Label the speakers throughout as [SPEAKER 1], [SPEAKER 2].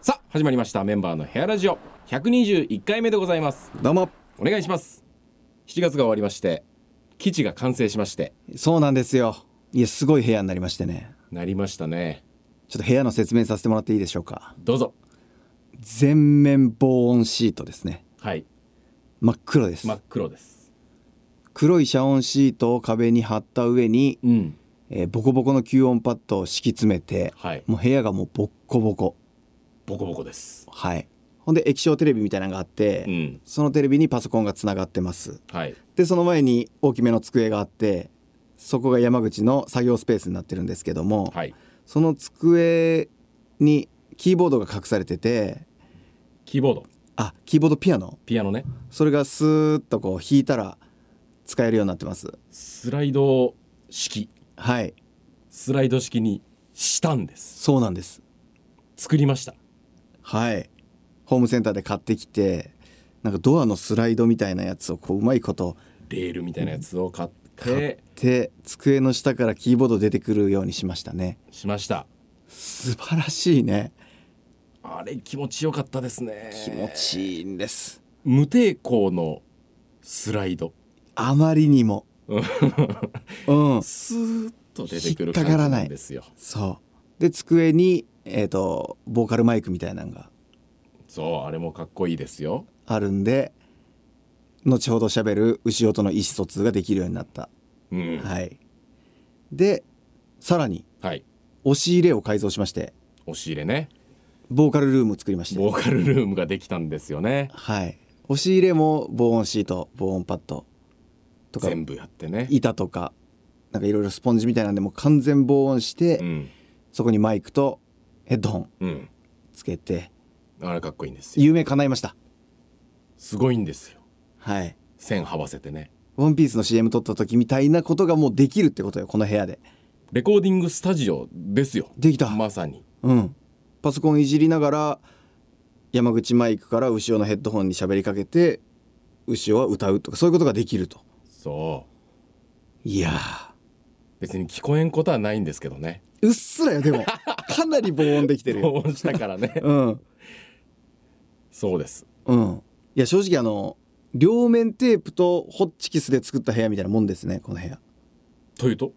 [SPEAKER 1] さあ始まりましたメンバーのヘアラジオ121回目でございます
[SPEAKER 2] どうも
[SPEAKER 1] お願いします7月が終わりまして基地が完成しまして
[SPEAKER 2] そうなんですよいやすごい部屋になりましてね
[SPEAKER 1] なりましたね
[SPEAKER 2] ちょっと部屋の説明させてもらっていいでしょうか
[SPEAKER 1] どうぞ
[SPEAKER 2] 全面防音シートですね
[SPEAKER 1] はい
[SPEAKER 2] 真っ黒です、
[SPEAKER 1] 真っ黒です
[SPEAKER 2] 黒い遮音シートを壁に貼った上に、
[SPEAKER 1] うん
[SPEAKER 2] えーボコボコの吸音パッドを敷き詰めて、
[SPEAKER 1] はい
[SPEAKER 2] もう部屋がもうボッコボコ
[SPEAKER 1] ボコボコです
[SPEAKER 2] はいほんで液晶テレビみたいなのがあって、
[SPEAKER 1] うん
[SPEAKER 2] そのテレビにパソコンがつながってます
[SPEAKER 1] はい
[SPEAKER 2] でその前に大きめの机があってそこが山口の作業スペースになってるんですけども、
[SPEAKER 1] はい
[SPEAKER 2] その机にキーボードが隠されてて
[SPEAKER 1] キーボード
[SPEAKER 2] あキーボードピアノ
[SPEAKER 1] ピアノね
[SPEAKER 2] それがスーッとこう弾いたら使えるようになってます
[SPEAKER 1] スライド式
[SPEAKER 2] はい
[SPEAKER 1] スライド式にしたんです
[SPEAKER 2] そうなんです
[SPEAKER 1] 作りました
[SPEAKER 2] はいホームセンターで買ってきてなんかドアのスライドみたいなやつをこううまいこと
[SPEAKER 1] レールみたいなやつを買っ
[SPEAKER 2] 買ってて机の下からキーボード出てくるようにしましたね
[SPEAKER 1] しました
[SPEAKER 2] 素晴らしいね
[SPEAKER 1] あれ気持ちよかったですね
[SPEAKER 2] 気持ちいいんです
[SPEAKER 1] 無抵抗のスライド
[SPEAKER 2] あまりにもうん
[SPEAKER 1] スーッと出てくる
[SPEAKER 2] 引
[SPEAKER 1] 感
[SPEAKER 2] っ
[SPEAKER 1] じ
[SPEAKER 2] かから
[SPEAKER 1] な
[SPEAKER 2] ない
[SPEAKER 1] んですよ
[SPEAKER 2] そうで机にえっ、とボーカルマイクみたいなのが
[SPEAKER 1] そうあれもかっこいいですよ
[SPEAKER 2] あるんで後ほど喋る牛音の意思疎通ができるようになった、
[SPEAKER 1] うんはい、
[SPEAKER 2] はいでさらに押し入れを改造しまして
[SPEAKER 1] 押し入れね
[SPEAKER 2] ボーカルルームを作りまして
[SPEAKER 1] ボーカルルームができたんですよね
[SPEAKER 2] はい押し入れも防音シート防音パッドとか
[SPEAKER 1] 全部やってね
[SPEAKER 2] 板とかなんかいろいろスポンジみたいなんでもう完全防音して、
[SPEAKER 1] うん
[SPEAKER 2] そこにマイクとヘッドホン
[SPEAKER 1] うん
[SPEAKER 2] つけて
[SPEAKER 1] あれかっこいいんですよ
[SPEAKER 2] 夢叶いました
[SPEAKER 1] すごいんですよ
[SPEAKER 2] はい
[SPEAKER 1] 線はばせてね
[SPEAKER 2] 「ワンピースの CM 撮った時みたいなことがもうできるってことよこの部屋で
[SPEAKER 1] レコーディングスタジオですよ
[SPEAKER 2] できた
[SPEAKER 1] まさに
[SPEAKER 2] うん、パソコンいじりながら山口マイクから後ろのヘッドホンに喋りかけて後ろは歌うとかそういうことができると
[SPEAKER 1] そ
[SPEAKER 2] いやー
[SPEAKER 1] う別に聞こえんことはないんですけどね
[SPEAKER 2] うっすらよでもかなり防音できてるよ
[SPEAKER 1] 応援したから ね
[SPEAKER 2] うん
[SPEAKER 1] そうです
[SPEAKER 2] うんいや正直あの両面テープとホッチキスで作った部屋みたいなもんですねこの部屋
[SPEAKER 1] というと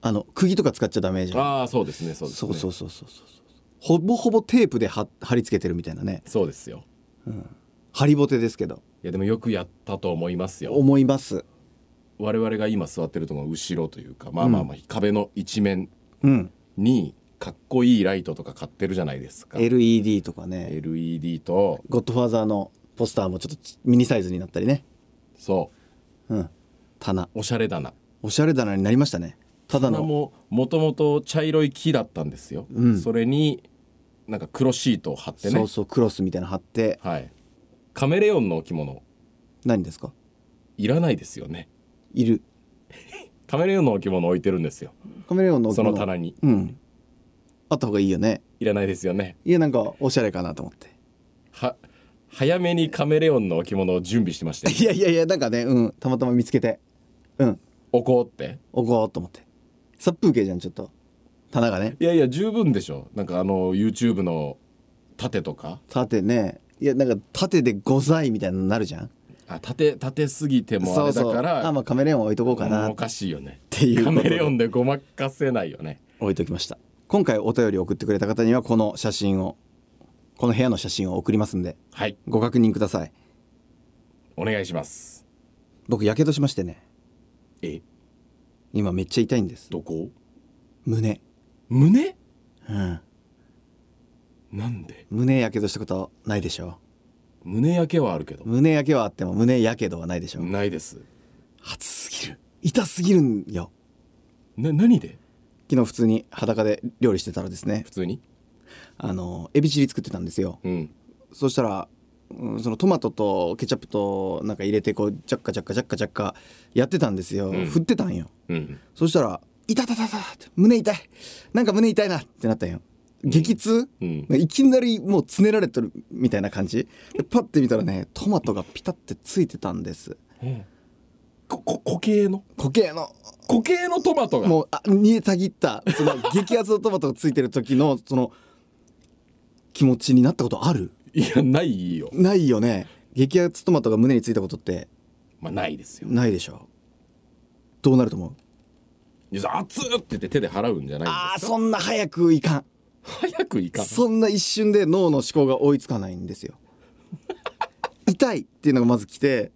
[SPEAKER 2] あの釘とか使っちゃダメじゃん
[SPEAKER 1] ああそうですねそうです
[SPEAKER 2] そ
[SPEAKER 1] ね
[SPEAKER 2] うそうそうそうそうほぼほぼテープで貼貼り付けてるみたいなね
[SPEAKER 1] そうですよ
[SPEAKER 2] ハリボテですけど
[SPEAKER 1] いやでもよくやったと思いますよ
[SPEAKER 2] 思います
[SPEAKER 1] 我々が今座ってるところの後ろというかまあまあまあ壁の一面
[SPEAKER 2] うん
[SPEAKER 1] にかっこいいライトとか買ってるじゃないですか
[SPEAKER 2] LED とかね
[SPEAKER 1] LED と
[SPEAKER 2] ゴッドファーザーのポスターもちょっとちミニサイズになったりね。
[SPEAKER 1] そ
[SPEAKER 2] うん。棚。
[SPEAKER 1] うおしゃれだな
[SPEAKER 2] おしゃれ棚になりましたね。ただ
[SPEAKER 1] 花
[SPEAKER 2] の。
[SPEAKER 1] ももともと茶色い木だったんですよ、それになんか黒シートを貼ってね
[SPEAKER 2] そうそう、クロスみたいなの貼って。
[SPEAKER 1] はい、カメレオンの置物
[SPEAKER 2] 何ですか
[SPEAKER 1] いらないですよね
[SPEAKER 2] いる。
[SPEAKER 1] カメレオンの置物置いてるんですよ
[SPEAKER 2] カメレオンの
[SPEAKER 1] その棚に
[SPEAKER 2] うん。あった方がいいよね。
[SPEAKER 1] いらないですよね
[SPEAKER 2] いや、なんかおしゃれかなと思って。
[SPEAKER 1] は早めにカメレオンの置物を準備してまして
[SPEAKER 2] いやいやいや、なんかね、うん。たまたま見つけて。うん。
[SPEAKER 1] 置こうって
[SPEAKER 2] 置こうと思って。殺風景じゃん、ちょっと。棚がね。
[SPEAKER 1] いやいや十分でしょなんかあの YouTube の盾とか
[SPEAKER 2] 縦ね。いや、なんか縦で5歳みたいになるじゃん。
[SPEAKER 1] あ盾盾すぎてもあ
[SPEAKER 2] そ
[SPEAKER 1] れ
[SPEAKER 2] う
[SPEAKER 1] だ
[SPEAKER 2] そう。
[SPEAKER 1] から
[SPEAKER 2] あ、まあカメレオン置いとこうか
[SPEAKER 1] う
[SPEAKER 2] なん
[SPEAKER 1] お。かしいよね
[SPEAKER 2] ていう
[SPEAKER 1] カ
[SPEAKER 2] こと
[SPEAKER 1] メ
[SPEAKER 2] で
[SPEAKER 1] レオンでごまかせないよね
[SPEAKER 2] 置いときました今回お便りを送ってくれた方にはこの写真をこの部屋の写真を送りますんで
[SPEAKER 1] はい
[SPEAKER 2] ご確認ください
[SPEAKER 1] お願いします
[SPEAKER 2] 僕やけどしましてね
[SPEAKER 1] え
[SPEAKER 2] 今めっちゃ痛いんです
[SPEAKER 1] どこ
[SPEAKER 2] 胸
[SPEAKER 1] 胸
[SPEAKER 2] うん
[SPEAKER 1] なんで
[SPEAKER 2] 胸やけどしたことないでしょ
[SPEAKER 1] 胸焼けはあるけど
[SPEAKER 2] 胸やけはあっても胸やけどはないでしょ
[SPEAKER 1] ないです
[SPEAKER 2] 暑すぎる痛すぎるんよ
[SPEAKER 1] な何で
[SPEAKER 2] 昨日普通に裸で料理してたらですね
[SPEAKER 1] 普通に
[SPEAKER 2] あのエビチリ作ってたんですよ
[SPEAKER 1] うん
[SPEAKER 2] そしたら、うん、そのトマトとケチャップとなんか入れてこうジャッカジャッカジャッカジャッカやってたんですよ、
[SPEAKER 1] うん
[SPEAKER 2] 振ってたんよ
[SPEAKER 1] うん
[SPEAKER 2] そしたら「痛たたたたって胸痛いなんか胸痛いな」ってなったんよ激痛、
[SPEAKER 1] うん
[SPEAKER 2] いきなりもうつねられてるみたいな感じでパッて見たらねトマトがピタってついてたんです
[SPEAKER 1] ここ固形の
[SPEAKER 2] 固形の
[SPEAKER 1] 固形のトマトが
[SPEAKER 2] もうあ煮えたぎったその激アツのトマトがついてる時の その気持ちになったことある
[SPEAKER 1] いやないよ
[SPEAKER 2] ないよね激アツトマトが胸についたことって
[SPEAKER 1] まあないですよ
[SPEAKER 2] ないでしょどうなると思う
[SPEAKER 1] いや熱っって言って手で払うんじゃない
[SPEAKER 2] あ
[SPEAKER 1] ん
[SPEAKER 2] ー
[SPEAKER 1] です
[SPEAKER 2] そんな早くいかん
[SPEAKER 1] か早くいかん
[SPEAKER 2] そんな一瞬で脳の思考が追いつかないんですよ 痛いっていうのがまず来て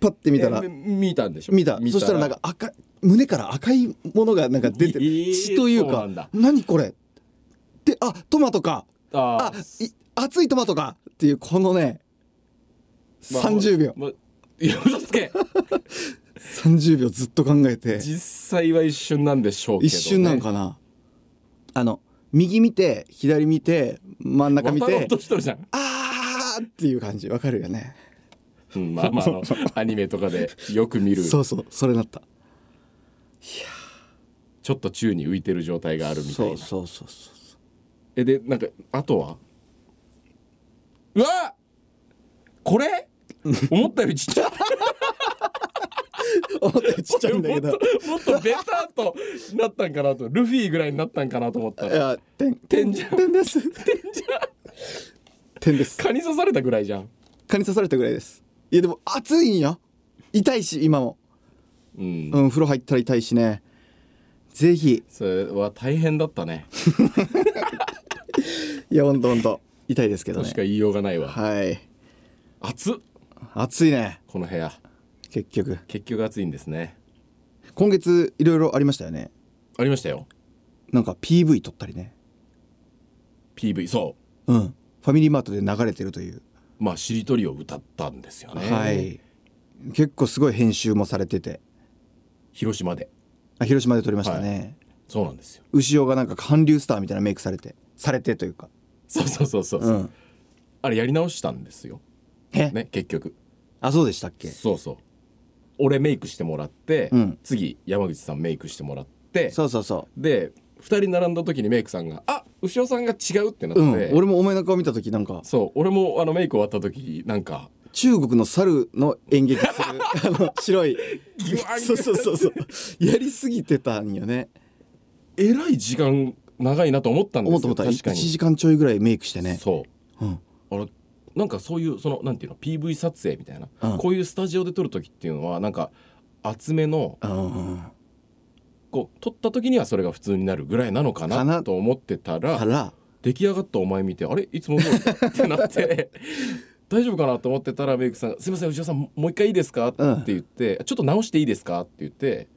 [SPEAKER 2] パッて見たら
[SPEAKER 1] え見たんでしょ
[SPEAKER 2] 見たそしたらなんか赤い胸から赤いものがなんか出てる
[SPEAKER 1] えー
[SPEAKER 2] 血という
[SPEAKER 1] そう
[SPEAKER 2] か
[SPEAKER 1] なんだ
[SPEAKER 2] 何これであトマトか
[SPEAKER 1] あ
[SPEAKER 2] あ
[SPEAKER 1] ー
[SPEAKER 2] い熱いトマトかっていうこのね
[SPEAKER 1] まあ
[SPEAKER 2] 30秒
[SPEAKER 1] まあいや嘘つけ
[SPEAKER 2] 30秒ずっと考えて
[SPEAKER 1] 実際は一瞬なんでしょうけど、ね、
[SPEAKER 2] 一瞬なんかなあの右見て左見て真ん中見
[SPEAKER 1] 渡ろ
[SPEAKER 2] て
[SPEAKER 1] うとしてるじゃん、
[SPEAKER 2] あーっていう感じわかるよね
[SPEAKER 1] うん、まあまああのアニメとかでよく見る
[SPEAKER 2] そうそうそれだった
[SPEAKER 1] ちょっと宙に浮いてる状態があるみたい
[SPEAKER 2] そう
[SPEAKER 1] な
[SPEAKER 2] そうそうそ
[SPEAKER 1] えでなんかあとはうわこれ思ったよりちっちゃいう
[SPEAKER 2] 思ったよりちっちゃいんだけ
[SPEAKER 1] も
[SPEAKER 2] ど
[SPEAKER 1] っともっとベタっとなったんかなとルフィぐらいになったんかなと思った
[SPEAKER 2] い
[SPEAKER 1] ら
[SPEAKER 2] や点
[SPEAKER 1] 点じゃん
[SPEAKER 2] 点です点です
[SPEAKER 1] 蚊に刺されたぐらいじゃん
[SPEAKER 2] 蚊に刺されたぐらいですいやでも暑いんよ痛いし今も
[SPEAKER 1] うん
[SPEAKER 2] うん風呂入ったら痛いしねぜひ
[SPEAKER 1] それは大変だったね
[SPEAKER 2] いやほんとほんと痛いですけど
[SPEAKER 1] と
[SPEAKER 2] ね
[SPEAKER 1] しか言いようがないわ
[SPEAKER 2] はい
[SPEAKER 1] 暑っ
[SPEAKER 2] 暑いね
[SPEAKER 1] この部屋
[SPEAKER 2] 結局
[SPEAKER 1] 結局暑いんですね
[SPEAKER 2] 今月いろいろありましたよね
[SPEAKER 1] ありましたよ
[SPEAKER 2] なんか PV 撮ったりね
[SPEAKER 1] PV そ
[SPEAKER 2] うんファミリーマートで流れてるという、
[SPEAKER 1] うまあしりとりを歌ったんですよね
[SPEAKER 2] はい結構すごい編集もされてて
[SPEAKER 1] 広島で
[SPEAKER 2] あ広島で撮りましたね、
[SPEAKER 1] そうなんですよ
[SPEAKER 2] 牛尾がなんか韓流スターみたいなメイクされてされてというか
[SPEAKER 1] そうそうそうそう、
[SPEAKER 2] うん
[SPEAKER 1] あれやり直したんですよ
[SPEAKER 2] え、
[SPEAKER 1] ね結局
[SPEAKER 2] あそうでしたっけ
[SPEAKER 1] そうそう俺メイクしてもらって、
[SPEAKER 2] うん
[SPEAKER 1] 次山口さんメイクしてもらって
[SPEAKER 2] そうそうそう
[SPEAKER 1] で2人並んだ時にメイクさんが「あ牛尾さんが違う」ってなって、
[SPEAKER 2] うん、俺もお前の顔見た時なんか
[SPEAKER 1] そう俺もあのメイク終わった時なんか
[SPEAKER 2] 中国の猿の演劇す るあの白い
[SPEAKER 1] わー
[SPEAKER 2] そうそうそうそうやりすぎてたんよね
[SPEAKER 1] えらい時間長いなと思ったんで
[SPEAKER 2] 思っ
[SPEAKER 1] す
[SPEAKER 2] た
[SPEAKER 1] よ
[SPEAKER 2] 思った
[SPEAKER 1] 確か
[SPEAKER 2] 1
[SPEAKER 1] に
[SPEAKER 2] 時間ちょいぐらいメイクしてね
[SPEAKER 1] そう、
[SPEAKER 2] うん
[SPEAKER 1] あれなんかそういうそのなんていうの PV 撮影みたいな、
[SPEAKER 2] うん
[SPEAKER 1] こういうスタジオで撮る時っていうのはなんか厚めの
[SPEAKER 2] うんうん
[SPEAKER 1] こう撮った時にはそれが普通になるぐらいなのか
[SPEAKER 2] か
[SPEAKER 1] な
[SPEAKER 2] な
[SPEAKER 1] と思ってたら
[SPEAKER 2] から
[SPEAKER 1] 出来上がったお前見てあれいつも通りだってなって 大丈夫かなと思ってたらメイクさんが「すいません内田さんももう一回いいですか?」って
[SPEAKER 2] うん
[SPEAKER 1] 言って、ちょっと直していいですか?」って言って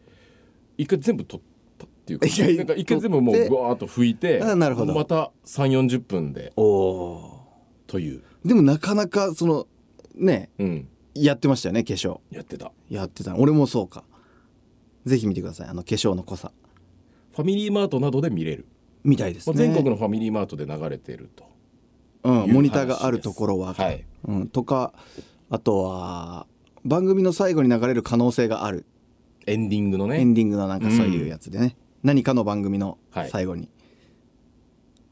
[SPEAKER 1] 一回全部取ったっていうか
[SPEAKER 2] いやいや
[SPEAKER 1] なんか一回全部も
[SPEAKER 2] 取
[SPEAKER 1] う
[SPEAKER 2] って
[SPEAKER 1] ぐわーっと拭いて
[SPEAKER 2] あなるほど
[SPEAKER 1] また3 4 0分で
[SPEAKER 2] おお
[SPEAKER 1] という、
[SPEAKER 2] ーでもなかなかそのね
[SPEAKER 1] うん、
[SPEAKER 2] やってましたよね化粧
[SPEAKER 1] やってた
[SPEAKER 2] やってた俺もそうかぜひ見てくださいあの化粧の濃さ
[SPEAKER 1] ファミリーマートなどで見れる、
[SPEAKER 2] みたいです
[SPEAKER 1] まあ
[SPEAKER 2] ね
[SPEAKER 1] 全国のファミリーマートで流れてると
[SPEAKER 2] うん、
[SPEAKER 1] いう
[SPEAKER 2] モニターがあるところ
[SPEAKER 1] 話
[SPEAKER 2] は、
[SPEAKER 1] ですはい
[SPEAKER 2] うん、とかあとは番組の最後に流れる可能性がある
[SPEAKER 1] エンディングの
[SPEAKER 2] エ
[SPEAKER 1] ね
[SPEAKER 2] ンディングのなんかそういうやつでね、何かの番組の最後に、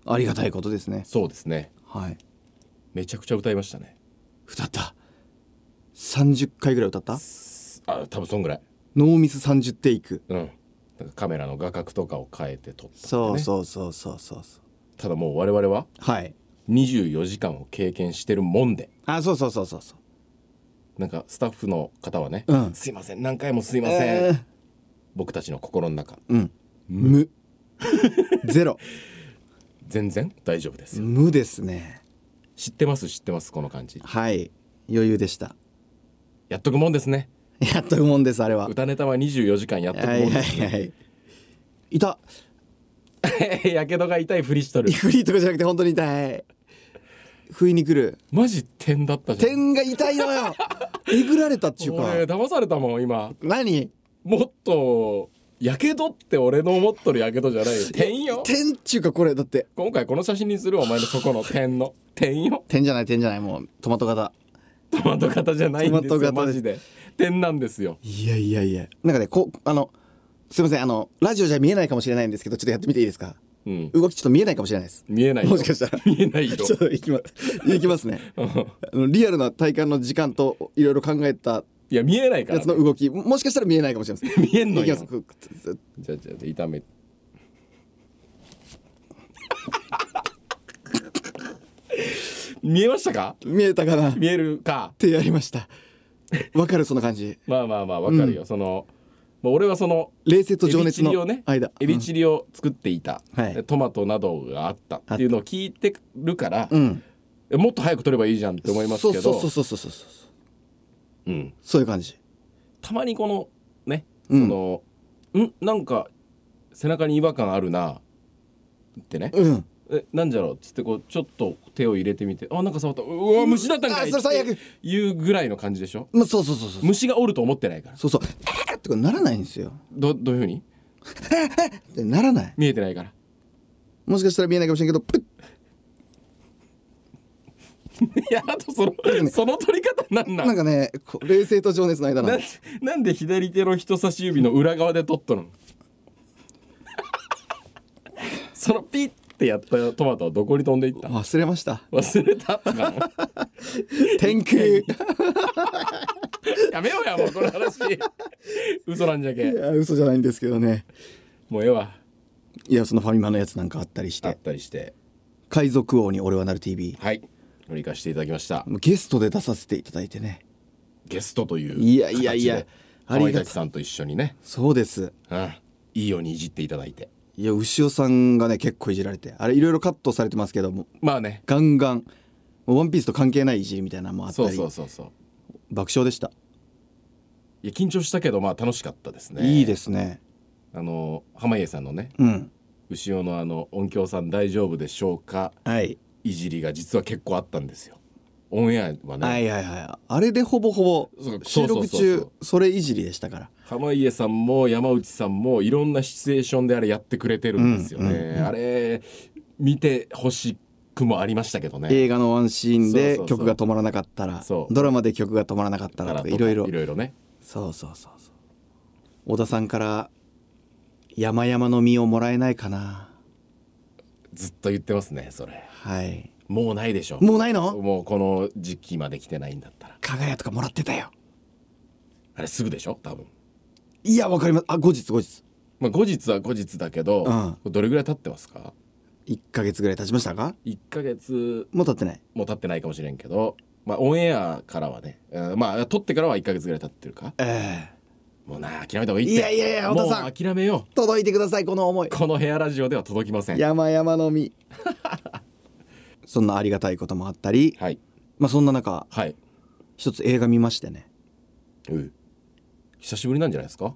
[SPEAKER 2] ありがたいことですね
[SPEAKER 1] そうですね
[SPEAKER 2] はい
[SPEAKER 1] めちゃくちゃ歌いましたね
[SPEAKER 2] 歌った30回ぐらい歌った
[SPEAKER 1] あ多分そんぐらい
[SPEAKER 2] ノーミス30テイク
[SPEAKER 1] うん、なんかカメラの画角とかを変えて撮ったんだよね、
[SPEAKER 2] そうそうそうそうそうそう
[SPEAKER 1] ただもう我々は
[SPEAKER 2] はい
[SPEAKER 1] 24時間を経験してるもんで
[SPEAKER 2] あそうそうそうそうそう
[SPEAKER 1] なんかスタッフの方はね「
[SPEAKER 2] うん
[SPEAKER 1] すいません何回もすいません、
[SPEAKER 2] えー
[SPEAKER 1] 僕たちの心の中
[SPEAKER 2] うん無 ゼロ
[SPEAKER 1] 全然大丈夫ですよ、
[SPEAKER 2] 無ですね
[SPEAKER 1] 知ってます知ってますこの感じ
[SPEAKER 2] はい余裕でした
[SPEAKER 1] やっとくもんですね
[SPEAKER 2] やっともんですあれは
[SPEAKER 1] 歌ネタは24時間やっとくも
[SPEAKER 2] は
[SPEAKER 1] ん
[SPEAKER 2] い
[SPEAKER 1] で
[SPEAKER 2] は
[SPEAKER 1] す
[SPEAKER 2] いはいいた
[SPEAKER 1] やけどが痛いふりしとる
[SPEAKER 2] フリーとかじゃなくて本当に痛い不意に来る
[SPEAKER 1] マジ点だったじゃん
[SPEAKER 2] 点が痛いのよえぐられたっていうか
[SPEAKER 1] 俺騙されたもん今
[SPEAKER 2] 何
[SPEAKER 1] もっとやけどって俺の思っとるやけどじゃないよ点よ
[SPEAKER 2] 点っていうかこれだって
[SPEAKER 1] 今回この写真にするお前のそこの点の点よ
[SPEAKER 2] 点じゃない点じゃないもうトマト型
[SPEAKER 1] トマト型じゃないんです
[SPEAKER 2] トマ
[SPEAKER 1] よ
[SPEAKER 2] ト型
[SPEAKER 1] マジで点なんですよ
[SPEAKER 2] いやいやいやなんかねこうあのすいませんあのラジオじゃ見えないかもしれないんですけどちょっとやってみていいですか
[SPEAKER 1] うん
[SPEAKER 2] 動きちょっと見えないかもしれないです
[SPEAKER 1] 見えないよ
[SPEAKER 2] もしかしたら
[SPEAKER 1] 見え ないよ
[SPEAKER 2] ちょっといきますいきます ね
[SPEAKER 1] うん
[SPEAKER 2] あのリアルな体感の時間といろいろ考えた
[SPEAKER 1] いや見えないか
[SPEAKER 2] や
[SPEAKER 1] ら
[SPEAKER 2] つの動きもしかしたら見えないかもしれませ ん
[SPEAKER 1] 見えんの
[SPEAKER 2] いき
[SPEAKER 1] よ
[SPEAKER 2] ますくくつつ
[SPEAKER 1] じゃあじゃあ炒 め見えましたか
[SPEAKER 2] 見えたかな
[SPEAKER 1] 見えるか
[SPEAKER 2] 手やりましたわかるその感じ
[SPEAKER 1] まあまあまあわかるよ、そのもう俺はその
[SPEAKER 2] 冷静と情熱の
[SPEAKER 1] エビチリをね
[SPEAKER 2] 間、
[SPEAKER 1] エビチリを作っていた、
[SPEAKER 2] はい
[SPEAKER 1] でトマトなどがあったっていうのを聞いてるから、
[SPEAKER 2] うん
[SPEAKER 1] えもっと早く取ればいいじゃんって思いますけど
[SPEAKER 2] そうそうそうそうそうそうそう
[SPEAKER 1] うん
[SPEAKER 2] そういう感じ
[SPEAKER 1] たまにこのねそ
[SPEAKER 2] うん
[SPEAKER 1] の、んなんか背中に違和感あるなってね、
[SPEAKER 2] うん
[SPEAKER 1] えなんじゃろうっつってこうちょっと手を入れてみてあなんか触ったうわ虫だったんかい
[SPEAKER 2] あそれ最悪
[SPEAKER 1] っていうぐらいの感じでしょ
[SPEAKER 2] まあそうそうそうそう
[SPEAKER 1] 虫がおると思ってないから
[SPEAKER 2] そうそうえーってかならないんですよ
[SPEAKER 1] どどういうふうに
[SPEAKER 2] でならない
[SPEAKER 1] 見えてないから
[SPEAKER 2] もしかしたら見えないかもしれんけどプッ
[SPEAKER 1] いやあとそのその取り方なんなん
[SPEAKER 2] なんかねこう冷静と情熱の間な
[SPEAKER 1] な
[SPEAKER 2] の
[SPEAKER 1] んなんで左手の人差し指の裏側で取った のそのピッてやったトマトはどこに飛んでいった
[SPEAKER 2] 忘れました
[SPEAKER 1] 忘れたとか
[SPEAKER 2] 天 空
[SPEAKER 1] やめようやもうこの話嘘なんじゃけ
[SPEAKER 2] いや嘘じゃないんですけどね
[SPEAKER 1] もうええわ
[SPEAKER 2] いやそのファミマのやつなんかあったりし
[SPEAKER 1] あってたりして
[SPEAKER 2] 「海賊王に俺はなる TV
[SPEAKER 1] はい乗りかしていただきました」
[SPEAKER 2] ゲストで出させていただいてね
[SPEAKER 1] ゲストという
[SPEAKER 2] いやいやいや
[SPEAKER 1] 形で
[SPEAKER 2] あ
[SPEAKER 1] か
[SPEAKER 2] りがた
[SPEAKER 1] まいたちさんと一緒にね、
[SPEAKER 2] そうです
[SPEAKER 1] うん、いいようにいじっていただいて
[SPEAKER 2] いや牛尾さんがね結構いじられてあれいろいろカットされてますけども
[SPEAKER 1] まあね
[SPEAKER 2] ガンガン「ワンピースと関係ないいじりみたいなのもあった
[SPEAKER 1] そ
[SPEAKER 2] り
[SPEAKER 1] うそうそうそう
[SPEAKER 2] 爆笑でした、
[SPEAKER 1] いや緊張したけどまあ楽しかったですね
[SPEAKER 2] いいですすね
[SPEAKER 1] あの濱家さんのね
[SPEAKER 2] うん
[SPEAKER 1] 後ろのあの音響さん大丈夫でしょうか
[SPEAKER 2] はい、
[SPEAKER 1] いじりが実は結構あったんですよオンエアはね、
[SPEAKER 2] はいはいはいあれでほぼほ
[SPEAKER 1] そう
[SPEAKER 2] ぼ
[SPEAKER 1] そうそう
[SPEAKER 2] 収
[SPEAKER 1] そう
[SPEAKER 2] 録中それいじりでしたから
[SPEAKER 1] 濱家さんも山内さんもいろんなシチュエーションであれやってくれてるんですよね、
[SPEAKER 2] うんうんうん
[SPEAKER 1] あれ見てほしくもありましたけどね
[SPEAKER 2] 映画のワンシーンで
[SPEAKER 1] そうそうそう
[SPEAKER 2] 曲が止まらなかったら
[SPEAKER 1] そう
[SPEAKER 2] ドラマで曲が止まらなかったらとかいろいろ
[SPEAKER 1] いろいろね
[SPEAKER 2] そうそうそうそう小田さんから「山々の実をもらえないかな
[SPEAKER 1] ずっと言ってますねそれ」
[SPEAKER 2] はい
[SPEAKER 1] もうないでしょ
[SPEAKER 2] もうない
[SPEAKER 1] もう
[SPEAKER 2] の
[SPEAKER 1] この時期まで来てないんだったら
[SPEAKER 2] 加賀屋とかもらってたよ
[SPEAKER 1] あれすぐでしょ多分
[SPEAKER 2] いやわかりますあ後日後日
[SPEAKER 1] まあ後日は後日だけど、
[SPEAKER 2] うん
[SPEAKER 1] これどれぐらい経ってますか
[SPEAKER 2] 1ヶ月ぐらい経ちましたか
[SPEAKER 1] 1ヶ月
[SPEAKER 2] もう経ってない
[SPEAKER 1] も経ってないかもしれんけどまあオンエアからはね、えーまあ撮ってからは1ヶ月ぐらい経ってるか
[SPEAKER 2] え
[SPEAKER 1] もうな諦めた方がいい
[SPEAKER 2] え
[SPEAKER 1] って
[SPEAKER 2] いやいやいや小田さ
[SPEAKER 1] もうん諦めよ
[SPEAKER 2] 届いてくださいこの思いう
[SPEAKER 1] このヘアラジオでは届きません
[SPEAKER 2] 山々 の実そんなありがたいこともあったり
[SPEAKER 1] はい
[SPEAKER 2] まあそんな中
[SPEAKER 1] はい、
[SPEAKER 2] 一つ映画見ましてね
[SPEAKER 1] うん、久しぶりなんじゃないですか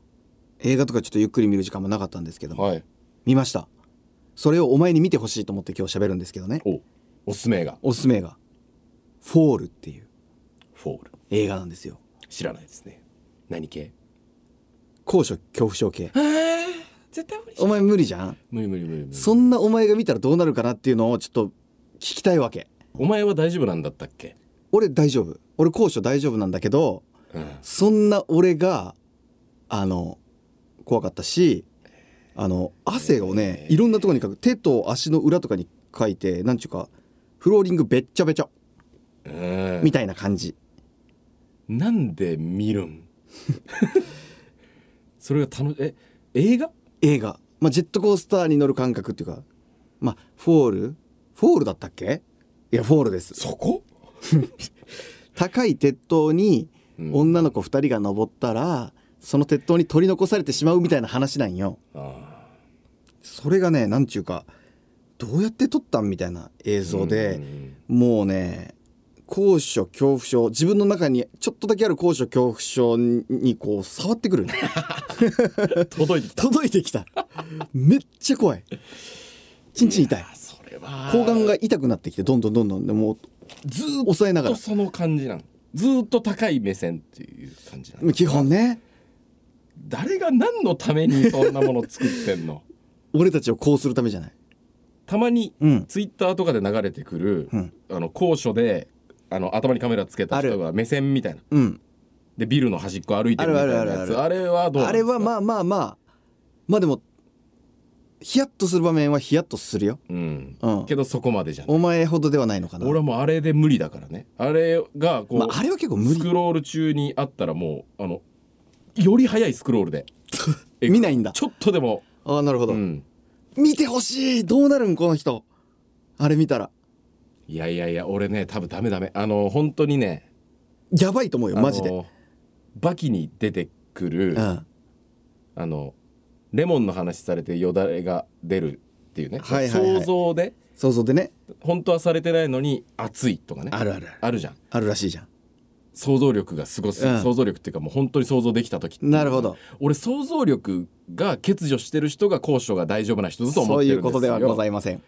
[SPEAKER 2] 映画とかちょっとゆっくり見る時間もなかったんですけども
[SPEAKER 1] はい
[SPEAKER 2] 見ましたそれをお前に見てほしいと思って今日喋るんですけどね
[SPEAKER 1] おおすすめが
[SPEAKER 2] おすすめが「フォール」っていう
[SPEAKER 1] フォール
[SPEAKER 2] 映画なんですよ
[SPEAKER 1] 知らないですね何系
[SPEAKER 2] 高所恐怖症系
[SPEAKER 1] 絶対無理
[SPEAKER 2] お前無理じゃん
[SPEAKER 1] 無理無理無理無理
[SPEAKER 2] そんなお前が見たらどうなるかなっていうのをちょっと聞きたいわけ
[SPEAKER 1] お前は大丈夫なんだったっけ、
[SPEAKER 2] 俺大丈夫俺高所大丈夫なんだけど
[SPEAKER 1] うん、
[SPEAKER 2] そんな俺があの怖かったしあの汗をねいろんなところにかく手と足の裏とかにかいてなんちゅうかフローリングべっちゃべちゃみたいな感じ
[SPEAKER 1] なんで見る んそれが楽しえ映画
[SPEAKER 2] 映画、まあ、ジェットコースターに乗る感覚っていうかまあフォールフォールだったっけいやフォールです
[SPEAKER 1] そこ、
[SPEAKER 2] 高い鉄塔に
[SPEAKER 1] うん
[SPEAKER 2] 女の子2人が登ったらその鉄塔に取り残されてしまうみたいな話なんよ
[SPEAKER 1] あ
[SPEAKER 2] それがねなんちゅうかどうやって撮ったんみたいな映
[SPEAKER 1] ー
[SPEAKER 2] 像で
[SPEAKER 1] んん
[SPEAKER 2] もうね高所恐怖症自分の中にちょっとだけある高所恐怖症にこう触ってくる
[SPEAKER 1] うん届いてきた
[SPEAKER 2] 届いてきためっちゃ怖いちんちん痛い
[SPEAKER 1] あそれは
[SPEAKER 2] 睾丸が痛くなってきてどんどんどんどんでもう
[SPEAKER 1] ずーっ
[SPEAKER 2] 抑えなが
[SPEAKER 1] と
[SPEAKER 2] ら
[SPEAKER 1] その感じなのずーっと高い目線っていう感じなの
[SPEAKER 2] 基本ね
[SPEAKER 1] 誰が何のためにそんなもの作って んの
[SPEAKER 2] 俺たちをこうするためじゃない
[SPEAKER 1] たまに
[SPEAKER 2] うん
[SPEAKER 1] ツイッターとかで流れてくる、
[SPEAKER 2] うん
[SPEAKER 1] あの高所であの頭にカメラつけた人が目線みたいな
[SPEAKER 2] うん
[SPEAKER 1] でビルの端っこ歩いてるみたいなやつあ
[SPEAKER 2] あるあるある
[SPEAKER 1] れはどうなん
[SPEAKER 2] あ
[SPEAKER 1] で
[SPEAKER 2] れ
[SPEAKER 1] すか
[SPEAKER 2] はまあまあまあまあでもヒヤッとする場面はヒヤッとするよ、
[SPEAKER 1] うん
[SPEAKER 2] うん、
[SPEAKER 1] けどそこまでじゃない
[SPEAKER 2] お前ほどではないのかな
[SPEAKER 1] 俺はもうあれで無理だからねあれがこう、
[SPEAKER 2] まあ、あれは結構無
[SPEAKER 1] ス
[SPEAKER 2] 理
[SPEAKER 1] クロール中にあったらもうあのより速いスクロール でえ
[SPEAKER 2] 見ないんだ
[SPEAKER 1] ちょっとでも、
[SPEAKER 2] ああなるほど、
[SPEAKER 1] うん、
[SPEAKER 2] 見てほしいどうなるんこの人あれ見たら
[SPEAKER 1] いやいやいや俺ね多分ダメダメあの本当にね
[SPEAKER 2] やばいと思うよマジ
[SPEAKER 1] あ
[SPEAKER 2] で、
[SPEAKER 1] のバキに出てくる、
[SPEAKER 2] うん、
[SPEAKER 1] あのレモンの話されてよだれが出るっていうね、
[SPEAKER 2] はいはいはい
[SPEAKER 1] 想像で
[SPEAKER 2] 想像でね
[SPEAKER 1] 本当はされてないのに熱いとかね
[SPEAKER 2] あるあるある
[SPEAKER 1] あるじゃん
[SPEAKER 2] あるらしいじゃん
[SPEAKER 1] 想像力がすごす、
[SPEAKER 2] うん
[SPEAKER 1] 想像力っていうかもう本当に想像できた時っていうか
[SPEAKER 2] なるほど
[SPEAKER 1] 俺想像力が欠如してる人が高所が大丈夫な人だと思
[SPEAKER 2] そ
[SPEAKER 1] っ
[SPEAKER 2] う
[SPEAKER 1] て
[SPEAKER 2] い
[SPEAKER 1] る
[SPEAKER 2] うん
[SPEAKER 1] で
[SPEAKER 2] こ
[SPEAKER 1] すよ
[SPEAKER 2] とではございません、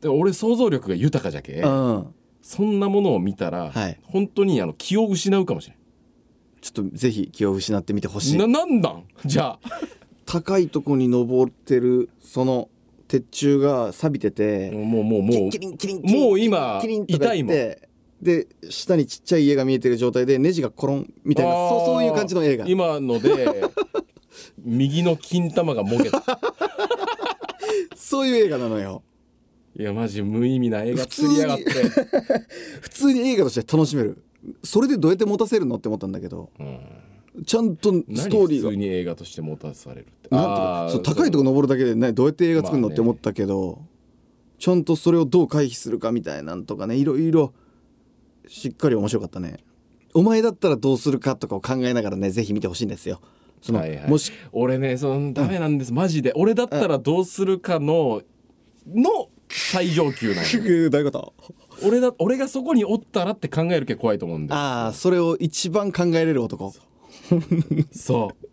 [SPEAKER 1] で俺想像力が豊かじゃけ、
[SPEAKER 2] うん
[SPEAKER 1] そんなものを見たら、
[SPEAKER 2] はい
[SPEAKER 1] 本当にあの気を失うかもしれ
[SPEAKER 2] ちょっとぜひ気を失ってみてほしい
[SPEAKER 1] ないななんなんじゃあ、
[SPEAKER 2] 高いとこに登ってるその鉄柱が錆びてて、
[SPEAKER 1] もうもうもう
[SPEAKER 2] キリンキリン
[SPEAKER 1] もう今
[SPEAKER 2] キリンとか言って
[SPEAKER 1] 痛
[SPEAKER 2] で下にちっちゃい家が見えてる状態でネジがコロンみたいな
[SPEAKER 1] あー
[SPEAKER 2] そうそういう感じの映画
[SPEAKER 1] 今の で右の金玉がもげた
[SPEAKER 2] そういう映画なのよ
[SPEAKER 1] いやマジ無意味な映画
[SPEAKER 2] 普通
[SPEAKER 1] 釣
[SPEAKER 2] に
[SPEAKER 1] りやがって
[SPEAKER 2] 普通に映画として楽しめるそれでどうやって持たせるのって思ったんだけど
[SPEAKER 1] うん
[SPEAKER 2] ちゃんとス
[SPEAKER 1] 何
[SPEAKER 2] トー
[SPEAKER 1] 普
[SPEAKER 2] リーが
[SPEAKER 1] 通に映画として持たされるって
[SPEAKER 2] なんと
[SPEAKER 1] あ
[SPEAKER 2] か
[SPEAKER 1] ー
[SPEAKER 2] そう高いとこ登るだけでねどうやって映画作るのって
[SPEAKER 1] まあね
[SPEAKER 2] 思ったけど、ちゃんとそれをどう回避するかみたいなんとかねいろいろしっかり面白かったねお前だったらどうするかとかを考えながらねぜひ見てほしいんですよその、
[SPEAKER 1] はいはい
[SPEAKER 2] もし
[SPEAKER 1] 俺ねそのダメなんです、マジで俺だったらどうするかのの最上級なんよ
[SPEAKER 2] どういう こと
[SPEAKER 1] 俺だ俺がそこにおったらって考えるけ怖いと思うんだよ
[SPEAKER 2] ああそれを一番考えれる男
[SPEAKER 1] そう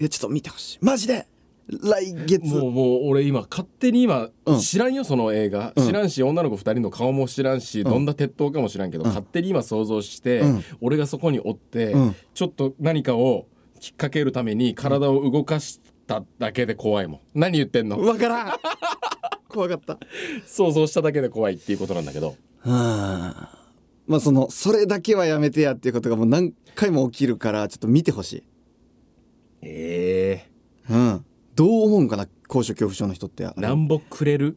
[SPEAKER 2] いやちょっと見てほしいマジで来月
[SPEAKER 1] もうもう俺今勝手に今
[SPEAKER 2] うん
[SPEAKER 1] 知らんよその映画、
[SPEAKER 2] うん
[SPEAKER 1] 知らんし女の子2人の顔も知らんし、どんな鉄塔かも知らんけど、勝手に今想像して、
[SPEAKER 2] うん
[SPEAKER 1] 俺がそこにおって、
[SPEAKER 2] うん
[SPEAKER 1] ちょっと何かを引っ掛けるために体を動かしただけで怖いもん何言ってんの
[SPEAKER 2] わからん 怖かった
[SPEAKER 1] 想像しただけで怖いっていうことなんだけど
[SPEAKER 2] はあまあそのそれだけはやめてやっていうことがもう何回も起きるからちょっと見てほしい
[SPEAKER 1] ええ
[SPEAKER 2] うん、どう思うんかな高所恐怖症の人ってあれ
[SPEAKER 1] なんぼくれる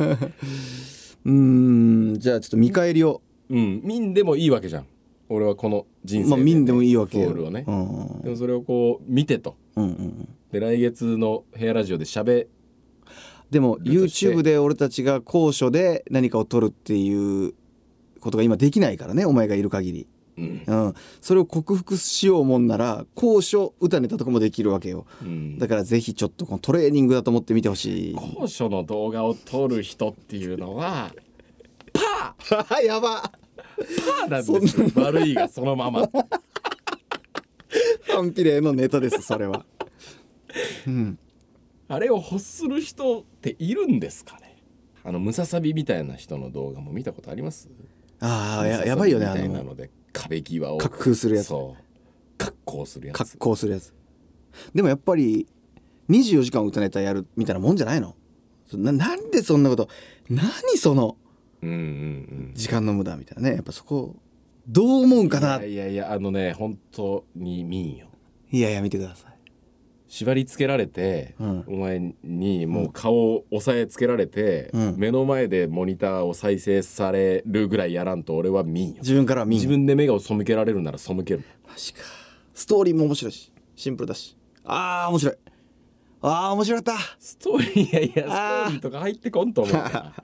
[SPEAKER 2] うーんじゃあちょっと見返りを、
[SPEAKER 1] うん見んでもいいわけじゃん俺はこの人生
[SPEAKER 2] まあ見んでもいいわけ
[SPEAKER 1] ゴ
[SPEAKER 2] よ
[SPEAKER 1] ールをね
[SPEAKER 2] う、ん
[SPEAKER 1] でもそれをこう見てと
[SPEAKER 2] うんうん、
[SPEAKER 1] で来月のヘアラジオで喋
[SPEAKER 2] でも
[SPEAKER 1] だとして
[SPEAKER 2] YouTube で俺たちが高所で何かを撮るっていうことが今できないからねお前がいる限り、
[SPEAKER 1] うん、
[SPEAKER 2] うん、それを克服しようもんなら高所歌ネタとかもできるわけよ
[SPEAKER 1] うん
[SPEAKER 2] だからぜひちょっとこのトレーニングだと思って見てほしい
[SPEAKER 1] 高所の動画を撮る人っていうのは
[SPEAKER 2] やば
[SPEAKER 1] パーなんですよ悪いがそのまま
[SPEAKER 2] 反比例のネタですそれはうん
[SPEAKER 1] あれを欲する人っているんですかねあのムササビみたいな人の動画も見たことあります
[SPEAKER 2] ああややばいよね
[SPEAKER 1] ムサ
[SPEAKER 2] あ
[SPEAKER 1] サビみたいな
[SPEAKER 2] の
[SPEAKER 1] ので壁際を
[SPEAKER 2] 滑空するやつ
[SPEAKER 1] そう格好するやつ
[SPEAKER 2] 格好するやつでもやっぱり24時間歌ネタやるみたいなもんじゃないのそななんでそんなこと何その
[SPEAKER 1] うんうんうん
[SPEAKER 2] 時間の無駄みたいなねやっぱそこどう思うんかない
[SPEAKER 1] やいやいやあのね本当に見んよ
[SPEAKER 2] いやいや見てください
[SPEAKER 1] 縛り付けられて、
[SPEAKER 2] うん
[SPEAKER 1] お前にもう顔を押さえつけられて、
[SPEAKER 2] うん
[SPEAKER 1] 目の前でモニターを再生されるぐらいやらんと俺は見んよ
[SPEAKER 2] 自分からは見ん
[SPEAKER 1] 自分で目が背けられるなら背ける
[SPEAKER 2] マジかストーリーも面白いしシンプルだしあー面白いあー面白かった
[SPEAKER 1] ストーリーいやいやスト
[SPEAKER 2] あー
[SPEAKER 1] ーリーとか入ってこんと思う か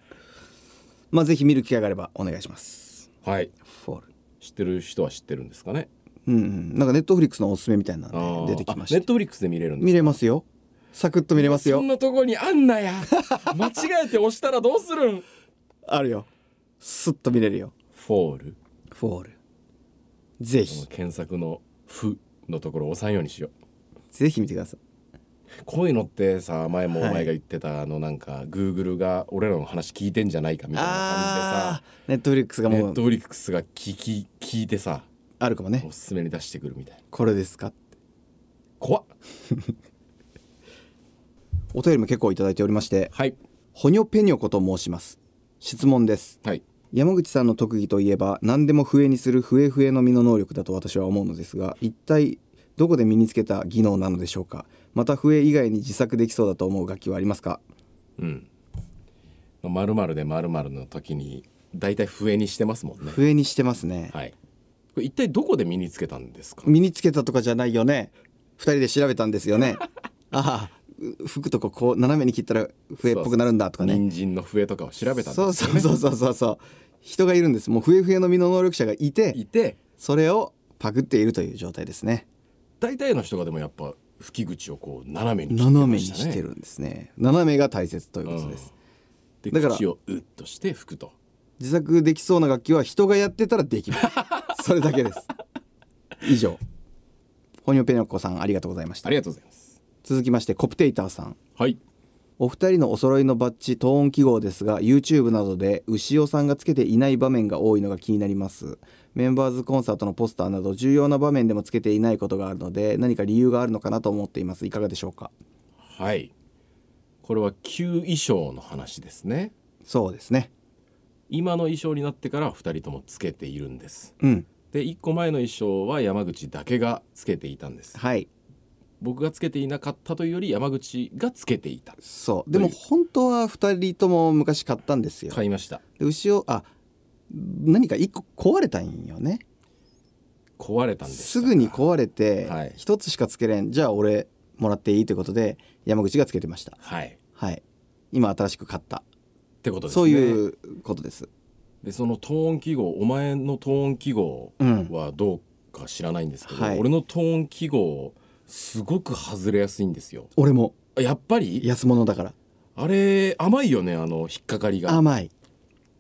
[SPEAKER 2] まあぜひ見る機会があればお願いします
[SPEAKER 1] らはい
[SPEAKER 2] フォール
[SPEAKER 1] 知ってる人は知ってるんですかね
[SPEAKER 2] うんうんなんかネットフリックスのおすすめみたいな
[SPEAKER 1] あ
[SPEAKER 2] の
[SPEAKER 1] ー
[SPEAKER 2] で出てきま
[SPEAKER 1] あ
[SPEAKER 2] し
[SPEAKER 1] ネッ
[SPEAKER 2] た
[SPEAKER 1] トフリックスで見れるんで
[SPEAKER 2] 見れますよサクッと見れます
[SPEAKER 1] すそ
[SPEAKER 2] よ
[SPEAKER 1] んなとこにあん なや間違えて押したらどうするん
[SPEAKER 2] あるよスッと見れるよ
[SPEAKER 1] フォール
[SPEAKER 2] フォールぜ
[SPEAKER 1] この
[SPEAKER 2] ひ
[SPEAKER 1] 検索の「ふ」のところを押さんようにしよう
[SPEAKER 2] ぜひ見てください
[SPEAKER 1] こういうのってさ前もお
[SPEAKER 2] は
[SPEAKER 1] 前
[SPEAKER 2] い
[SPEAKER 1] が言ってた、あのなんかグーグルが俺らの話聞いてんじゃないかみたいな感
[SPEAKER 2] あーネットフリックスが
[SPEAKER 1] じでさネ
[SPEAKER 2] も
[SPEAKER 1] ッ
[SPEAKER 2] う
[SPEAKER 1] トフリックスが聞き聞いてさ
[SPEAKER 2] あるかもね
[SPEAKER 1] おすすめに出してくるみたいな
[SPEAKER 2] これですかって
[SPEAKER 1] 怖っ
[SPEAKER 2] お便りも結構いただいておりまして
[SPEAKER 1] はい
[SPEAKER 2] ほにょぺにょこと申します質問です
[SPEAKER 1] はい
[SPEAKER 2] 山口さんの特技といえば何でも笛にする笛笛の実の能力だと私は思うのですが一体どこで身につけた技能なのでしょうかまた笛以外に自作できそうだと思う楽器はありますか
[SPEAKER 1] うんまるまるでまるまるの時に大体笛にしてますもんね
[SPEAKER 2] 笛にしてますね、
[SPEAKER 1] はいこれ一体どこで身につけたんですか
[SPEAKER 2] 身につけたとかじゃないよね2人で調べたんですよ ねああう服とかこう斜めに切ったら笛っぽくなるんだとかね
[SPEAKER 1] 人参の笛とかを調べたんです
[SPEAKER 2] そうそうそうそうそうそう人がいるんですもう笛笛の身の能力者がいて
[SPEAKER 1] いて
[SPEAKER 2] それをパクっているという状態ですね
[SPEAKER 1] 大体の人がでもやっぱ吹き口をこう斜めに切ってましたね
[SPEAKER 2] 斜めにしてるんですね斜めが大切ということです、
[SPEAKER 1] で
[SPEAKER 2] だから
[SPEAKER 1] 口をうっとして吹くと
[SPEAKER 2] 自作できそうな楽器は人がやってたらできま すそれだけです以上ホニョペニョッコさんありがとうございました
[SPEAKER 1] ありがとうございます
[SPEAKER 2] 続きましてコプテイターさん
[SPEAKER 1] はい
[SPEAKER 2] お二人のお揃いのバッジトーン記号ですが YouTube などで牛尾さんがつけていない場面が多いのが気になりますメンバーズコンサートのポスターなど重要な場面でもつけていないことがあるので何か理由があるのかなと思っていますいかがでしょうか
[SPEAKER 1] はいこれは旧衣装の話ですね
[SPEAKER 2] そうですね
[SPEAKER 1] 今の衣装になってから2人ともつけているんです
[SPEAKER 2] うん
[SPEAKER 1] で1個前の衣装は山口だけがつけていたんです
[SPEAKER 2] はい
[SPEAKER 1] 僕がつけていなかったというより山口がつけていた
[SPEAKER 2] そうでも
[SPEAKER 1] という
[SPEAKER 2] 本当は二人とも昔買ったんですよ
[SPEAKER 1] 買いました
[SPEAKER 2] で牛尾あ何か一個壊れたんよね
[SPEAKER 1] 壊れたんです
[SPEAKER 2] すぐに壊れて
[SPEAKER 1] はい
[SPEAKER 2] 一つしかつけれんじゃあ俺もらっていいということで山口がつけてました
[SPEAKER 1] はい
[SPEAKER 2] はい今新しく買った
[SPEAKER 1] ってことですね
[SPEAKER 2] そういうことです。
[SPEAKER 1] でそのトーン記号お前のトーン記号
[SPEAKER 2] うん。
[SPEAKER 1] はどうか知らないんですけど、
[SPEAKER 2] はい
[SPEAKER 1] 俺のトーン記号すごく外れやすいんですよ
[SPEAKER 2] 俺も
[SPEAKER 1] あやっぱり
[SPEAKER 2] 安物だから
[SPEAKER 1] あれ甘いよねあの引っかかりが
[SPEAKER 2] 甘い。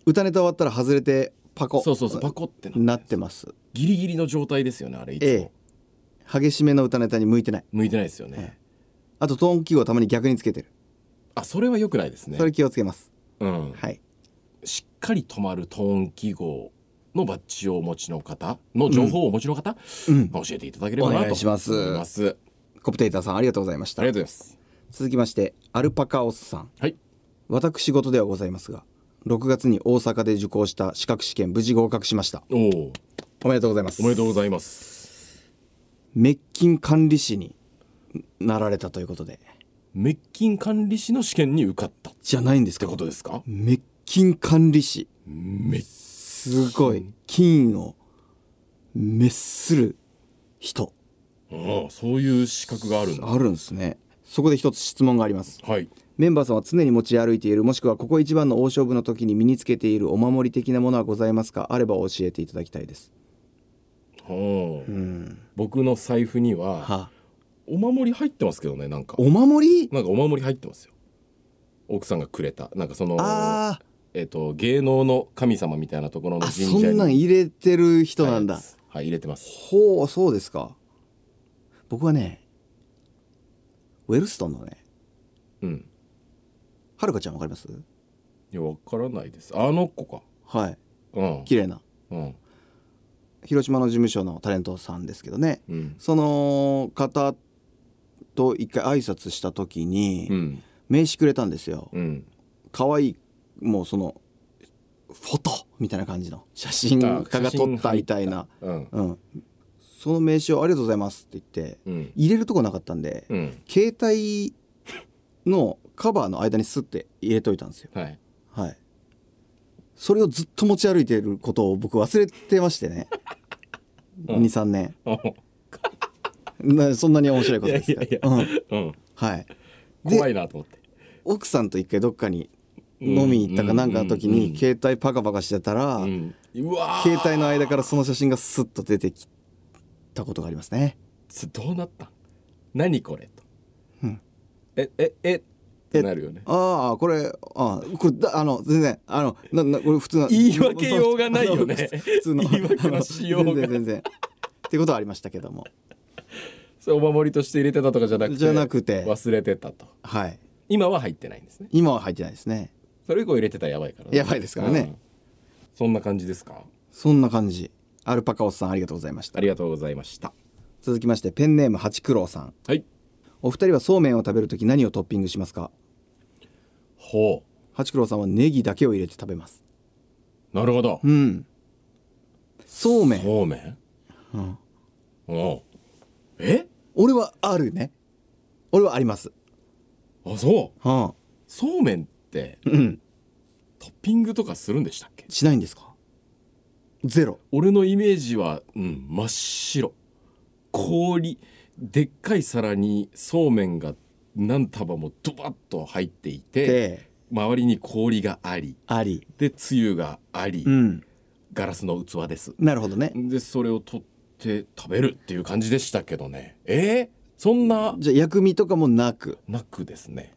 [SPEAKER 2] 歌ネタ終わったら外れてパコ
[SPEAKER 1] そうそうそうパコってな
[SPEAKER 2] なってます。
[SPEAKER 1] ギリギリの状態ですよねあれいつも、
[SPEAKER 2] え激しめの歌ネタに向いてない。
[SPEAKER 1] 向いてないですよね、
[SPEAKER 2] えあとトーン記号たまに逆につけてる。
[SPEAKER 1] あそれは良くないですね
[SPEAKER 2] それ気をつけます。
[SPEAKER 1] うん、
[SPEAKER 2] はい。
[SPEAKER 1] しっかり止まるトーン記号のバッジをお持ちの方の情報をお持ちの方、
[SPEAKER 2] うん。
[SPEAKER 1] 教えていただければなと
[SPEAKER 2] お願いします
[SPEAKER 1] 思いますあ
[SPEAKER 2] コプテーターさんありがとうございまし
[SPEAKER 1] り
[SPEAKER 2] た
[SPEAKER 1] が。とうございます
[SPEAKER 2] 続きましてアルパカオスさん。
[SPEAKER 1] はい
[SPEAKER 2] 私事ではございますが、6月に大阪で受講した資格試験無事合格しました。
[SPEAKER 1] おお
[SPEAKER 2] おめでとうございます。
[SPEAKER 1] おめでとうございます
[SPEAKER 2] 滅菌管理士になられたということで。
[SPEAKER 1] 滅菌管理士の試験に受かったっ
[SPEAKER 2] じゃないんです
[SPEAKER 1] て
[SPEAKER 2] か
[SPEAKER 1] ことですか
[SPEAKER 2] 滅菌管理士
[SPEAKER 1] 滅
[SPEAKER 2] すごい菌を滅する人
[SPEAKER 1] ああそういう資格があるんだ
[SPEAKER 2] あるんですねそこで一つ質問があります
[SPEAKER 1] はい
[SPEAKER 2] メンバーさんは常に持ち歩いているもしくはここ一番の大勝負の時に身につけているお守り的なものはございますかあれば教えていただきたいです
[SPEAKER 1] お
[SPEAKER 2] う
[SPEAKER 1] ー
[SPEAKER 2] ん
[SPEAKER 1] 僕の財布には
[SPEAKER 2] は
[SPEAKER 1] お守り入ってますけどねなんか
[SPEAKER 2] お守り
[SPEAKER 1] なんかお守り入ってますよ奥さんがくれたなんかその
[SPEAKER 2] あー
[SPEAKER 1] えっと芸能の神様みたいなところの
[SPEAKER 2] あ
[SPEAKER 1] 神
[SPEAKER 2] そ
[SPEAKER 1] 社
[SPEAKER 2] ん
[SPEAKER 1] に
[SPEAKER 2] なん入れてる人なんだ、
[SPEAKER 1] はい、はい入れてます
[SPEAKER 2] ほうそうですか僕はねウェルストンのね
[SPEAKER 1] うん
[SPEAKER 2] はるかちゃんわかります
[SPEAKER 1] いやわからないですあの子か
[SPEAKER 2] はい
[SPEAKER 1] うん
[SPEAKER 2] 綺麗な
[SPEAKER 1] うん
[SPEAKER 2] 広島の事務所のタレントさんですけどね
[SPEAKER 1] うん
[SPEAKER 2] その方と一回挨拶した時に
[SPEAKER 1] うん
[SPEAKER 2] 名刺くれたんですよ
[SPEAKER 1] うん
[SPEAKER 2] 可愛いもうそのフォトみたいな感じの写真家が撮ったみたいな、
[SPEAKER 1] うん
[SPEAKER 2] うん、その名刺を「ありがとうございます」って言って
[SPEAKER 1] うん
[SPEAKER 2] 入れるとこなかったんで
[SPEAKER 1] うん
[SPEAKER 2] 携帯のカバーの間にスッて入れといたんですよ
[SPEAKER 1] はい
[SPEAKER 2] はいそれをずっと持ち歩いていることを僕忘れてましてね
[SPEAKER 1] うん
[SPEAKER 2] 23年
[SPEAKER 1] う
[SPEAKER 2] なそんなに面白いことですか
[SPEAKER 1] いやいや
[SPEAKER 2] うん、
[SPEAKER 1] ん
[SPEAKER 2] はいで
[SPEAKER 1] 怖いなと思って
[SPEAKER 2] 奥さんと一回どっかに
[SPEAKER 1] うん
[SPEAKER 2] 飲みに行ったかなんかの時
[SPEAKER 1] うん
[SPEAKER 2] に携帯パカパカしてたら、
[SPEAKER 1] うんうわー
[SPEAKER 2] 携帯の間からその写真がスッと出てきたことがありますね
[SPEAKER 1] そどうなったん何これと、
[SPEAKER 2] うん
[SPEAKER 1] えええってなるよね
[SPEAKER 2] ああこれああこれだあの全然あのななこれ普通の
[SPEAKER 1] 言い訳ようがないよね
[SPEAKER 2] あの普通の
[SPEAKER 1] 言い訳のしようが
[SPEAKER 2] あの全然全然ってことはありましたけども
[SPEAKER 1] それお守りとして入れてたとかじゃなくて
[SPEAKER 2] じゃなくて
[SPEAKER 1] 忘れてたと
[SPEAKER 2] はい
[SPEAKER 1] 今は入ってないんですね
[SPEAKER 2] 今は入ってないですね
[SPEAKER 1] それ以降入れてたらやばいからね
[SPEAKER 2] やばいですからね
[SPEAKER 1] うんそんな感じですか
[SPEAKER 2] そんな感じアルパカオスさんありがとうございました
[SPEAKER 1] ありがとうございました
[SPEAKER 2] 続きましてペンネーム八九郎さん
[SPEAKER 1] はい
[SPEAKER 2] お二人はそうめんを食べるとき何をトッピングしますか
[SPEAKER 1] ほ
[SPEAKER 2] 八九郎さんはネギだけを入れて食べます
[SPEAKER 1] うなるほど
[SPEAKER 2] うんそうめん
[SPEAKER 1] そうめん
[SPEAKER 2] うん
[SPEAKER 1] おうえ
[SPEAKER 2] 俺はあるね俺はあります
[SPEAKER 1] あそう
[SPEAKER 2] はあ
[SPEAKER 1] そうめんって
[SPEAKER 2] うん
[SPEAKER 1] トッピングとかするんでしたっけ
[SPEAKER 2] しないんですかゼロ
[SPEAKER 1] 俺のイメージはうん真っ白氷でっかい皿にそうめんが何束もドバッと入っていて
[SPEAKER 2] で
[SPEAKER 1] 周りに氷があり
[SPEAKER 2] あり
[SPEAKER 1] でつゆがあり、
[SPEAKER 2] うん
[SPEAKER 1] ガラスの器です
[SPEAKER 2] なるほどね
[SPEAKER 1] でそれを取って食べるっていう感じでしたけどねえー、そんな
[SPEAKER 2] じゃあ薬味とかもなく
[SPEAKER 1] なくですね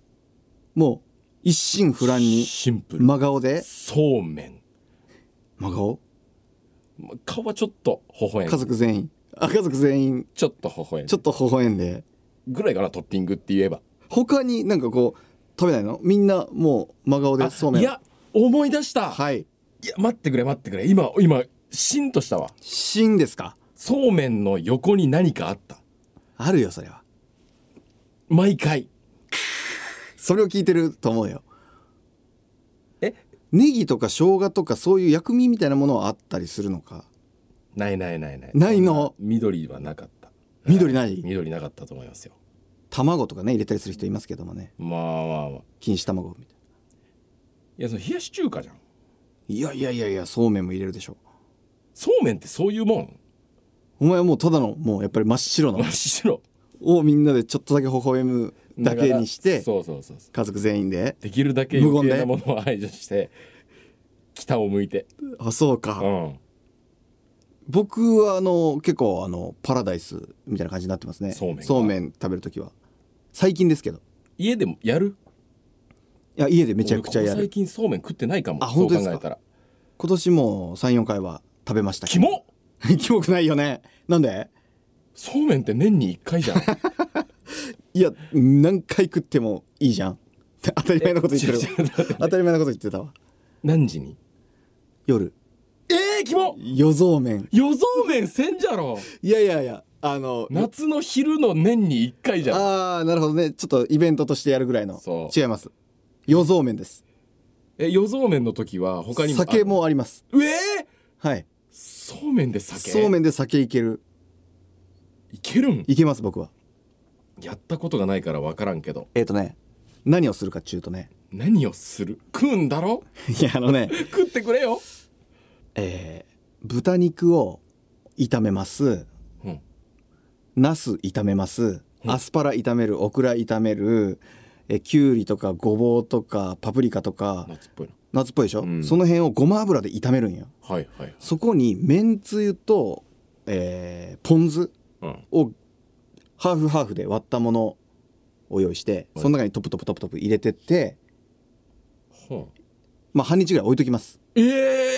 [SPEAKER 2] もう一心不乱に
[SPEAKER 1] シンプル、
[SPEAKER 2] 真顔で
[SPEAKER 1] そうめん
[SPEAKER 2] 真顔
[SPEAKER 1] ま顔はちょっと微笑ん
[SPEAKER 2] 家族全員あ家族全員
[SPEAKER 1] ちょっと微笑ん
[SPEAKER 2] ちょっと微笑んで
[SPEAKER 1] ぐらいかなトッピングって言えば
[SPEAKER 2] 他になんかこう食べないのみんなもう真顔でそうめん
[SPEAKER 1] いや思い出した、
[SPEAKER 2] はい
[SPEAKER 1] いや待ってくれ待ってくれ今今シンとしたわ
[SPEAKER 2] 芯ですか
[SPEAKER 1] そうめんの横に何かあった
[SPEAKER 2] あるよそれは
[SPEAKER 1] 毎回
[SPEAKER 2] それを聞いてると思うよ
[SPEAKER 1] え
[SPEAKER 2] ネギとか生姜とかそういう薬味みたいなものはあったりするのか
[SPEAKER 1] ないないないない
[SPEAKER 2] ないの
[SPEAKER 1] 緑はなかった
[SPEAKER 2] 緑ない
[SPEAKER 1] 緑なかったと思いますよ
[SPEAKER 2] 卵とかね入れたりする人いますけどもね
[SPEAKER 1] まあまあまあ
[SPEAKER 2] 錦糸卵みたい
[SPEAKER 1] いやその冷やし中華じゃん
[SPEAKER 2] ないやいやいやいやそうめんも入れるでしょ
[SPEAKER 1] そうめんってそういうもん
[SPEAKER 2] お前はもうただのもうやっぱり真っ白の
[SPEAKER 1] 真っ白
[SPEAKER 2] をみんなでちょっとだけ微笑むだけにし
[SPEAKER 1] だから
[SPEAKER 2] て
[SPEAKER 1] そうそうそうそう
[SPEAKER 2] 家族全員で
[SPEAKER 1] できるだけ
[SPEAKER 2] 無
[SPEAKER 1] 余
[SPEAKER 2] 言で
[SPEAKER 1] 計なものを排除して北を向いて
[SPEAKER 2] あそうか、
[SPEAKER 1] うん
[SPEAKER 2] 僕はあの結構あのパラダイスみたいな感じになってますね
[SPEAKER 1] そうめんが
[SPEAKER 2] ん食べるときは最近ですけど
[SPEAKER 1] 家でもやる
[SPEAKER 2] いや家でめちゃくちゃ
[SPEAKER 1] 俺
[SPEAKER 2] や
[SPEAKER 1] ここ最
[SPEAKER 2] る
[SPEAKER 1] 近そうめん食ってないかも
[SPEAKER 2] あ本当です
[SPEAKER 1] そ
[SPEAKER 2] か
[SPEAKER 1] う考えたら
[SPEAKER 2] 今年も34回は食べました
[SPEAKER 1] キモ
[SPEAKER 2] キモくないよねなんで
[SPEAKER 1] そうめんって年に1回じ ゃん
[SPEAKER 2] いや何回食ってもいいじゃん 当たり前のこと言ってる
[SPEAKER 1] 違う違うだって
[SPEAKER 2] 当たり前のこと言ってたわ
[SPEAKER 1] 何時に
[SPEAKER 2] 夜
[SPEAKER 1] えー、キモ
[SPEAKER 2] 夜そうめん
[SPEAKER 1] 夜そうめんせんじゃろ
[SPEAKER 2] いやいやいやあの
[SPEAKER 1] 夏の昼の年に1回じゃん
[SPEAKER 2] ああなるほどねちょっとイベントとしてやるぐらいの
[SPEAKER 1] そう
[SPEAKER 2] 違います夜そうめんです
[SPEAKER 1] え夜そうめんの時は他にもあ
[SPEAKER 2] 酒もあります
[SPEAKER 1] うえー、
[SPEAKER 2] はい
[SPEAKER 1] そうめんで酒
[SPEAKER 2] そうめ
[SPEAKER 1] ん
[SPEAKER 2] んで酒いける
[SPEAKER 1] いけるん
[SPEAKER 2] いけます僕は
[SPEAKER 1] やったことがないから分からんけど
[SPEAKER 2] えっ、とね何をするかっちゅう とね
[SPEAKER 1] 何をする食うんだろ
[SPEAKER 2] いやあのね
[SPEAKER 1] 食ってくれよ、
[SPEAKER 2] えー豚肉を炒めます
[SPEAKER 1] うん、
[SPEAKER 2] ナス炒めます
[SPEAKER 1] うん
[SPEAKER 2] アスパラ炒めるオクラ炒めるえーきゅうりとかごぼうとかパプリカとか
[SPEAKER 1] 夏っぽいな
[SPEAKER 2] 夏っぽいでしょ、
[SPEAKER 1] うん
[SPEAKER 2] その辺をごま油で炒めるんよ
[SPEAKER 1] はいはい、
[SPEAKER 2] そこにめんつゆと、えーポン酢
[SPEAKER 1] うん、
[SPEAKER 2] をハーフハーフで割ったものを用意して
[SPEAKER 1] はい
[SPEAKER 2] その中にトップトップトップトップ入れてって
[SPEAKER 1] ほう
[SPEAKER 2] まあ半日ぐらい置いときます
[SPEAKER 1] ええ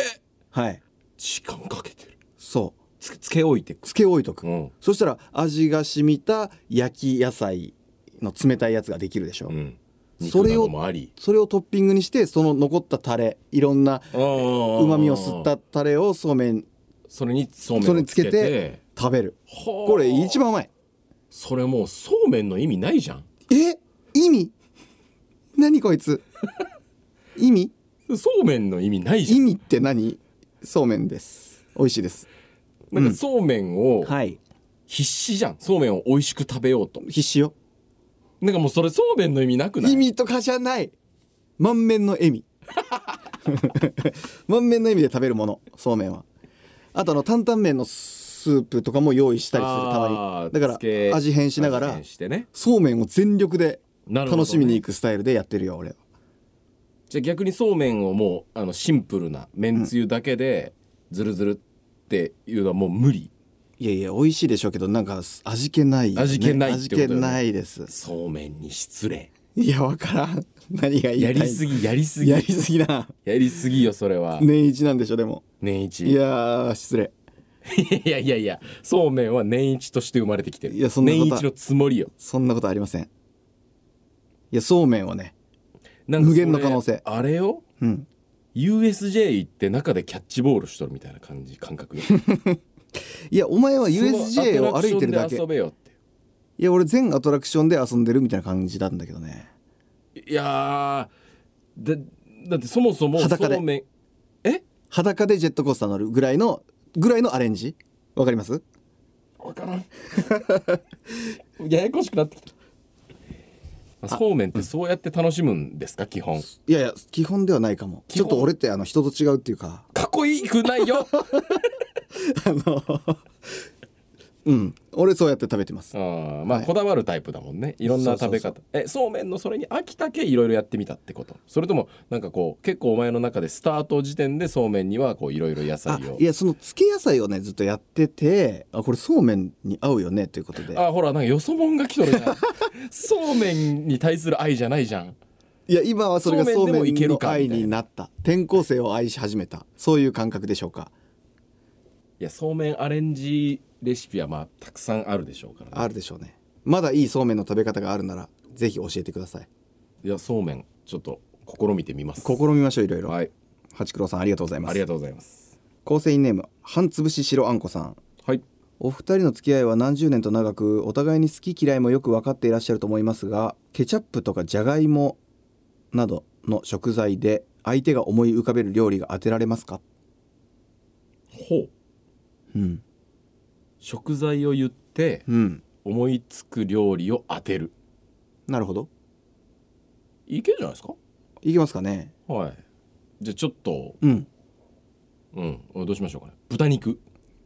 [SPEAKER 2] はい
[SPEAKER 1] 時間かけてる
[SPEAKER 2] そう
[SPEAKER 1] つつけ置いてく
[SPEAKER 2] 漬け置いとく、
[SPEAKER 1] うん、
[SPEAKER 2] そしたら味が染みた焼き野菜の冷たいやつができるでしょ、
[SPEAKER 1] うん、
[SPEAKER 2] それ
[SPEAKER 1] 肉な
[SPEAKER 2] を
[SPEAKER 1] どもあり
[SPEAKER 2] それをトッピングにしてその残ったタレいろんな
[SPEAKER 1] う
[SPEAKER 2] う
[SPEAKER 1] ま
[SPEAKER 2] まみを吸ったタレをそうめん
[SPEAKER 1] それにそうめ
[SPEAKER 2] そ
[SPEAKER 1] ん
[SPEAKER 2] れ
[SPEAKER 1] を
[SPEAKER 2] に
[SPEAKER 1] つ
[SPEAKER 2] つけ
[SPEAKER 1] け
[SPEAKER 2] て
[SPEAKER 1] て
[SPEAKER 2] 食べるこ
[SPEAKER 1] こ
[SPEAKER 2] れ一番うまい
[SPEAKER 1] それもうそうめんの意味ないじゃん
[SPEAKER 2] え意味何こい つ意味
[SPEAKER 1] そうめんの意味ないじゃ
[SPEAKER 2] 意
[SPEAKER 1] ん
[SPEAKER 2] 味って何そうめんです美味しいです
[SPEAKER 1] なんかそうめんを
[SPEAKER 2] い
[SPEAKER 1] 必死じゃんそうめんを美味しく食べようと
[SPEAKER 2] 必死よ
[SPEAKER 1] なんかもうそれそうめんの意味なくない
[SPEAKER 2] 意味とかじゃない満面の 笑み満面の笑みで食べるものそうめんはあとあの担々麺のスープとかも用意したりするたま
[SPEAKER 1] あー
[SPEAKER 2] にだか
[SPEAKER 1] つけ
[SPEAKER 2] ら味変しなが
[SPEAKER 1] 味
[SPEAKER 2] ら
[SPEAKER 1] 変してね
[SPEAKER 2] そうめんを全力で
[SPEAKER 1] なるほどね
[SPEAKER 2] 楽しみに行くスタイルでやってるよ俺は
[SPEAKER 1] じゃあ逆にそうめんをもうあのシンプルなめんつゆだけでズルズルっていうのはもう無理
[SPEAKER 2] いやいや美味しいでしょうけどなんか味気ないよね、
[SPEAKER 1] 味気ないっ
[SPEAKER 2] 味
[SPEAKER 1] てこと
[SPEAKER 2] 気
[SPEAKER 1] よね
[SPEAKER 2] ないです
[SPEAKER 1] そうめんに失礼
[SPEAKER 2] いやわからん 何が言いた
[SPEAKER 1] や
[SPEAKER 2] い
[SPEAKER 1] りすぎやりすぎ
[SPEAKER 2] や
[SPEAKER 1] や
[SPEAKER 2] りすぎな
[SPEAKER 1] りすぎよそれは
[SPEAKER 2] 年一なんでしょでも
[SPEAKER 1] 年一
[SPEAKER 2] いやー失礼
[SPEAKER 1] いやいやいやそうめんは年一として生まれてきてる
[SPEAKER 2] いやそんなこと
[SPEAKER 1] 年一のつもりよ
[SPEAKER 2] そんなことありませんいやそうめんはね
[SPEAKER 1] なんか
[SPEAKER 2] 無限
[SPEAKER 1] そ
[SPEAKER 2] の
[SPEAKER 1] れ
[SPEAKER 2] 可能性
[SPEAKER 1] あれよ
[SPEAKER 2] うん
[SPEAKER 1] USJ 行って中でキャッチボールしとるみたいな感じ感 覚よ
[SPEAKER 2] いやお前は USJ
[SPEAKER 1] その
[SPEAKER 2] を
[SPEAKER 1] アトラク
[SPEAKER 2] 歩
[SPEAKER 1] シ
[SPEAKER 2] い
[SPEAKER 1] ョン
[SPEAKER 2] てる
[SPEAKER 1] で
[SPEAKER 2] だけ
[SPEAKER 1] 遊べよって
[SPEAKER 2] いや俺全アトラクションで遊んでるみたいな感じなんだけどね
[SPEAKER 1] いやーだだってそもそも
[SPEAKER 2] 裸で
[SPEAKER 1] そうめんえ
[SPEAKER 2] 裸でジェットコースター乗るぐらいのぐらいのアレンジわかります
[SPEAKER 1] 分からんややこしくなってきたまあそうめんってそうやって楽しむんですか基本
[SPEAKER 2] いやいや基本ではないかも
[SPEAKER 1] 基
[SPEAKER 2] ちょ
[SPEAKER 1] 本
[SPEAKER 2] っと俺ってあの人と違うっていうか
[SPEAKER 1] かっこいいくない よ
[SPEAKER 2] あのうん俺そうやって食べてます
[SPEAKER 1] あーまあこだわるタイプだもんねいろんな食べ
[SPEAKER 2] そう
[SPEAKER 1] 方えそうめんのそれに飽きたけいろいろやってみたってことそれともなんかこう結構お前の中でスタート時点でそうめんにはこういろいろ野菜
[SPEAKER 2] あ
[SPEAKER 1] を
[SPEAKER 2] いやその漬け野菜をねずっとやっててあこれそうめんに合うよねということで
[SPEAKER 1] あほらなんかよそもんが来とるじゃん そうめんに対する愛じゃないじゃん
[SPEAKER 2] いや今はそれが
[SPEAKER 1] そ
[SPEAKER 2] そうう
[SPEAKER 1] めん
[SPEAKER 2] め
[SPEAKER 1] でもい
[SPEAKER 2] ん
[SPEAKER 1] ける
[SPEAKER 2] の
[SPEAKER 1] かみ
[SPEAKER 2] 愛
[SPEAKER 1] たいな
[SPEAKER 2] になった転校生を愛し始めたそういう感覚でしょうか
[SPEAKER 1] いやそうめんアレンジレシピはまあたくさんあるでしょうから、ね、
[SPEAKER 2] あるでしょうねまだいいそうめんの食べ方があるならぜひ教えてください
[SPEAKER 1] いやそうめんちょっと試みてみます
[SPEAKER 2] 試みましょういろいろ、
[SPEAKER 1] はい
[SPEAKER 2] 八九郎さんありがとうございま
[SPEAKER 1] あ
[SPEAKER 2] す
[SPEAKER 1] りがとうございます
[SPEAKER 2] 構成員ネーム半つぶし白あんこさん
[SPEAKER 1] はい
[SPEAKER 2] お二人の付き合いは何十年と長くお互いに好き嫌いもよく分かっていらっしゃると思いますがケチャップとかじゃがいもなどの食材で相手が思い浮かべる料理が当てられますか
[SPEAKER 1] ほう
[SPEAKER 2] うん
[SPEAKER 1] 食材を言って
[SPEAKER 2] うん
[SPEAKER 1] 思いつく料理を当てる
[SPEAKER 2] なるほど
[SPEAKER 1] いけるじゃないですか
[SPEAKER 2] いきますかね
[SPEAKER 1] はいじゃあちょっと
[SPEAKER 2] うん
[SPEAKER 1] うんどうしましょうかね豚肉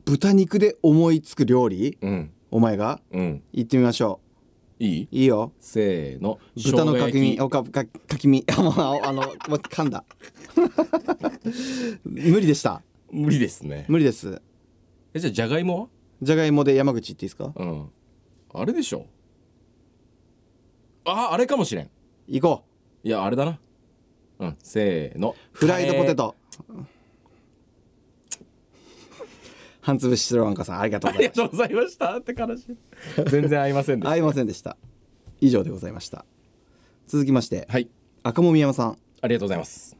[SPEAKER 2] 豚肉で思いつく料理
[SPEAKER 1] うん
[SPEAKER 2] お前が
[SPEAKER 1] うん
[SPEAKER 2] 行ってみましょ
[SPEAKER 1] いいう
[SPEAKER 2] いいよ
[SPEAKER 1] せーの
[SPEAKER 2] 豚
[SPEAKER 1] 生姜
[SPEAKER 2] の角
[SPEAKER 1] 焼
[SPEAKER 2] 煮おかかかき身 あもうああのもう噛んだ 無理でした
[SPEAKER 1] 無理ですね
[SPEAKER 2] 無理です
[SPEAKER 1] えじゃあじゃがいも
[SPEAKER 2] じゃがいもで山口行っていいですか
[SPEAKER 1] はうんあれでしょああれかもしれん
[SPEAKER 2] 行こう
[SPEAKER 1] いやあれだなうんせーの
[SPEAKER 2] フライドポテ
[SPEAKER 1] ト
[SPEAKER 2] ト半つぶし白あんこさんありがと
[SPEAKER 1] あ
[SPEAKER 2] うござ
[SPEAKER 1] り
[SPEAKER 2] い
[SPEAKER 1] がとうございましたって悲しい全然合いませんで
[SPEAKER 2] ます
[SPEAKER 1] し
[SPEAKER 2] 合いませんでした以上でございました続きまして
[SPEAKER 1] たはい
[SPEAKER 2] 赤もみ山さん
[SPEAKER 1] ありがとうございます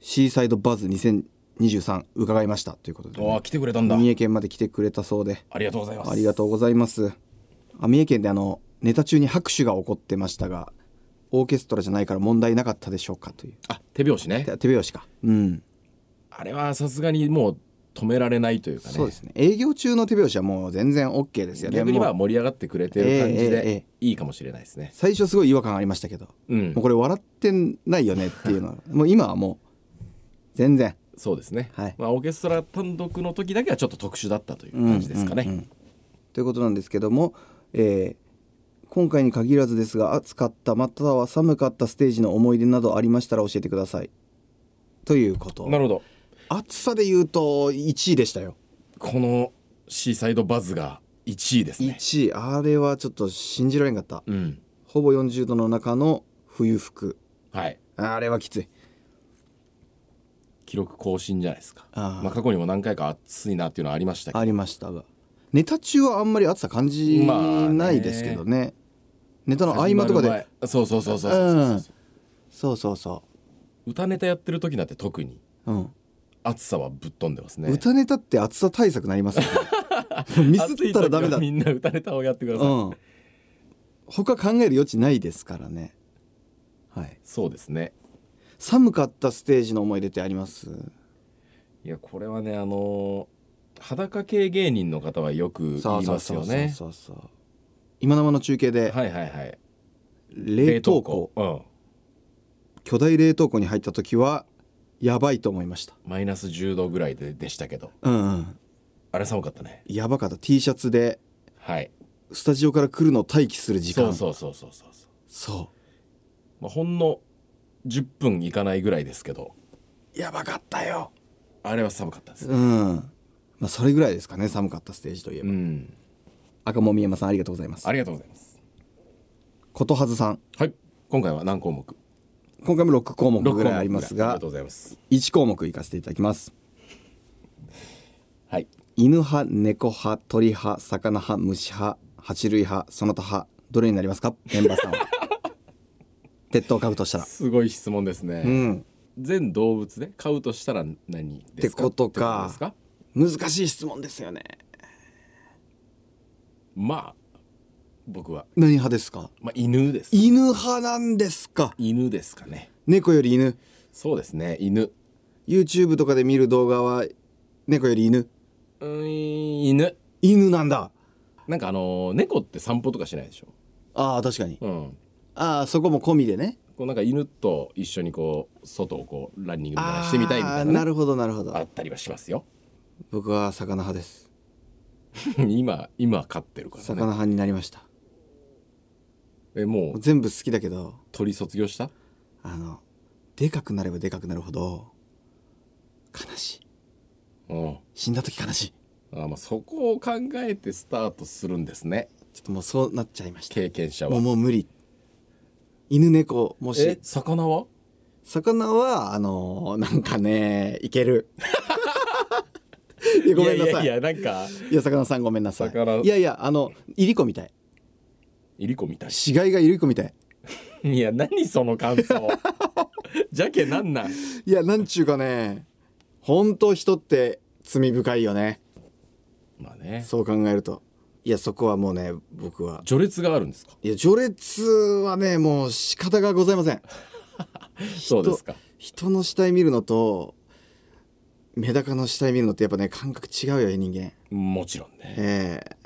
[SPEAKER 2] シーサイドバズ2023伺いましたということで、
[SPEAKER 1] お
[SPEAKER 2] ね
[SPEAKER 1] ー、来てくれたんだ
[SPEAKER 2] 三重県まで来てくれたそうで
[SPEAKER 1] ありがとうございます
[SPEAKER 2] ありがとうございますあ三重県であのネタ中に拍手が起こってましたがオーケストラじゃないから問題なかったでしょうかという
[SPEAKER 1] あ手拍子ね
[SPEAKER 2] 手手拍子かうん
[SPEAKER 1] あれはさすがにもう止められないというかね
[SPEAKER 2] そうですね営業中の手拍子はもう全然 OK ですよね
[SPEAKER 1] 逆にまあ
[SPEAKER 2] もう
[SPEAKER 1] 盛り上がってくれてる感
[SPEAKER 2] え
[SPEAKER 1] じ
[SPEAKER 2] ええ
[SPEAKER 1] で
[SPEAKER 2] え
[SPEAKER 1] いいかもしれないですね、
[SPEAKER 2] 最初すごい違和感ありましたけど、
[SPEAKER 1] うん
[SPEAKER 2] もうこれ笑ってないよねっていうのはもう今はもう全然
[SPEAKER 1] そうですね、
[SPEAKER 2] はい
[SPEAKER 1] まあ、オーケストラ単独の時だけはちょっと特殊だったという感じですかね、
[SPEAKER 2] うんうんうんということなんですけども、えー今回に限らずですが暑かったまたは寒かったステージの思い出などありましたら教えてくださいということ
[SPEAKER 1] なるほど
[SPEAKER 2] 暑さで言うと1位でしたよ
[SPEAKER 1] このシーサイドバズが1位ですね
[SPEAKER 2] 1位あれはちょっと信じられんかった
[SPEAKER 1] うん
[SPEAKER 2] ほぼ40度の中の冬服
[SPEAKER 1] はい
[SPEAKER 2] あれはきつい
[SPEAKER 1] 記録更新じゃないですか
[SPEAKER 2] ああ
[SPEAKER 1] まあ、過去にも何回か暑いなっていうのはありましたけど
[SPEAKER 2] ありましたがネタ中はあんまり暑さ感じ
[SPEAKER 1] まあね
[SPEAKER 2] ないですけどね,、ネタの合間とか
[SPEAKER 1] 始ま
[SPEAKER 2] で
[SPEAKER 1] る前そうそうそうそうそうそうそう
[SPEAKER 2] そうそうそ
[SPEAKER 1] 歌ネタやってる時なんて特に
[SPEAKER 2] う、うん
[SPEAKER 1] 暑さはぶっ飛んでますね
[SPEAKER 2] 歌ネタって暑さ対策になりますよね ミスったらダメ
[SPEAKER 1] 暑い時
[SPEAKER 2] だ
[SPEAKER 1] はみんな歌ネタをやってください、
[SPEAKER 2] うん他考える余地ないですからねはい
[SPEAKER 1] そうですね
[SPEAKER 2] 寒かったステージの思い出ってあります
[SPEAKER 1] いやこれはねあのー裸系芸人の方はよく言いますよね
[SPEAKER 2] そうそうそうそう今生の中継で
[SPEAKER 1] はいはいはい
[SPEAKER 2] 冷凍庫
[SPEAKER 1] うん
[SPEAKER 2] 巨大冷凍庫に入った時はやばいと思いました
[SPEAKER 1] マイナス10度ぐらいででしたけど
[SPEAKER 2] うんうん
[SPEAKER 1] あれ寒かったね
[SPEAKER 2] やばかった T シャツで
[SPEAKER 1] はい
[SPEAKER 2] スタジオから来るのを待機する時
[SPEAKER 1] そう
[SPEAKER 2] 間う
[SPEAKER 1] そうそうそうそうそう、
[SPEAKER 2] そ
[SPEAKER 1] まあ、ほんの10分いかないぐらいですけど
[SPEAKER 2] うやばかったよ
[SPEAKER 1] あれは寒かったですね
[SPEAKER 2] うんまあそれぐらいですかね寒かったステージといえば、
[SPEAKER 1] うん
[SPEAKER 2] 赤もみえまさんありがとうございます
[SPEAKER 1] ありがとうございます
[SPEAKER 2] ことはずさん
[SPEAKER 1] はい今回は何項目
[SPEAKER 2] 今回も6項目
[SPEAKER 1] 六
[SPEAKER 2] ぐらいあります
[SPEAKER 1] あり
[SPEAKER 2] が
[SPEAKER 1] がとうございます
[SPEAKER 2] 1項目いかせていただきます
[SPEAKER 1] はい
[SPEAKER 2] 犬派猫派鳥派魚派虫派爬類派その他派どれになりますかメンバーさ んは鉄塔を買うとしたら
[SPEAKER 1] すごい質問ですね、
[SPEAKER 2] うん
[SPEAKER 1] 全動物で飼うとしたら何ですか
[SPEAKER 2] ってことか
[SPEAKER 1] ってことですか
[SPEAKER 2] 難しい質問ですよね
[SPEAKER 1] まあ僕は、
[SPEAKER 2] 何派ですか
[SPEAKER 1] まあ、犬です
[SPEAKER 2] 犬派なんですか
[SPEAKER 1] 犬ですかね
[SPEAKER 2] 猫より犬
[SPEAKER 1] そうですね犬
[SPEAKER 2] YouTube とかで見る動画は猫より犬
[SPEAKER 1] うーん犬
[SPEAKER 2] 犬なんだ
[SPEAKER 1] なんかあのー猫って散歩とかしないでしょ、
[SPEAKER 2] ああ確かに
[SPEAKER 1] うん、
[SPEAKER 2] ああそこも込みでね
[SPEAKER 1] こうなんか犬と一緒にこう外をこうランニングみたいなのしてみたいみた
[SPEAKER 2] あ
[SPEAKER 1] い
[SPEAKER 2] ー
[SPEAKER 1] な,、
[SPEAKER 2] なるほどなるほ
[SPEAKER 1] あ
[SPEAKER 2] ど
[SPEAKER 1] ったりはしますよ
[SPEAKER 2] 僕は魚派です
[SPEAKER 1] 今今飼ってるから
[SPEAKER 2] 魚
[SPEAKER 1] ね
[SPEAKER 2] 派になりました
[SPEAKER 1] えもう
[SPEAKER 2] 全部好きだけど
[SPEAKER 1] 鳥卒業した
[SPEAKER 2] あのでかくなればでかくなるほど悲しい
[SPEAKER 1] うん
[SPEAKER 2] 死んだ時悲しい
[SPEAKER 1] あまあそこを考えてスタートするんですね
[SPEAKER 2] ちょっともうそうなっちゃいました
[SPEAKER 1] 経験者
[SPEAKER 2] もう
[SPEAKER 1] は
[SPEAKER 2] もう無理犬猫も
[SPEAKER 1] え
[SPEAKER 2] し
[SPEAKER 1] 魚は
[SPEAKER 2] 魚はあのーなんかねいけるいやごめんなさいいや
[SPEAKER 1] いやいやいやなんか
[SPEAKER 2] 魚さんごめんなさい
[SPEAKER 1] 魚
[SPEAKER 2] いやいやあのいりこみたい
[SPEAKER 1] いりこみたい
[SPEAKER 2] 死骸がいりこみたい
[SPEAKER 1] いや何その感想じゃけなんなん
[SPEAKER 2] いやなんちゅうかね本当人って罪深いよね
[SPEAKER 1] まあね
[SPEAKER 2] そう考えるといやそこはもうね僕は
[SPEAKER 1] 序列があるんですか
[SPEAKER 2] いや序列はねもう仕方がございません
[SPEAKER 1] そうですか
[SPEAKER 2] 人の死体見るのとメダカの死体見るのってやっぱね感覚違うよね人間
[SPEAKER 1] もちろんね
[SPEAKER 2] ええ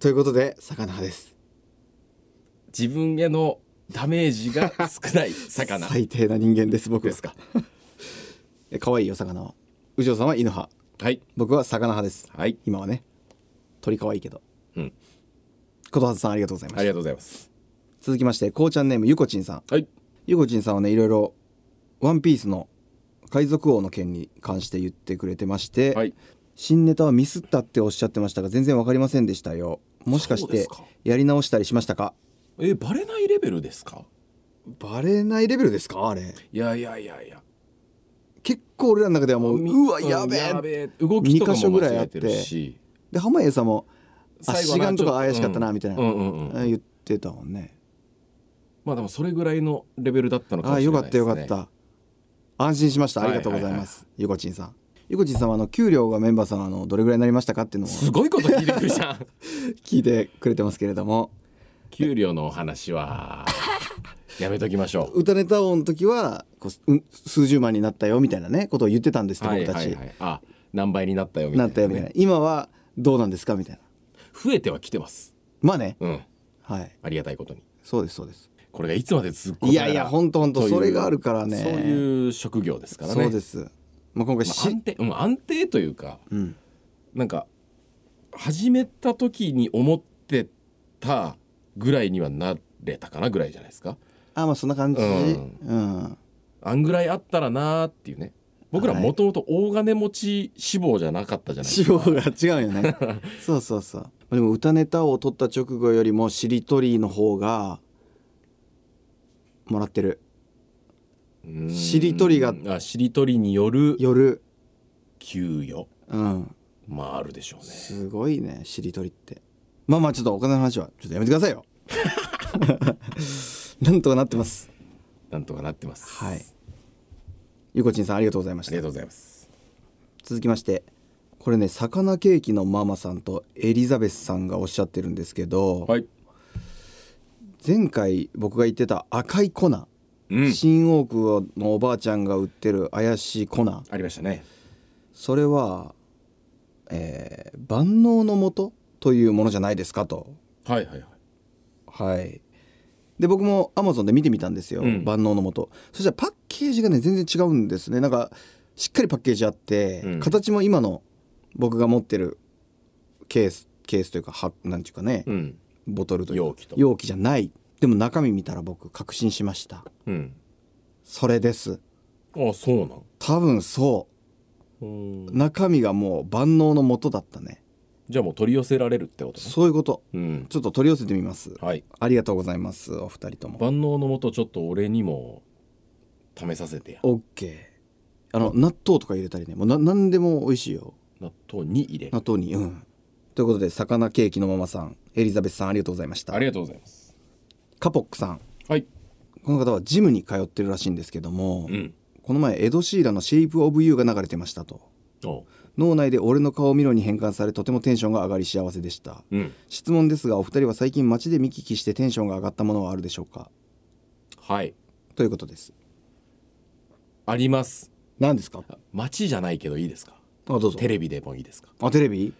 [SPEAKER 2] ということで魚派です
[SPEAKER 1] 自分へのダメージが少 ない魚
[SPEAKER 2] 最低な人間です僕
[SPEAKER 1] ですか
[SPEAKER 2] え 可愛いよ魚は宇治尾さんは犬派
[SPEAKER 1] はい
[SPEAKER 2] 僕は魚派です
[SPEAKER 1] はい
[SPEAKER 2] 今はね鳥可愛いけど
[SPEAKER 1] うん
[SPEAKER 2] ことはずさんありがとうございま
[SPEAKER 1] あ
[SPEAKER 2] し
[SPEAKER 1] り
[SPEAKER 2] た
[SPEAKER 1] がとうございます
[SPEAKER 2] 続きましてこうちゃんネームゆこちんさん
[SPEAKER 1] はい
[SPEAKER 2] ゆこちんさんはねいろいろ「ワンピースの海賊王の件に関して言ってくれてまして、
[SPEAKER 1] はい
[SPEAKER 2] 新ネタはミスったっておっしゃってましたが全然わかりませんでしたよもしかし
[SPEAKER 1] そうで
[SPEAKER 2] て
[SPEAKER 1] すか
[SPEAKER 2] やり直したりしましたか
[SPEAKER 1] えバレないレベルですか
[SPEAKER 2] バレないレベルですかあれ
[SPEAKER 1] いやいやいやいや
[SPEAKER 2] 結構俺らの中ではもううわ
[SPEAKER 1] うん
[SPEAKER 2] やべえ,、
[SPEAKER 1] 動きとか
[SPEAKER 2] 二箇
[SPEAKER 1] も
[SPEAKER 2] 所ぐらい
[SPEAKER 1] 間
[SPEAKER 2] あ
[SPEAKER 1] 違
[SPEAKER 2] っ
[SPEAKER 1] え
[SPEAKER 2] て
[SPEAKER 1] てるし
[SPEAKER 2] で濱家さんも「あ
[SPEAKER 1] 最後は
[SPEAKER 2] 志願とか
[SPEAKER 1] ちょっ
[SPEAKER 2] 怪しかったな」みたいな、
[SPEAKER 1] うんうんうんうん
[SPEAKER 2] 言ってたもんね
[SPEAKER 1] まあでもそれぐらいのレベルだったのか
[SPEAKER 2] あ
[SPEAKER 1] もし
[SPEAKER 2] あ
[SPEAKER 1] れ
[SPEAKER 2] よ
[SPEAKER 1] な
[SPEAKER 2] か
[SPEAKER 1] い
[SPEAKER 2] っ
[SPEAKER 1] で
[SPEAKER 2] た
[SPEAKER 1] すね
[SPEAKER 2] よかった安心しましたありがとうございます、ゆこちんさんゆこちんさんはあの給料がメンバーさんあのどれぐらいになりましたかっていうのを
[SPEAKER 1] すごいこと聞いてくるじゃん
[SPEAKER 2] 聞いてくれてますけれども
[SPEAKER 1] 給料のお話は やめときましょ
[SPEAKER 2] 歌ネタ王の時はこううん数十万になったよみたいなねことを言ってたんですっ
[SPEAKER 1] う
[SPEAKER 2] て
[SPEAKER 1] はい
[SPEAKER 2] 僕たち、
[SPEAKER 1] はいはいあ何倍になったよみたい
[SPEAKER 2] な
[SPEAKER 1] な,、
[SPEAKER 2] ったよみたいな今はどうなんですかみたいな
[SPEAKER 1] 増えてはきてます
[SPEAKER 2] まあね
[SPEAKER 1] うん
[SPEAKER 2] はい
[SPEAKER 1] ありがたいことに
[SPEAKER 2] そうですそうです
[SPEAKER 1] これがいつまで続くこと
[SPEAKER 2] い
[SPEAKER 1] や
[SPEAKER 2] や
[SPEAKER 1] ら
[SPEAKER 2] いやほんとほん
[SPEAKER 1] と
[SPEAKER 2] と
[SPEAKER 1] いう
[SPEAKER 2] それがあるからね
[SPEAKER 1] そういう職業ですからね
[SPEAKER 2] そうです、まあ、今回
[SPEAKER 1] まあ
[SPEAKER 2] し、
[SPEAKER 1] 安定、うん、安定というか
[SPEAKER 2] うん、
[SPEAKER 1] なんか始めた時に思ってたぐらいにはなれたかなぐらいじゃないですか
[SPEAKER 2] あまあそんな感じう
[SPEAKER 1] うんん、あんぐらいあったらなーっていうね僕ら
[SPEAKER 2] はい
[SPEAKER 1] もともと大金持ち志望じゃなかったじゃないで
[SPEAKER 2] 志
[SPEAKER 1] すか
[SPEAKER 2] 望が違うよ ねそうそうそうまあでも歌ネタを取った直後よりもしりとりの方がもらってる
[SPEAKER 1] うん
[SPEAKER 2] しりとりが
[SPEAKER 1] あしりとりによる
[SPEAKER 2] 夜
[SPEAKER 1] 給与
[SPEAKER 2] うん
[SPEAKER 1] まああるでしょうね
[SPEAKER 2] すごいねしりとりってまあまあちょっとお金の話はちょっとやめてくださいよ なんとかなってます
[SPEAKER 1] なんとかなってます
[SPEAKER 2] はいゆこちんさんありがとうございま
[SPEAKER 1] あり
[SPEAKER 2] した
[SPEAKER 1] がとうございます
[SPEAKER 2] 続きましてこれね魚ケーキのママさんとエリザベスさんがおっしゃってるんですけど、
[SPEAKER 1] はい
[SPEAKER 2] 前回僕が言ってた赤い粉、
[SPEAKER 1] うん
[SPEAKER 2] 新大久保のおばあちゃんが売ってる怪しい粉
[SPEAKER 1] ありましたね
[SPEAKER 2] それは、えー万能のもとというものじゃないですかと
[SPEAKER 1] はいはいはい
[SPEAKER 2] はいで僕もアマゾンで見てみたんですよ、
[SPEAKER 1] うん
[SPEAKER 2] 万能のもとそしたらパッケージがね全然違うんですねなんかしっかりパッケージあって、
[SPEAKER 1] うん
[SPEAKER 2] 形も今の僕が持ってるケースケースというかはなんていうかね、
[SPEAKER 1] うん
[SPEAKER 2] ボトルというか
[SPEAKER 1] 容器と
[SPEAKER 2] 容器じゃないでも中身見たら僕確信しました
[SPEAKER 1] うん
[SPEAKER 2] それです
[SPEAKER 1] あそうなん
[SPEAKER 2] 多分そう
[SPEAKER 1] ーん
[SPEAKER 2] 中身がもう万能のもとだったね
[SPEAKER 1] じゃあもう取り寄せられるってことね
[SPEAKER 2] そういうこと
[SPEAKER 1] うん
[SPEAKER 2] ちょっと取り寄せてみます
[SPEAKER 1] はい
[SPEAKER 2] ありがとうございますお二人とも
[SPEAKER 1] 万能のもとちょっと俺にも試させてや
[SPEAKER 2] OK あの納豆とか入れたりねもうな何でも美味しいよ
[SPEAKER 1] 納豆に入れる
[SPEAKER 2] 納豆にうんということで魚ケーキのママさんエリザベスさんありがとうございました
[SPEAKER 1] ありがとうございます
[SPEAKER 2] カポックさん
[SPEAKER 1] はい
[SPEAKER 2] この方はジムに通ってるらしいんですけども、
[SPEAKER 1] うん
[SPEAKER 2] この前エド・シーラの「シェイプ・オブ・ユー」が流れてましたと
[SPEAKER 1] おう
[SPEAKER 2] 脳内で俺の顔を見ろに変換されとてもテンションが上がり幸せでした
[SPEAKER 1] うん
[SPEAKER 2] 質問ですがお二人は最近街で見聞きしてテンションが上がったものはあるでしょうか
[SPEAKER 1] はい
[SPEAKER 2] ということです
[SPEAKER 1] あります
[SPEAKER 2] 何ですか
[SPEAKER 1] 街じゃないけどいいですか
[SPEAKER 2] あどうぞ
[SPEAKER 1] テレビでもいいですか
[SPEAKER 2] あテレビ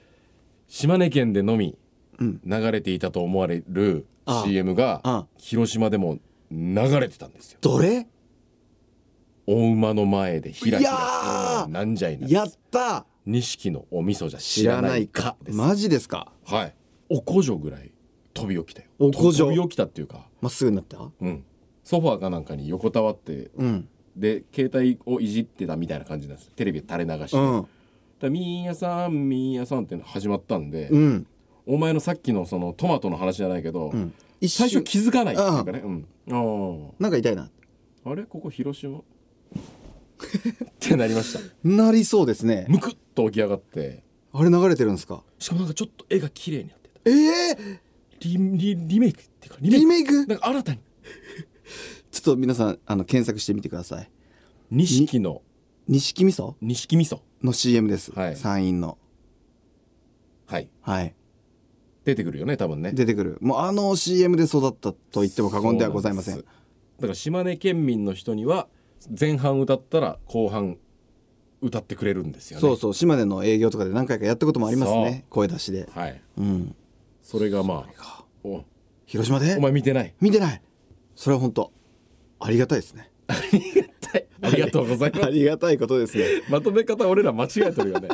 [SPEAKER 1] 島根県でのみ
[SPEAKER 2] うん
[SPEAKER 1] 流れていたと思われる
[SPEAKER 2] ああ
[SPEAKER 1] CM が
[SPEAKER 2] あ
[SPEAKER 1] 広島でも流れてたんですよ
[SPEAKER 2] どれ
[SPEAKER 1] お馬の前でひらひ
[SPEAKER 2] いや
[SPEAKER 1] ら
[SPEAKER 2] ー
[SPEAKER 1] うんなんじゃいな
[SPEAKER 2] やった
[SPEAKER 1] 錦のお味噌じゃ知らないかです
[SPEAKER 2] マジですか
[SPEAKER 1] はいおこじょぐらい飛び起きたよ
[SPEAKER 2] おこじょ
[SPEAKER 1] 飛び起きたっていうか
[SPEAKER 2] まっすぐになった
[SPEAKER 1] うんソファーかなんかに横たわって
[SPEAKER 2] うん
[SPEAKER 1] で携帯をいじってたみたいな感じなんですテレビ垂れ流して、だか
[SPEAKER 2] うん
[SPEAKER 1] らみーやさんみーやさんっていうの始まったんで、
[SPEAKER 2] うん
[SPEAKER 1] お前のさっきのそのトマトの話じゃないけど、
[SPEAKER 2] うん一
[SPEAKER 1] 最初
[SPEAKER 2] 瞬
[SPEAKER 1] 気づかないっていうかね、うん
[SPEAKER 2] なんか痛いな
[SPEAKER 1] あーあれここ広 島ってなりました
[SPEAKER 2] なりそうですね
[SPEAKER 1] むくっと起き上がって
[SPEAKER 2] あれ流れてるんですか
[SPEAKER 1] しかもなんかちょっと絵が綺麗になってた
[SPEAKER 2] ええ
[SPEAKER 1] リリリメイクっていうかリメイ
[SPEAKER 2] リ
[SPEAKER 1] ク
[SPEAKER 2] メイク
[SPEAKER 1] なんか新たに
[SPEAKER 2] ちょっと皆さんあの検索してみてください
[SPEAKER 1] 錦の
[SPEAKER 2] 錦味噌
[SPEAKER 1] 錦味噌
[SPEAKER 2] の CM です、
[SPEAKER 1] はい
[SPEAKER 2] 山陰の
[SPEAKER 1] はい
[SPEAKER 2] はい
[SPEAKER 1] 出てくるよね多分ね
[SPEAKER 2] 出てくるもうあの CM で育ったと言っても過言ではございません
[SPEAKER 1] そうなんですだから島根県民の人には前半歌ったら後半歌ってくれるんですよね
[SPEAKER 2] そうそう島根の営業とかで何回かやったこともありますね声出しで
[SPEAKER 1] はい
[SPEAKER 2] うん
[SPEAKER 1] それがまあお
[SPEAKER 2] 広島で
[SPEAKER 1] お前見て ない
[SPEAKER 2] 見てないそれは本当ありがたいですね
[SPEAKER 1] ありがとうござい ま
[SPEAKER 2] ありがたいことですね
[SPEAKER 1] すまとめ方俺ら間違えて るよね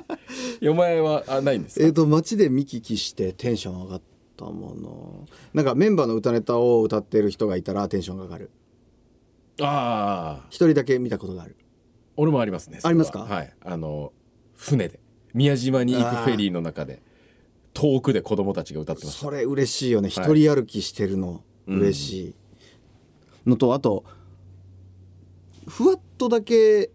[SPEAKER 1] いやお前はあないんですか
[SPEAKER 2] えっと街で見聞きしてテンション上がったものなんかメンバーの歌ネタを歌ってる人がいたらテンションが上がる
[SPEAKER 1] ああ
[SPEAKER 2] 一人だけ見たことがある
[SPEAKER 1] 俺もありますねそれは
[SPEAKER 2] ありますか
[SPEAKER 1] はいあの船で宮島に行くフェリーの中で遠くで子供たちが歌ってました
[SPEAKER 2] それ嬉しいよね一
[SPEAKER 1] はい
[SPEAKER 2] 人歩きしてるの嬉しい、のとあとふわっとだけ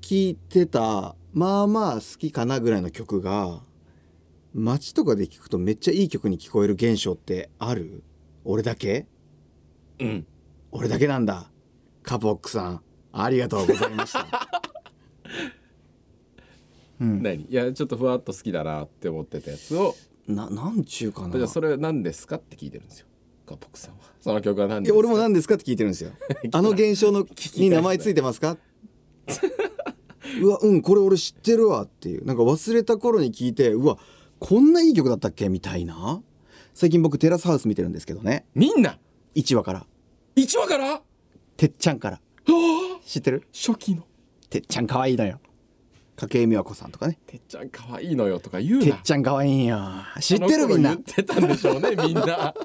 [SPEAKER 2] 聞いてたまあまあ好きかなぐらいの曲が街とかで聞くとめっちゃいい曲に聞こえる現象ってある俺だけ
[SPEAKER 1] うん
[SPEAKER 2] 俺だけなんだカポックさんありがとうございましたうん
[SPEAKER 1] 何いやちょっとふわっと好きだなって思ってたやつを
[SPEAKER 2] ななんちゅうかな
[SPEAKER 1] だからそれは何ですかって聞いてるんですよカポックさんはその曲は何
[SPEAKER 2] い
[SPEAKER 1] です
[SPEAKER 2] や
[SPEAKER 1] か
[SPEAKER 2] 俺も何ですかって聞いてるんですよあの現象のに名前ついてます かうわうんこれ俺知ってるわっていうなんか忘れた頃に聞いてうわこんないい曲だったっけみたいな最近僕テラスハウス見てるんですけどね
[SPEAKER 1] みんな
[SPEAKER 2] 1話から
[SPEAKER 1] 1話からあ
[SPEAKER 2] てっちゃんから
[SPEAKER 1] あ
[SPEAKER 2] 知ってる
[SPEAKER 1] 初期の
[SPEAKER 2] てっちゃんかわいいのよ筧美和子さんとかね
[SPEAKER 1] 「てっちゃん可愛いのよ」とか言う
[SPEAKER 2] てっ
[SPEAKER 1] な
[SPEAKER 2] ちゃんかわいいんよ知って
[SPEAKER 1] あの
[SPEAKER 2] る
[SPEAKER 1] 頃
[SPEAKER 2] みんな
[SPEAKER 1] 言ってたんでしょうねみん な
[SPEAKER 2] て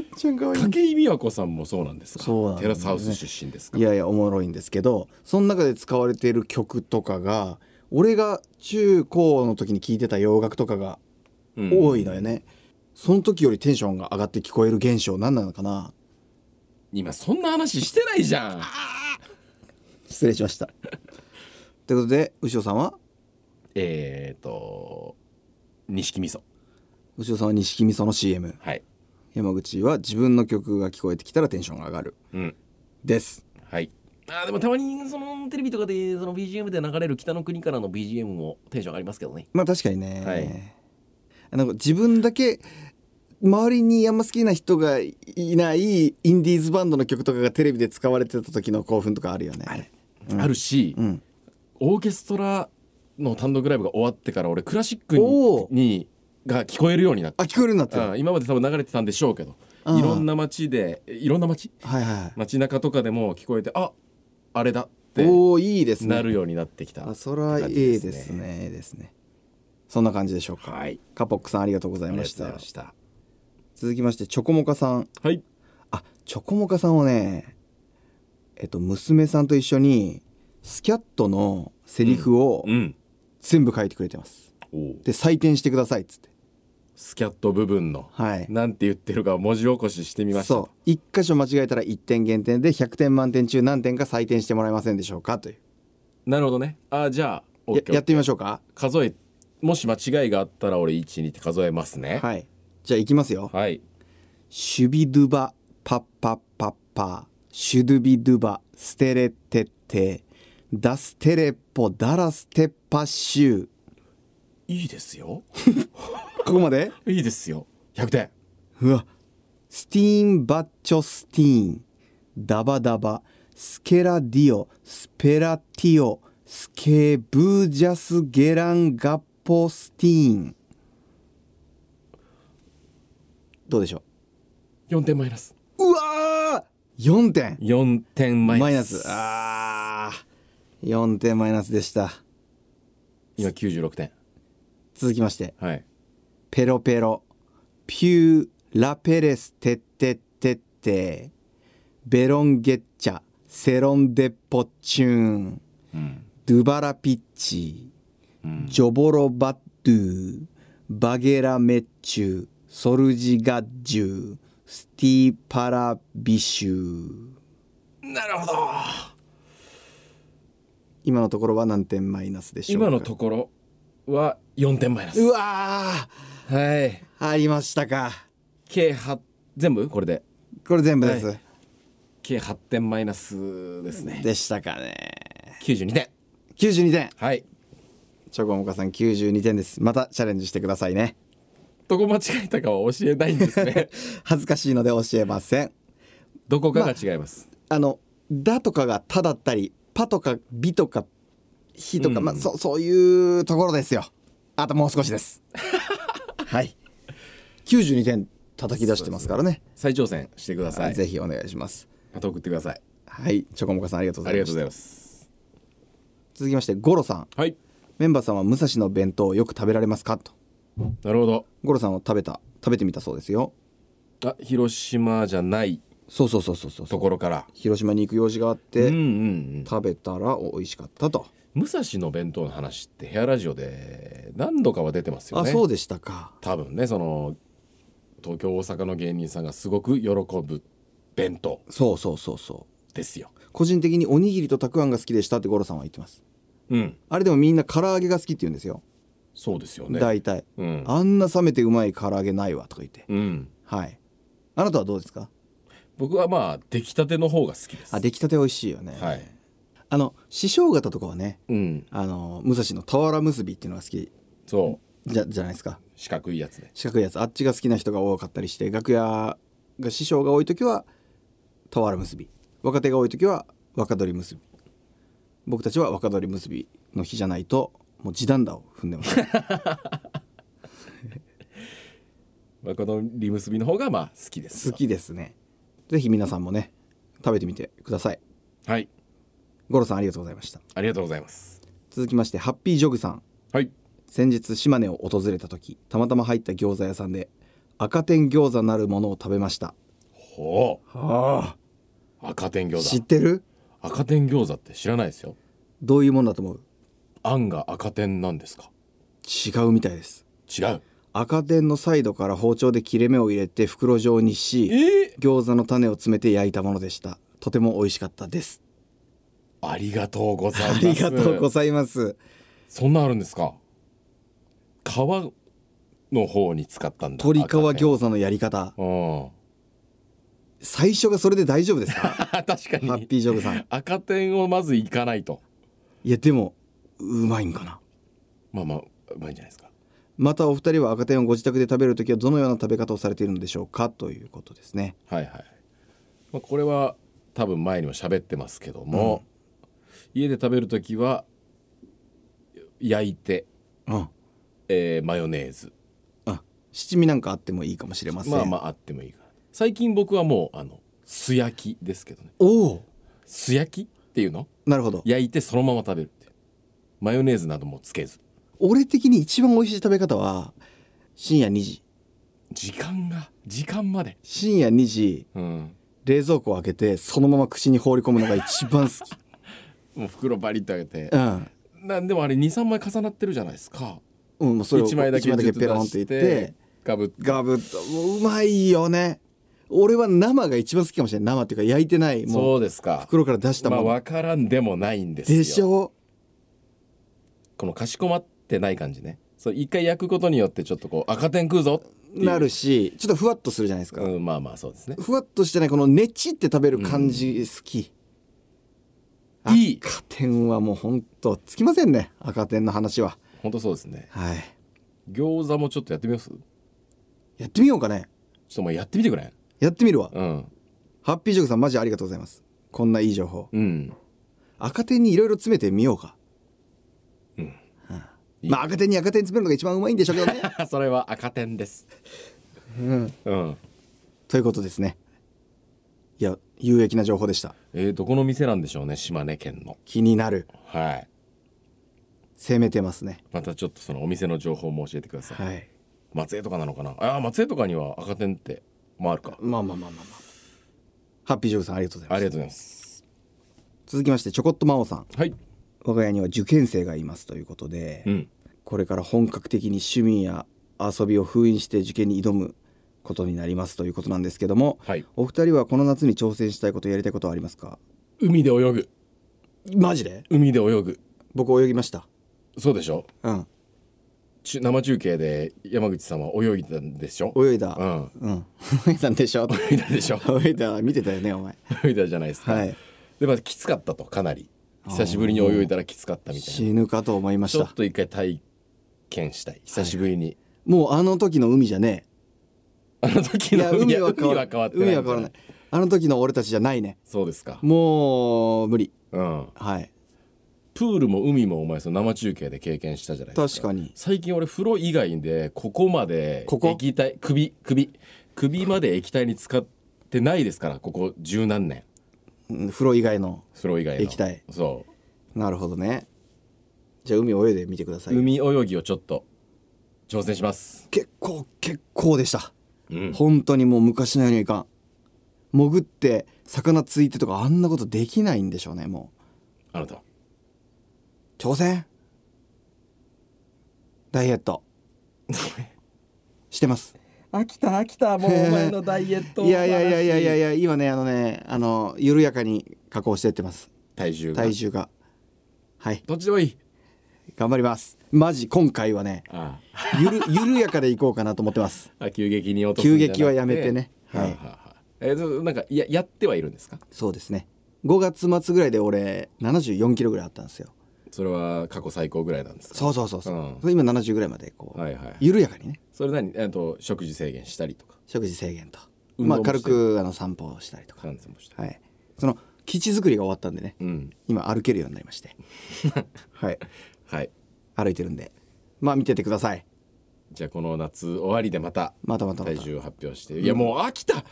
[SPEAKER 2] っちゃんかわ
[SPEAKER 1] 筧美和子さんもそうなんですか
[SPEAKER 2] そうなんです
[SPEAKER 1] テ
[SPEAKER 2] ね
[SPEAKER 1] ラスハウス出身ですか
[SPEAKER 2] いやいやおもろいんですけどその中で使われている曲とかが俺が中高の時に聴いてた洋楽とかが
[SPEAKER 1] うん
[SPEAKER 2] 多いのよね、その時よりテンションが上がって聞こえる現象何なのかな
[SPEAKER 1] 今そんな話してないじゃん
[SPEAKER 2] 失礼しましたということで牛尾さんは
[SPEAKER 1] えーと錦味噌
[SPEAKER 2] 牛尾さんは錦味噌の CM
[SPEAKER 1] はい
[SPEAKER 2] 山口は自分の曲が聞こえてきたらテンションが上がる
[SPEAKER 1] うん
[SPEAKER 2] です
[SPEAKER 1] はいあーでもたまにそのテレビとかでその BGM で流れる北の国からの BGM もテンション上がりますけどね
[SPEAKER 2] まあ確かにね、
[SPEAKER 1] はい
[SPEAKER 2] なんか自分だけ周りにあんま好きな人がいないインディーズバンドの曲とかがテレビで使われてた時の興奮とかあるよね
[SPEAKER 1] あるし、
[SPEAKER 2] うん
[SPEAKER 1] オーケストラの単独ライブが終わってから俺クラシック
[SPEAKER 2] お
[SPEAKER 1] に
[SPEAKER 2] ー
[SPEAKER 1] にが聞こえるようになっ
[SPEAKER 2] あ聞こえるようになってる、
[SPEAKER 1] た、うん今まで多分流れてたんでしょうけど
[SPEAKER 2] うん
[SPEAKER 1] いろんな街でいろんな街
[SPEAKER 2] はいは
[SPEAKER 1] 街中とかでも聞こえてああれだっ
[SPEAKER 2] い
[SPEAKER 1] て
[SPEAKER 2] おおいいですね
[SPEAKER 1] なるようになってきた
[SPEAKER 2] あそれはいいですねいいですねそんな感じでしょうか
[SPEAKER 1] はい
[SPEAKER 2] カポックさんありがとうござ
[SPEAKER 1] あ
[SPEAKER 2] い
[SPEAKER 1] りがと
[SPEAKER 2] ま
[SPEAKER 1] う
[SPEAKER 2] し
[SPEAKER 1] ござい
[SPEAKER 2] た
[SPEAKER 1] ました
[SPEAKER 2] 続きましてチョコモカさん
[SPEAKER 1] はい
[SPEAKER 2] あチョコモカさんはねえっと娘さんと一緒にスキャットのセリフを
[SPEAKER 1] うん
[SPEAKER 2] 全部書いてくれてます、
[SPEAKER 1] おう
[SPEAKER 2] で採点してくださいっつって
[SPEAKER 1] スキャット部分の
[SPEAKER 2] はい
[SPEAKER 1] なんて言ってるか文字起こししてみました
[SPEAKER 2] そ
[SPEAKER 1] と
[SPEAKER 2] う1箇所間違えたら1点減点で100点満点中何点か採点してもらえませんでしょうかという
[SPEAKER 1] なるほどねあじゃあオ
[SPEAKER 2] や
[SPEAKER 1] ッケー
[SPEAKER 2] やってみましょうか
[SPEAKER 1] 数えもし間違いがあったら俺12って数えますね
[SPEAKER 2] はいじゃあいきますよ
[SPEAKER 1] はい
[SPEAKER 2] シュビドゥバパッパッパッパシュドゥビドゥバステレテッテダステレポダラステッパシュ
[SPEAKER 1] いいですよ
[SPEAKER 2] ここまで
[SPEAKER 1] いいですよ100点
[SPEAKER 2] うわスティーンバッチョスティーンダバダバスケラディオスペラティオスケブージャスゲランガッポスティーンどうでしょ
[SPEAKER 1] 4点マイナス
[SPEAKER 2] ううわー4点
[SPEAKER 1] 4点マイナス
[SPEAKER 2] マイナスあー4点マイナスでした
[SPEAKER 1] 今96点
[SPEAKER 2] 続きまして
[SPEAKER 1] はい
[SPEAKER 2] ペロペロピューラペレステッテッテッテベロンゲッチャセロンデポチューン
[SPEAKER 1] うん
[SPEAKER 2] ドゥバラピッチ
[SPEAKER 1] うん
[SPEAKER 2] ジョボロバッドゥバゲラメッチュソルジガッジュスティパラビシュ
[SPEAKER 1] なるほど
[SPEAKER 2] 今のところは何点マイナスでしょうか
[SPEAKER 1] 今のところは4点マイナス
[SPEAKER 2] うわ
[SPEAKER 1] はい
[SPEAKER 2] ーありましたか
[SPEAKER 1] 計8全部これで
[SPEAKER 2] これ全部です、
[SPEAKER 1] は計8点マイナスですね
[SPEAKER 2] でしたかね
[SPEAKER 1] 92点
[SPEAKER 2] 92点
[SPEAKER 1] はい
[SPEAKER 2] チョコモカさん92点ですまたチャレンジしてくださいね
[SPEAKER 1] どこ間違えたかは教えないんですね
[SPEAKER 2] 恥ずかしいので教えません
[SPEAKER 1] どこかが違います、
[SPEAKER 2] あの「だ」とかが「た」だったり「ぱ」とか「び」とか「ひ」とか、
[SPEAKER 1] うん
[SPEAKER 2] まあそそういうところですよあともう少しです はい92点叩き出してますからね
[SPEAKER 1] 再挑戦してください
[SPEAKER 2] ぜひお願いします
[SPEAKER 1] また送ってください
[SPEAKER 2] はいチョコモカさんありがとうご
[SPEAKER 1] あ
[SPEAKER 2] ざ
[SPEAKER 1] り
[SPEAKER 2] い
[SPEAKER 1] が
[SPEAKER 2] ま
[SPEAKER 1] とうご
[SPEAKER 2] し
[SPEAKER 1] ざい
[SPEAKER 2] た
[SPEAKER 1] ます
[SPEAKER 2] 続きましてゴロさん
[SPEAKER 1] はい
[SPEAKER 2] メンバーさんは武蔵の弁当をよく食べられますかと
[SPEAKER 1] なるほど
[SPEAKER 2] ゴロさんは食べた食べてみたそうですよ
[SPEAKER 1] あ広島じゃない
[SPEAKER 2] そうそうそうそうそう
[SPEAKER 1] ところから
[SPEAKER 2] 広島に行く用事があっ
[SPEAKER 1] うんう
[SPEAKER 2] て
[SPEAKER 1] ん
[SPEAKER 2] 食べたら美味しかったと
[SPEAKER 1] うん武蔵の弁当の話ってヘアラジオで何度かは出てますよ
[SPEAKER 2] あ
[SPEAKER 1] ね
[SPEAKER 2] そうでしたか
[SPEAKER 1] 多分ねその東京大阪の芸人さんがすごく喜ぶ弁当
[SPEAKER 2] そうそうそうそ
[SPEAKER 1] ですよ
[SPEAKER 2] う個人的におにぎりとたくあんが好きでしたってゴロさんは言ってます
[SPEAKER 1] うん
[SPEAKER 2] あれでもみんな唐揚げが好きって言うんですよ、
[SPEAKER 1] そうですよね
[SPEAKER 2] 大体
[SPEAKER 1] うん
[SPEAKER 2] あんな冷めてうまい唐揚げないわとか言って
[SPEAKER 1] うん
[SPEAKER 2] はいあなたはどうですか
[SPEAKER 1] 僕はまあ出来たての方が好きです
[SPEAKER 2] あ出来たて美味しいよね、
[SPEAKER 1] はい
[SPEAKER 2] あの師匠方とかはね
[SPEAKER 1] うん
[SPEAKER 2] あの武蔵の俵結びっていうのが好き
[SPEAKER 1] そ
[SPEAKER 2] じゃじゃないですか
[SPEAKER 1] う四角いやつね
[SPEAKER 2] 四角いやつあっちが好きな人が多かったりして楽屋が師匠が多い時は俵結び若手が多い時は若鳥結び僕たちは若鳥結びの日じゃないともう地団打を踏んでます
[SPEAKER 1] まあこのリムスビの方がまあ好きです
[SPEAKER 2] 好きですねぜひ皆さんもね食べてみてください
[SPEAKER 1] はい
[SPEAKER 2] ゴロさんありがとうございました
[SPEAKER 1] ありがとうございます
[SPEAKER 2] 続きましてハッピージョグさん
[SPEAKER 1] はい
[SPEAKER 2] 先日島根を訪れた時たまたま入った餃子屋さんで赤天餃子なるものを食べました
[SPEAKER 1] ほ
[SPEAKER 2] は
[SPEAKER 1] う赤天餃
[SPEAKER 2] 知
[SPEAKER 1] 子
[SPEAKER 2] ってる
[SPEAKER 1] 赤天餃子って知らないですよ
[SPEAKER 2] どういうものだと思う
[SPEAKER 1] あんが赤天なんですか
[SPEAKER 2] 違うみたいです
[SPEAKER 1] 違う
[SPEAKER 2] 赤点のサイドから包丁で切れ目を入れて袋状にし
[SPEAKER 1] え
[SPEAKER 2] 餃子の種を詰めて焼いたものでしたとても美味しかったです
[SPEAKER 1] ありがとうございま
[SPEAKER 2] あ
[SPEAKER 1] す
[SPEAKER 2] りがとうございます
[SPEAKER 1] そんなあるんですか皮の方に使ったんだ
[SPEAKER 2] 鶏皮
[SPEAKER 1] 子
[SPEAKER 2] 餃子のやり方
[SPEAKER 1] うん
[SPEAKER 2] 最初がそれで大丈夫です か
[SPEAKER 1] あ 確
[SPEAKER 2] ハ
[SPEAKER 1] か
[SPEAKER 2] ッ
[SPEAKER 1] に
[SPEAKER 2] ピージョブさん
[SPEAKER 1] 赤点をまずいかないと
[SPEAKER 2] いやでもうまいんかな
[SPEAKER 1] まあまあうまいんじゃないですか
[SPEAKER 2] またお二人は赤点をご自宅で食べるときはどのような食べ方をされているのでしょうかということですね
[SPEAKER 1] はいはい、まあ、これは多分前にも喋ってますけども、家で食べる時は焼いて、
[SPEAKER 2] うん
[SPEAKER 1] えーマヨネーズ
[SPEAKER 2] あ七味なんかあってもいいかもしれません
[SPEAKER 1] まあまああってもいいかな最近僕はもうあの素焼きですけどね
[SPEAKER 2] おお
[SPEAKER 1] 素焼きっていうの
[SPEAKER 2] なるほど
[SPEAKER 1] 焼いてそのまま食べるっていうマヨネーズなどもつけず
[SPEAKER 2] 俺的に一番美味しい食べ方は深夜2時
[SPEAKER 1] 時間が時間まで
[SPEAKER 2] 深夜2時
[SPEAKER 1] うん
[SPEAKER 2] 冷蔵庫を開けてそのまま口に放り込むのが一 番好き
[SPEAKER 1] もう袋バリッと開けて
[SPEAKER 2] うん、
[SPEAKER 1] なんでもあれ23枚重なってるじゃないですか
[SPEAKER 2] うん、もうそれを
[SPEAKER 1] 1枚だけ
[SPEAKER 2] 一
[SPEAKER 1] ずつ
[SPEAKER 2] ペ
[SPEAKER 1] 出
[SPEAKER 2] ロンってい
[SPEAKER 1] し
[SPEAKER 2] ってて
[SPEAKER 1] ガブッ
[SPEAKER 2] ガブッともううまいよね俺は生が一番好きかもしれない生っていうか焼いてないもう
[SPEAKER 1] そうですか
[SPEAKER 2] 袋から出した
[SPEAKER 1] ま
[SPEAKER 2] も
[SPEAKER 1] あ
[SPEAKER 2] の、
[SPEAKER 1] 分からんでもないんですよ
[SPEAKER 2] でしょ
[SPEAKER 1] このかしこまってない感じねそう一回焼くことによってちょっとこう赤点食うぞっていう
[SPEAKER 2] なるしちょっとふわっとするじゃないですか、
[SPEAKER 1] うん、まあまあそうですね
[SPEAKER 2] ふわっとしてないこのねちって食べる感じ好き、
[SPEAKER 1] うんいい
[SPEAKER 2] 赤点はもうほんとつきませんね赤点の話は
[SPEAKER 1] 本当そうですね
[SPEAKER 2] はい
[SPEAKER 1] 餃子もちょっとやってみますちょ
[SPEAKER 2] やってみようかね
[SPEAKER 1] っともうやってみてくれ
[SPEAKER 2] やってみるわ、
[SPEAKER 1] うん
[SPEAKER 2] ハッピージョークさんマジありがとうございますこんないい情報
[SPEAKER 1] うん
[SPEAKER 2] 赤点にいろいろ詰めてみようか
[SPEAKER 1] うん
[SPEAKER 2] まあ赤点に赤点詰めるのが一番うまいんでしょうけどね
[SPEAKER 1] それは赤点です
[SPEAKER 2] うん、
[SPEAKER 1] うん
[SPEAKER 2] ということですねいや有益な情報でした
[SPEAKER 1] えー、どこの店なんでしょうね島根県の
[SPEAKER 2] 気になる
[SPEAKER 1] はい
[SPEAKER 2] 攻めてますね
[SPEAKER 1] またちょっとそのお店の情報も教えてください、
[SPEAKER 2] はい
[SPEAKER 1] 松江とかなのかなあー松江とかには赤点ってまああるか
[SPEAKER 2] まあまあまあまあまあハッピージョークさんありがとうござい
[SPEAKER 1] あり
[SPEAKER 2] ます
[SPEAKER 1] がとうございます
[SPEAKER 2] 続きましてちょこっと真央さん
[SPEAKER 1] はい
[SPEAKER 2] 我が家には受験生がいますということで、
[SPEAKER 1] うん
[SPEAKER 2] これから本格的に趣味や遊びを封印して受験に挑むことになりますということなんですけども
[SPEAKER 1] はい
[SPEAKER 2] お二人はこの夏に挑戦したいことやりたいことはありますか
[SPEAKER 1] 海で泳ぐ
[SPEAKER 2] マジで
[SPEAKER 1] 海で泳ぐ
[SPEAKER 2] 僕泳ぎました
[SPEAKER 1] そうでしょ
[SPEAKER 2] うん
[SPEAKER 1] ち生中継で山口さんは泳いだんでしょ
[SPEAKER 2] 泳いだ
[SPEAKER 1] うん
[SPEAKER 2] うん 泳いだんでしょ
[SPEAKER 1] 泳いだでしょ
[SPEAKER 2] 泳いだ見てたよねお前
[SPEAKER 1] 泳いだじゃないですか、
[SPEAKER 2] はい
[SPEAKER 1] でまあきつかったとかなり久しぶりに泳いだらきつかったみたいな
[SPEAKER 2] 死ぬかと思いまし
[SPEAKER 1] ちょったと一回体験したい久しぶりに、
[SPEAKER 2] もうあの時の海じゃね
[SPEAKER 1] あの時
[SPEAKER 2] えい
[SPEAKER 1] の
[SPEAKER 2] や海は変
[SPEAKER 1] 海
[SPEAKER 2] わ
[SPEAKER 1] は変わ
[SPEAKER 2] ら
[SPEAKER 1] ってない
[SPEAKER 2] 海は変わらないあの時の俺たちじゃないね
[SPEAKER 1] そうですか
[SPEAKER 2] もう無理
[SPEAKER 1] うん
[SPEAKER 2] はい
[SPEAKER 1] プールも海もお前その生中継で経験したじゃないです
[SPEAKER 2] 確
[SPEAKER 1] か
[SPEAKER 2] かに
[SPEAKER 1] 最近俺風呂以外でここまで
[SPEAKER 2] ここ
[SPEAKER 1] 液体首首首まで液体に使ってないですからここ十何年
[SPEAKER 2] うん風呂以外の
[SPEAKER 1] 風呂以外の
[SPEAKER 2] 液体
[SPEAKER 1] そ
[SPEAKER 2] なるほどねじゃあ海泳いでみてくださ
[SPEAKER 1] う
[SPEAKER 2] い
[SPEAKER 1] 海泳ぎをちょっと挑戦します
[SPEAKER 2] 結構結構でした
[SPEAKER 1] うん
[SPEAKER 2] 本当にもう昔のようにはいかん潜って魚ついてとかあんなことできないんでしょうねも
[SPEAKER 1] あなた
[SPEAKER 2] う挑戦ダイエットしてます
[SPEAKER 1] 飽きた飽きたもうお前のダイエット
[SPEAKER 2] いやいやいやいやいやいや今ねあのねあの緩やかに加工してってます
[SPEAKER 1] 体重が
[SPEAKER 2] 体重がはい
[SPEAKER 1] どっちでもいい
[SPEAKER 2] 頑張りますマジ今回はね
[SPEAKER 1] ああ
[SPEAKER 2] ゆる 緩やかでいこうかなと思ってます
[SPEAKER 1] あ急激に落とす
[SPEAKER 2] 急
[SPEAKER 1] んじゃなくて
[SPEAKER 2] 激はやめてね
[SPEAKER 1] は
[SPEAKER 2] はいい
[SPEAKER 1] はいはいえそうなんかややってはいるんですか
[SPEAKER 2] そうですね5月末ぐらいで俺74キロぐらいあったんですよ
[SPEAKER 1] それは過去最高ぐらいなんですか
[SPEAKER 2] そうそうそうそう、
[SPEAKER 1] うん
[SPEAKER 2] それ今70ぐらいまでこう、
[SPEAKER 1] はいはい
[SPEAKER 2] 緩やかにね
[SPEAKER 1] それ何えっと食事制限したりとか
[SPEAKER 2] 食事制限と
[SPEAKER 1] 運動も
[SPEAKER 2] まあ軽くあの散歩をしたりとか、
[SPEAKER 1] 感染もして
[SPEAKER 2] はい、その基地作りが終わったんでね
[SPEAKER 1] うん
[SPEAKER 2] 今歩けるようになりまして はい
[SPEAKER 1] はい
[SPEAKER 2] 歩いてるんでまあ見ててください
[SPEAKER 1] じゃあこの夏終わりでまた
[SPEAKER 2] またまたま
[SPEAKER 1] 体
[SPEAKER 2] た
[SPEAKER 1] 重を発表して、いやもう飽き た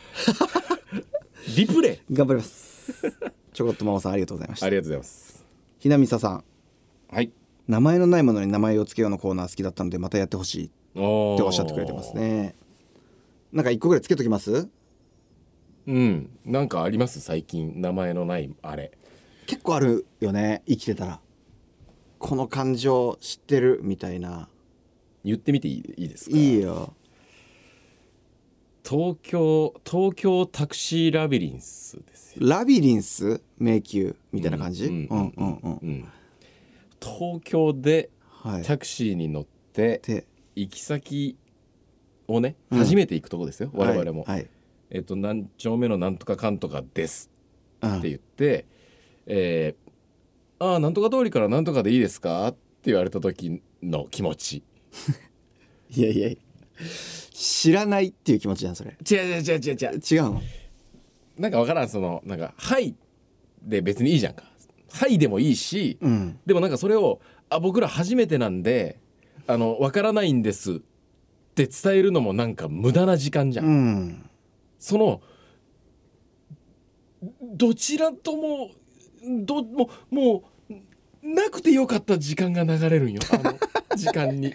[SPEAKER 1] リプレイ
[SPEAKER 2] 頑張ります ちょこっと真央さんありがとうございました
[SPEAKER 1] ありがとうございます
[SPEAKER 2] ひなみささん
[SPEAKER 1] はい
[SPEAKER 2] 名前のないものに名前を付けようのコーナー好きだったのでまたやってほしいって
[SPEAKER 1] お
[SPEAKER 2] おっしゃってくれてますねなんか一個ぐらいつけときます
[SPEAKER 1] うんなんかあります最近名前のないあれ
[SPEAKER 2] 結構あるよね生きてたらこの感情知ってるみたいな
[SPEAKER 1] 言ってみていいいいですか
[SPEAKER 2] いいよ
[SPEAKER 1] 東京東京タクシーラビリンスですよ
[SPEAKER 2] ラビリンス迷宮みたいな感じう
[SPEAKER 1] うん
[SPEAKER 2] ん
[SPEAKER 1] う
[SPEAKER 2] うんんうん
[SPEAKER 1] うん東京で
[SPEAKER 2] はい
[SPEAKER 1] タクシーに乗って
[SPEAKER 2] で
[SPEAKER 1] 行き先をね
[SPEAKER 2] うん
[SPEAKER 1] 初めて行くとこですよ、我々も、
[SPEAKER 2] はい
[SPEAKER 1] えっと何丁目のなんとかかんとかです
[SPEAKER 2] はい
[SPEAKER 1] って言って「えー、ああなんとか通りからなんとかでいいですか?」って言われた時の気持ち
[SPEAKER 2] うんいやいやいや知らないっていう気持ちじゃんそれ
[SPEAKER 1] 違う違う違う違う違う
[SPEAKER 2] 違うの
[SPEAKER 1] なんかわからんそのなんか「はい」で別にいいじゃんか「はい」でもいいし、
[SPEAKER 2] うん
[SPEAKER 1] でもなんかそれを「あ僕ら初めてなんであのわからないんです」って伝えるのもなんか無駄な時間じゃん
[SPEAKER 2] う。ん
[SPEAKER 1] そのどちらともどもうもうなくてよかった時間が流れるんよあ の時間に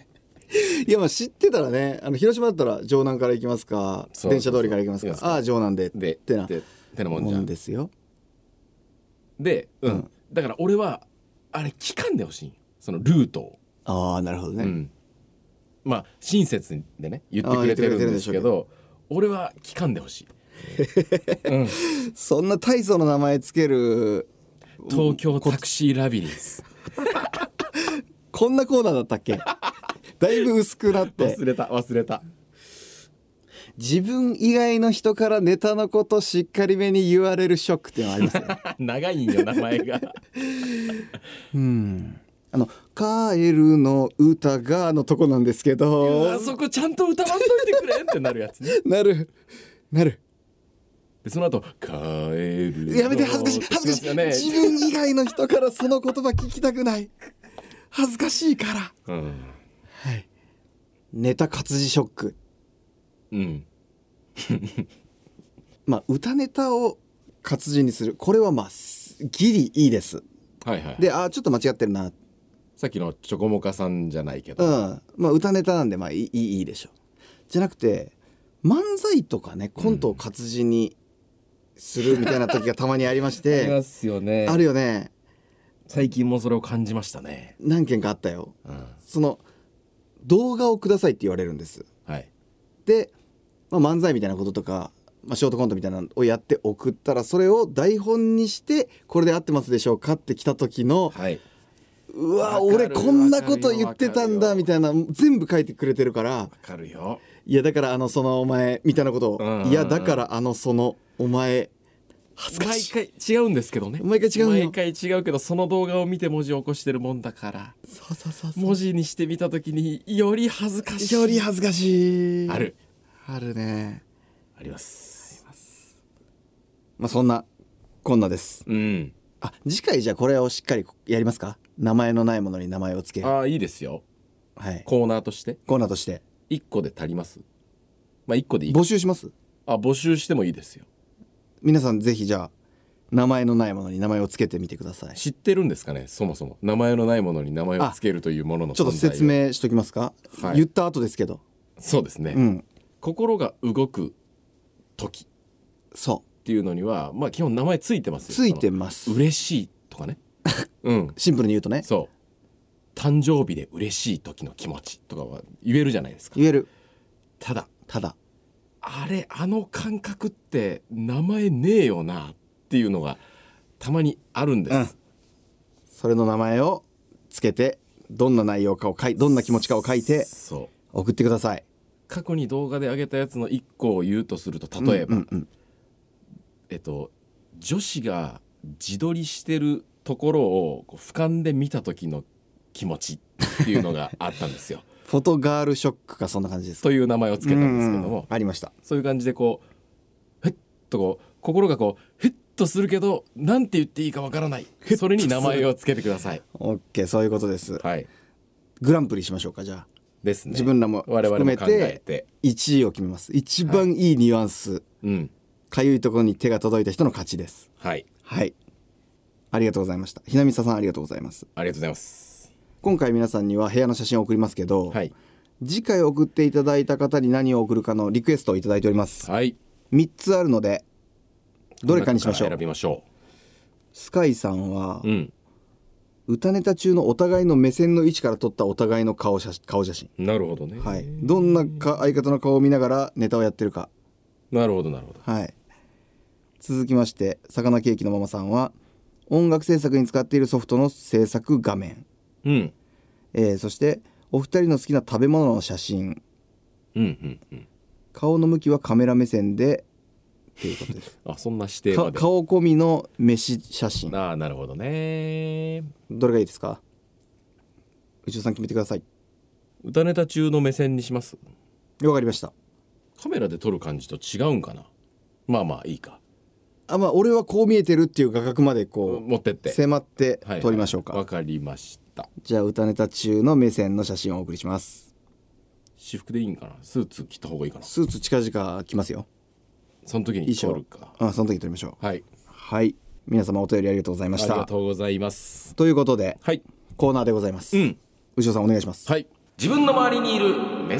[SPEAKER 2] いやまあ知ってたらねあの広島だったら城南から行きますか
[SPEAKER 1] そうそうそう
[SPEAKER 2] 電車通りから行きます
[SPEAKER 1] い
[SPEAKER 2] か
[SPEAKER 1] やそう
[SPEAKER 2] ああ城南で
[SPEAKER 1] で
[SPEAKER 2] ってな
[SPEAKER 1] でてなもんじ
[SPEAKER 2] も
[SPEAKER 1] ゃ
[SPEAKER 2] ん
[SPEAKER 1] ん
[SPEAKER 2] ですよ
[SPEAKER 1] で、うん
[SPEAKER 2] うん
[SPEAKER 1] だから俺はあれ聞かんでほしいんよそのルートを、
[SPEAKER 2] ああなるほど
[SPEAKER 1] う
[SPEAKER 2] ね
[SPEAKER 1] んまあ親切でね言ってくれてるんですけ
[SPEAKER 2] あー言
[SPEAKER 1] ど俺は聞かんでほしい、うん
[SPEAKER 2] そんな大層の名前つける
[SPEAKER 1] 東京タクシーラビリンス
[SPEAKER 2] こんなコーナーだった っけだいぶ薄くなって
[SPEAKER 1] 忘れた忘れ た
[SPEAKER 2] 自分以外の人からネタのことしっかりめに言われるショックっていうのはありますね
[SPEAKER 1] 長いんよ名前 が
[SPEAKER 2] うんあの「帰るの歌が」のとこなんですけ
[SPEAKER 1] う
[SPEAKER 2] ど
[SPEAKER 1] わそこちゃんと歌わんといてくれんってなるやつね
[SPEAKER 2] なるなる
[SPEAKER 1] でその後帰る
[SPEAKER 2] やめて恥ずかしい
[SPEAKER 1] って
[SPEAKER 2] 恥
[SPEAKER 1] ま
[SPEAKER 2] ずかしい、
[SPEAKER 1] すよね
[SPEAKER 2] 自分以外の人からその言葉聞きたくない恥ずかしいから
[SPEAKER 1] うん、
[SPEAKER 2] はいネタ活字ショック
[SPEAKER 1] うん、
[SPEAKER 2] まあ歌ネタを活字にするこれはまあすギリいいです
[SPEAKER 1] はいはい
[SPEAKER 2] であーちょっと間違ってるな
[SPEAKER 1] さっきのチョコモカさんじゃないけ
[SPEAKER 2] う
[SPEAKER 1] ど、
[SPEAKER 2] んまあ歌ネタなんでまあいいいいいいでしょうじゃなくて漫才とかねコントを活字にするみたいな時がたまにありまし
[SPEAKER 1] ありま
[SPEAKER 2] て
[SPEAKER 1] すよね
[SPEAKER 2] あるよね
[SPEAKER 1] 最近もそれを感じましたね、
[SPEAKER 2] 何件かあったよ
[SPEAKER 1] うん、
[SPEAKER 2] その動画をくださいって言われるんです
[SPEAKER 1] はい
[SPEAKER 2] で、まあ、漫才みたいなこととか、まあ、ショートコントみたいなのをやって送ったらそれを台本にしてこれで合ってますでしょうかって来た時の
[SPEAKER 1] はいうわか
[SPEAKER 2] わ
[SPEAKER 1] る
[SPEAKER 2] 俺こんなこと言ってたん
[SPEAKER 1] わか
[SPEAKER 2] だ
[SPEAKER 1] るよ
[SPEAKER 2] みたいな全部書いてくれてるから
[SPEAKER 1] わかるよ
[SPEAKER 2] いやだからあのそのお前みたいなこと
[SPEAKER 1] うんうん
[SPEAKER 2] を
[SPEAKER 1] うん
[SPEAKER 2] いやだからあのそのお前恥ずか
[SPEAKER 1] 毎
[SPEAKER 2] しい
[SPEAKER 1] 回違うんですけどね
[SPEAKER 2] 毎回違うの
[SPEAKER 1] 毎回違うけどその動画を見て文字を起こしてるもんだから
[SPEAKER 2] そうそうそうそう
[SPEAKER 1] 文字にしてみた時により恥ずかしい
[SPEAKER 2] より恥ずかしい
[SPEAKER 1] ある
[SPEAKER 2] あるね
[SPEAKER 1] あります
[SPEAKER 2] まあそんなこんなです
[SPEAKER 1] うん
[SPEAKER 2] あ次回じゃあこれをしっかりやりますか名前のないものに名前をつける
[SPEAKER 1] ああいいですよ
[SPEAKER 2] はい
[SPEAKER 1] コーナーとして
[SPEAKER 2] コーナーとして
[SPEAKER 1] 一個で足りますまあ一個でいい
[SPEAKER 2] 募集します
[SPEAKER 1] あ募集してもいいですよ
[SPEAKER 2] 皆さんぜひじゃあ名前のないものに名前をつけてみてください
[SPEAKER 1] 知っ
[SPEAKER 2] ち
[SPEAKER 1] てるんですかねそもそも名前のないものに名前をつけるというものの存在
[SPEAKER 2] ょっ
[SPEAKER 1] を
[SPEAKER 2] と説明しときますか、
[SPEAKER 1] はい
[SPEAKER 2] 言った後ですけど
[SPEAKER 1] そうですね、
[SPEAKER 2] うん
[SPEAKER 1] 心が動く時っ
[SPEAKER 2] そ
[SPEAKER 1] ていうのにはまあ基本名前ついてます
[SPEAKER 2] う
[SPEAKER 1] よ
[SPEAKER 2] ついて
[SPEAKER 1] そ
[SPEAKER 2] ます
[SPEAKER 1] の嬉しいと かねうん
[SPEAKER 2] シンプルに言うとね
[SPEAKER 1] そう誕生日で嬉しい時の気持ちとかは言えるじゃないですか
[SPEAKER 2] 言える
[SPEAKER 1] ただ
[SPEAKER 2] ただ
[SPEAKER 1] あれあの感覚って名前ねえよなっていうのがたまにあるんです、
[SPEAKER 2] それの名前をつけてどんな内容かを書いどんな気持ちかを書いて
[SPEAKER 1] そう
[SPEAKER 2] 送ってください
[SPEAKER 1] 過去に動画で上げたやつの1個を言うとすると例えば、
[SPEAKER 2] うんうん
[SPEAKER 1] えっと、女子が自撮りしてるところをこう俯瞰で見た時の気持ちっていうのがあったんです よ
[SPEAKER 2] フォトガールショックかそんな感じです
[SPEAKER 1] という名前をつけたんですけども、
[SPEAKER 2] うんありました
[SPEAKER 1] そういう感じでこうへっとこう心がこうへっとするけどなんて言っていいかわからないそれに名前をつけてください
[SPEAKER 2] OK そういうことです
[SPEAKER 1] はい
[SPEAKER 2] グランプリしましょうかじゃあ
[SPEAKER 1] ですね
[SPEAKER 2] 自分らも
[SPEAKER 1] 我々
[SPEAKER 2] 含
[SPEAKER 1] も
[SPEAKER 2] め
[SPEAKER 1] 考え
[SPEAKER 2] て
[SPEAKER 1] て
[SPEAKER 2] 1位を決めます一番いいニュアンス、
[SPEAKER 1] うん
[SPEAKER 2] かゆいところに手が届いた人の勝ちです
[SPEAKER 1] はい
[SPEAKER 2] はいありがとうございましたひなみささんありがとうございます
[SPEAKER 1] ありがとうございます
[SPEAKER 2] 今回皆さんには部屋の写真を送りますけど、
[SPEAKER 1] はい
[SPEAKER 2] 次回送っていただいた方に何を送るかのリクエストをいただいております
[SPEAKER 1] はい
[SPEAKER 2] 3つあるのでどれかにしましょ
[SPEAKER 1] この中から選
[SPEAKER 2] う
[SPEAKER 1] びましょ
[SPEAKER 2] スカイさんは
[SPEAKER 1] ううん
[SPEAKER 2] 歌ネタ中のお互いの目線の位置から撮ったお互いの顔写顔写真
[SPEAKER 1] なるほどね
[SPEAKER 2] はいどんなか相方の顔を見ながらネタをやってるか
[SPEAKER 1] なるほどなるほど
[SPEAKER 2] はい続きまして魚ケーキのママさんは音楽制作に使っているソフトの制作画面、
[SPEAKER 1] うん
[SPEAKER 2] えーそしてお二人の好きな食べ物の写真
[SPEAKER 1] うんうんうん
[SPEAKER 2] 顔の向きはカメラ目線でっていうこ とです
[SPEAKER 1] あそんな指定ま
[SPEAKER 2] か
[SPEAKER 1] で
[SPEAKER 2] 顔込みの飯写真
[SPEAKER 1] ああなるほどね
[SPEAKER 2] どれがいいですか宇宙さん決めてください
[SPEAKER 1] 歌ネタ中の目線にします
[SPEAKER 2] わかりました
[SPEAKER 1] カメラで撮る感じと違うんかなまあまあいいか
[SPEAKER 2] あまあ俺はこう見えてるっていう画角までこ
[SPEAKER 1] 持ってっ
[SPEAKER 2] う
[SPEAKER 1] て
[SPEAKER 2] 迫って
[SPEAKER 1] はいはい
[SPEAKER 2] 撮りましょうか、
[SPEAKER 1] わかりました
[SPEAKER 2] じゃあ歌ネタ中の目線の写真をお送りします
[SPEAKER 1] 私服でいいんかなスーツ着た方がいいかな
[SPEAKER 2] スーツ近々来ますよ
[SPEAKER 1] その時に
[SPEAKER 2] 衣装
[SPEAKER 1] 撮るか
[SPEAKER 2] あその時撮りましょう
[SPEAKER 1] はい
[SPEAKER 2] はい皆様お便りありがとうございま
[SPEAKER 1] あ
[SPEAKER 2] し
[SPEAKER 1] り
[SPEAKER 2] た
[SPEAKER 1] が
[SPEAKER 2] と
[SPEAKER 1] とうございます
[SPEAKER 2] いうことで
[SPEAKER 1] はい
[SPEAKER 2] コーナーでございます、
[SPEAKER 1] うん
[SPEAKER 2] 牛尾さんお願いします、
[SPEAKER 1] はい自分の周りにいる珍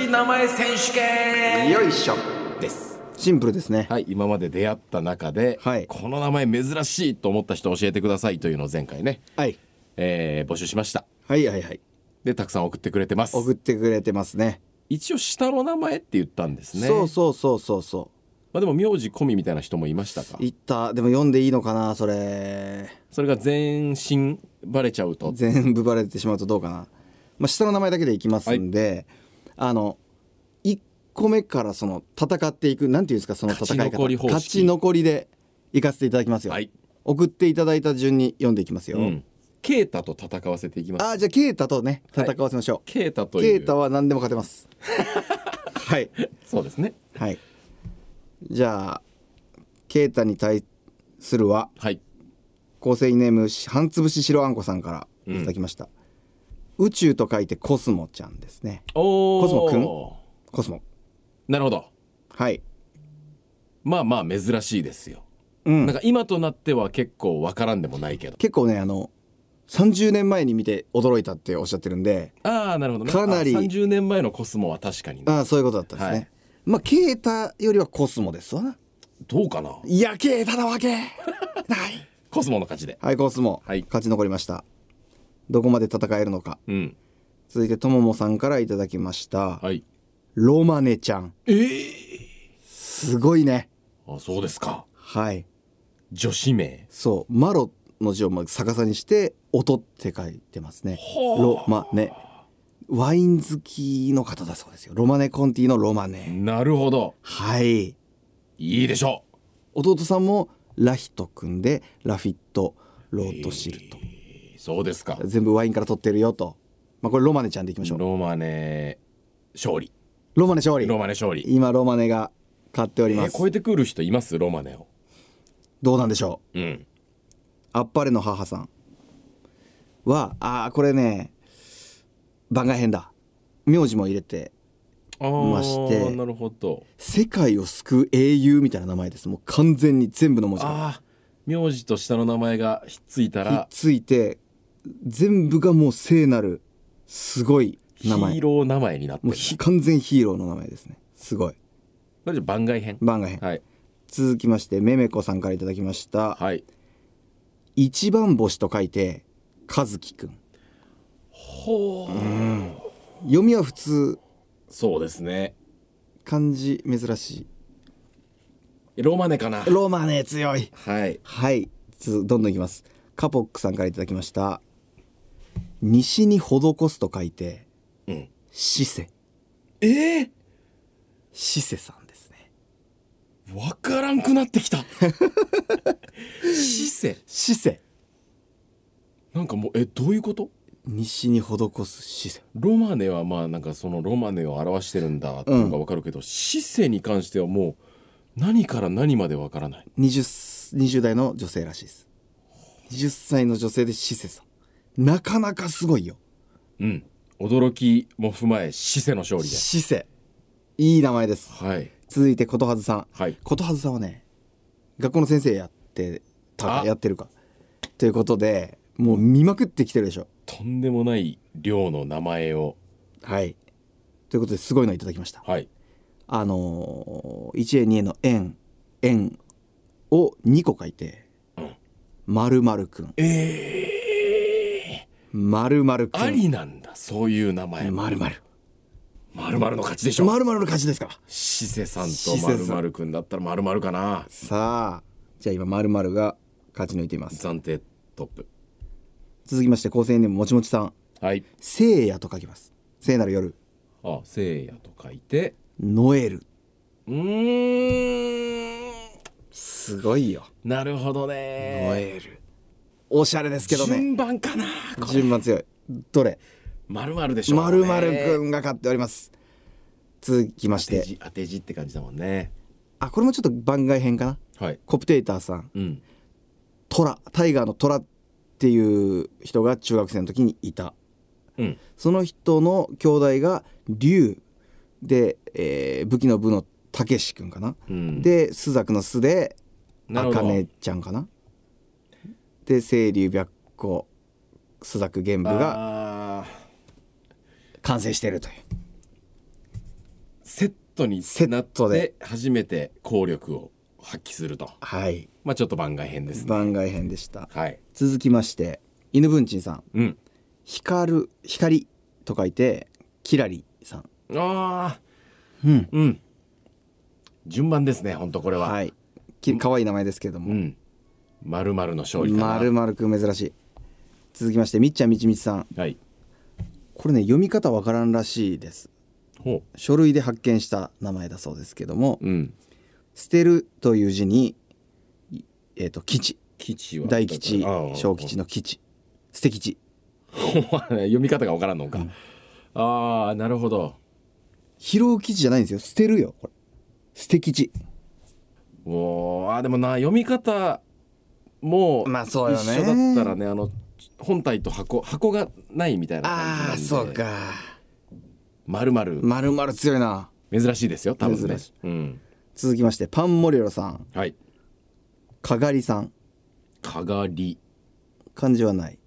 [SPEAKER 1] しい名前選手権
[SPEAKER 2] よいしょ
[SPEAKER 1] です
[SPEAKER 2] シンプルですね、
[SPEAKER 1] はい今まで出会った中で、
[SPEAKER 2] はい
[SPEAKER 1] この名前珍しいと思った人教えてくださいというのを前回ね、
[SPEAKER 2] はい、
[SPEAKER 1] えー募集しました
[SPEAKER 2] はいはいはい
[SPEAKER 1] でたくさん送ってくれてます
[SPEAKER 2] 送ってくれてますね
[SPEAKER 1] 一応下の名前って言ったんですね
[SPEAKER 2] そうそうそうそうそ
[SPEAKER 1] まあ、でも名字込みみたいな人もいましたか
[SPEAKER 2] ういったでも読んでいいのかなそれ
[SPEAKER 1] それが全身バレちゃうと
[SPEAKER 2] 全部バレてしまうとどうかな、まあ、下の名前だけでいきますんで、あの1個目からその戦っていくなんていうんですかその戦い
[SPEAKER 1] 勝ち
[SPEAKER 2] 方
[SPEAKER 1] 残り方式
[SPEAKER 2] 勝ち残りでいかせていただきますよ、
[SPEAKER 1] はい
[SPEAKER 2] 送っていただいた順に読んでいきますよ、
[SPEAKER 1] うんケイタと戦わせていきます
[SPEAKER 2] あーじゃあケイタとね
[SPEAKER 1] は
[SPEAKER 2] 戦
[SPEAKER 1] い
[SPEAKER 2] わせましょ
[SPEAKER 1] ケイタ
[SPEAKER 2] う、
[SPEAKER 1] と
[SPEAKER 2] ケ
[SPEAKER 1] いう
[SPEAKER 2] イタは何でも勝てます はい
[SPEAKER 1] そうですね
[SPEAKER 2] はいじゃあケイタに対するは
[SPEAKER 1] はい
[SPEAKER 2] 構成員ネーム半つぶし白あんこさんからいただきました、宇宙と書いてコスモちゃんですね
[SPEAKER 1] おー
[SPEAKER 2] コスモくんコスモ
[SPEAKER 1] なるほど
[SPEAKER 2] はい
[SPEAKER 1] まあまあ珍しいですよ、
[SPEAKER 2] うん
[SPEAKER 1] なんか今となっては結構わからんでもないけど
[SPEAKER 2] 結構ねあの30年前に見て驚いたっておっしゃってるんで
[SPEAKER 1] ああなるほどね
[SPEAKER 2] かなり
[SPEAKER 1] あ30年前のコスモは確かにね
[SPEAKER 2] ああそういうことだったんですね、
[SPEAKER 1] はい
[SPEAKER 2] まあケータよりはコスモですわな
[SPEAKER 1] どうかない
[SPEAKER 2] やケータなわ けない
[SPEAKER 1] コスモの勝ちで
[SPEAKER 2] はいコスモ、
[SPEAKER 1] はい
[SPEAKER 2] 勝ち残りましたどこまで戦えるのか
[SPEAKER 1] うん
[SPEAKER 2] 続いてとももさんからいただきました、
[SPEAKER 1] はい
[SPEAKER 2] ロマネちゃん
[SPEAKER 1] え
[SPEAKER 2] すごいね
[SPEAKER 1] あそうですか
[SPEAKER 2] はい
[SPEAKER 1] 女子名
[SPEAKER 2] そうマロの字をまあ逆さにして音って書いてますね
[SPEAKER 1] ほう
[SPEAKER 2] ロマネワイン好きの方だそうですよロマネコンティのロマネ
[SPEAKER 1] なるほど
[SPEAKER 2] はい
[SPEAKER 1] いいでしょ
[SPEAKER 2] 弟さんもラヒト君でラフィットロートシルト、
[SPEAKER 1] うそうですか
[SPEAKER 2] 全部ワインから取ってるよと、まあ、これロマネちゃんでいきましょう
[SPEAKER 1] ロマネ勝利
[SPEAKER 2] ロマネ勝利
[SPEAKER 1] ロマネ勝利
[SPEAKER 2] 今ロマネが勝っており
[SPEAKER 1] え
[SPEAKER 2] ま
[SPEAKER 1] ー
[SPEAKER 2] す、
[SPEAKER 1] 超えてくる人いますロマネを
[SPEAKER 2] どうなんでしょう
[SPEAKER 1] うん
[SPEAKER 2] あっぱれの母さんはあーこれね番外編だ名字も入れて
[SPEAKER 1] あ
[SPEAKER 2] まして
[SPEAKER 1] あなるほど
[SPEAKER 2] 「世界を救う英雄」みたいな名前ですもう完全に全部の文字が
[SPEAKER 1] ああ名字と下の名前がひっついた
[SPEAKER 2] ひっ
[SPEAKER 1] ら
[SPEAKER 2] ついて全部がもう聖なるすごい
[SPEAKER 1] ヒ
[SPEAKER 2] 名前
[SPEAKER 1] ーロー名前になって
[SPEAKER 2] もう
[SPEAKER 1] る
[SPEAKER 2] ひ完全ヒーローの名前ですねすごい
[SPEAKER 1] それじゃ番外編
[SPEAKER 2] 番外編、
[SPEAKER 1] はい
[SPEAKER 2] 続きましてめめこさんからいただきました、
[SPEAKER 1] はい
[SPEAKER 2] 一番星と書いて和樹くん
[SPEAKER 1] ほう
[SPEAKER 2] 読みは普通
[SPEAKER 1] そうですね
[SPEAKER 2] 漢字珍し
[SPEAKER 1] ロマネかない
[SPEAKER 2] ロマネ強い
[SPEAKER 1] はい
[SPEAKER 2] はいつどんどんいきますカポックさんからいただきました西に施すと書いて
[SPEAKER 1] うん
[SPEAKER 2] シセ
[SPEAKER 1] えー、
[SPEAKER 2] シセさんですね
[SPEAKER 1] わからんくなってきたシセ
[SPEAKER 2] シセ
[SPEAKER 1] なんかもうえどういうこと
[SPEAKER 2] 西に施すシセ
[SPEAKER 1] ロマネはまあなんかそのロマネを表してるんだっていうのがわかるけど、シセに関してはもう何から何までわからない
[SPEAKER 2] 20, 20代の女性らしいです20歳の女性でシセさんなかなかすごいよ
[SPEAKER 1] うん驚きも踏まえシセの勝利で
[SPEAKER 2] シセいい名前です
[SPEAKER 1] はい
[SPEAKER 2] 続いてことはずさん
[SPEAKER 1] はい
[SPEAKER 2] ことはずさんはね学校の先生やってたか
[SPEAKER 1] あ
[SPEAKER 2] やってるかということでもう見まくってきてるでしょ
[SPEAKER 1] とんでもない量の名前を
[SPEAKER 2] はいということですごいのいただきました
[SPEAKER 1] はい
[SPEAKER 2] あのー、1円2円の円円を2個書いて
[SPEAKER 1] うん
[SPEAKER 2] 「まるまるくん」
[SPEAKER 1] ええ
[SPEAKER 2] 「まるまるくん」
[SPEAKER 1] ありなんだそういう名前ま
[SPEAKER 2] まるまる
[SPEAKER 1] るまるの勝ちでしょ
[SPEAKER 2] まるまるの勝ちですから
[SPEAKER 1] シセさんと
[SPEAKER 2] シ
[SPEAKER 1] ま
[SPEAKER 2] セ
[SPEAKER 1] る
[SPEAKER 2] さん
[SPEAKER 1] まるくんだったらまるまるかな
[SPEAKER 2] さあじゃあ今まるまるが勝ち抜いています
[SPEAKER 1] 暫定トップ
[SPEAKER 2] 続きまして構成ネームもちもちさん
[SPEAKER 1] はい
[SPEAKER 2] 「せいや」と書きます聖なる夜
[SPEAKER 1] あせいやと書いて
[SPEAKER 2] ノエル
[SPEAKER 1] うーん
[SPEAKER 2] すごいよ
[SPEAKER 1] なるほど
[SPEAKER 2] ノ
[SPEAKER 1] ね
[SPEAKER 2] エルおしゃれですけどね
[SPEAKER 1] 順番かなこれ
[SPEAKER 2] 順番強いどれ
[SPEAKER 1] まるまるでしょ
[SPEAKER 2] まるまるく
[SPEAKER 1] ん
[SPEAKER 2] んが勝っております続きまし
[SPEAKER 1] 当て
[SPEAKER 2] て
[SPEAKER 1] 字当て字って感じだもんね
[SPEAKER 2] あこれもちょっと番外編かな
[SPEAKER 1] はい
[SPEAKER 2] コプテーターさん
[SPEAKER 1] うん
[SPEAKER 2] トラタイガーのトラっていう人が中学生の時にいた
[SPEAKER 1] うん
[SPEAKER 2] その人の兄弟が龍で、えー武器の部のたけしくんかな、
[SPEAKER 1] うん
[SPEAKER 2] で朱雀の朱で
[SPEAKER 1] なる
[SPEAKER 2] あ
[SPEAKER 1] ほど
[SPEAKER 2] かねちゃんかなで青龍白虎朱雀玄武が
[SPEAKER 1] あー
[SPEAKER 2] 完成しているという
[SPEAKER 1] セットに
[SPEAKER 2] セ
[SPEAKER 1] なっ
[SPEAKER 2] ット
[SPEAKER 1] て
[SPEAKER 2] で
[SPEAKER 1] 初めて効力を発揮すると
[SPEAKER 2] はい
[SPEAKER 1] まあちょっと番外編ですね
[SPEAKER 2] 番外編でした
[SPEAKER 1] はい
[SPEAKER 2] 続きまして犬文鎮さん
[SPEAKER 1] うん
[SPEAKER 2] 「光る光」と書いて「キラリ」さん
[SPEAKER 1] ああ
[SPEAKER 2] うん
[SPEAKER 1] うん順番ですねほんとこれは、
[SPEAKER 2] はいき可愛い名前ですけど
[SPEAKER 1] う
[SPEAKER 2] も
[SPEAKER 1] んまるまるの勝利かな
[SPEAKER 2] まるまるくん珍しい続きましてみっちゃんみちみちさん
[SPEAKER 1] はい
[SPEAKER 2] これね読み方わからんらしいです
[SPEAKER 1] ほ
[SPEAKER 2] 書類で発見した名前だそうですけども
[SPEAKER 1] ううん
[SPEAKER 2] 「捨てる」という字にいえっ、と吉
[SPEAKER 1] 基地は
[SPEAKER 2] 大吉
[SPEAKER 1] あー
[SPEAKER 2] 小吉の吉捨て吉
[SPEAKER 1] お前読み方がわからんのか、ああなるほど
[SPEAKER 2] 拾う吉じゃないんですよ捨てるよこれ捨て吉
[SPEAKER 1] おーあーでもな読み方も
[SPEAKER 2] まあそうよね
[SPEAKER 1] 一緒だったらねあの本体と箱箱がないみたいな感じなんで
[SPEAKER 2] ああそうか
[SPEAKER 1] まるまる
[SPEAKER 2] まるまる強いな
[SPEAKER 1] 珍しいですよ多分ね
[SPEAKER 2] 珍しい
[SPEAKER 1] うん
[SPEAKER 2] 続きましてパンモリロさん
[SPEAKER 1] はい
[SPEAKER 2] かがりさん
[SPEAKER 1] かがり
[SPEAKER 2] 漢字はない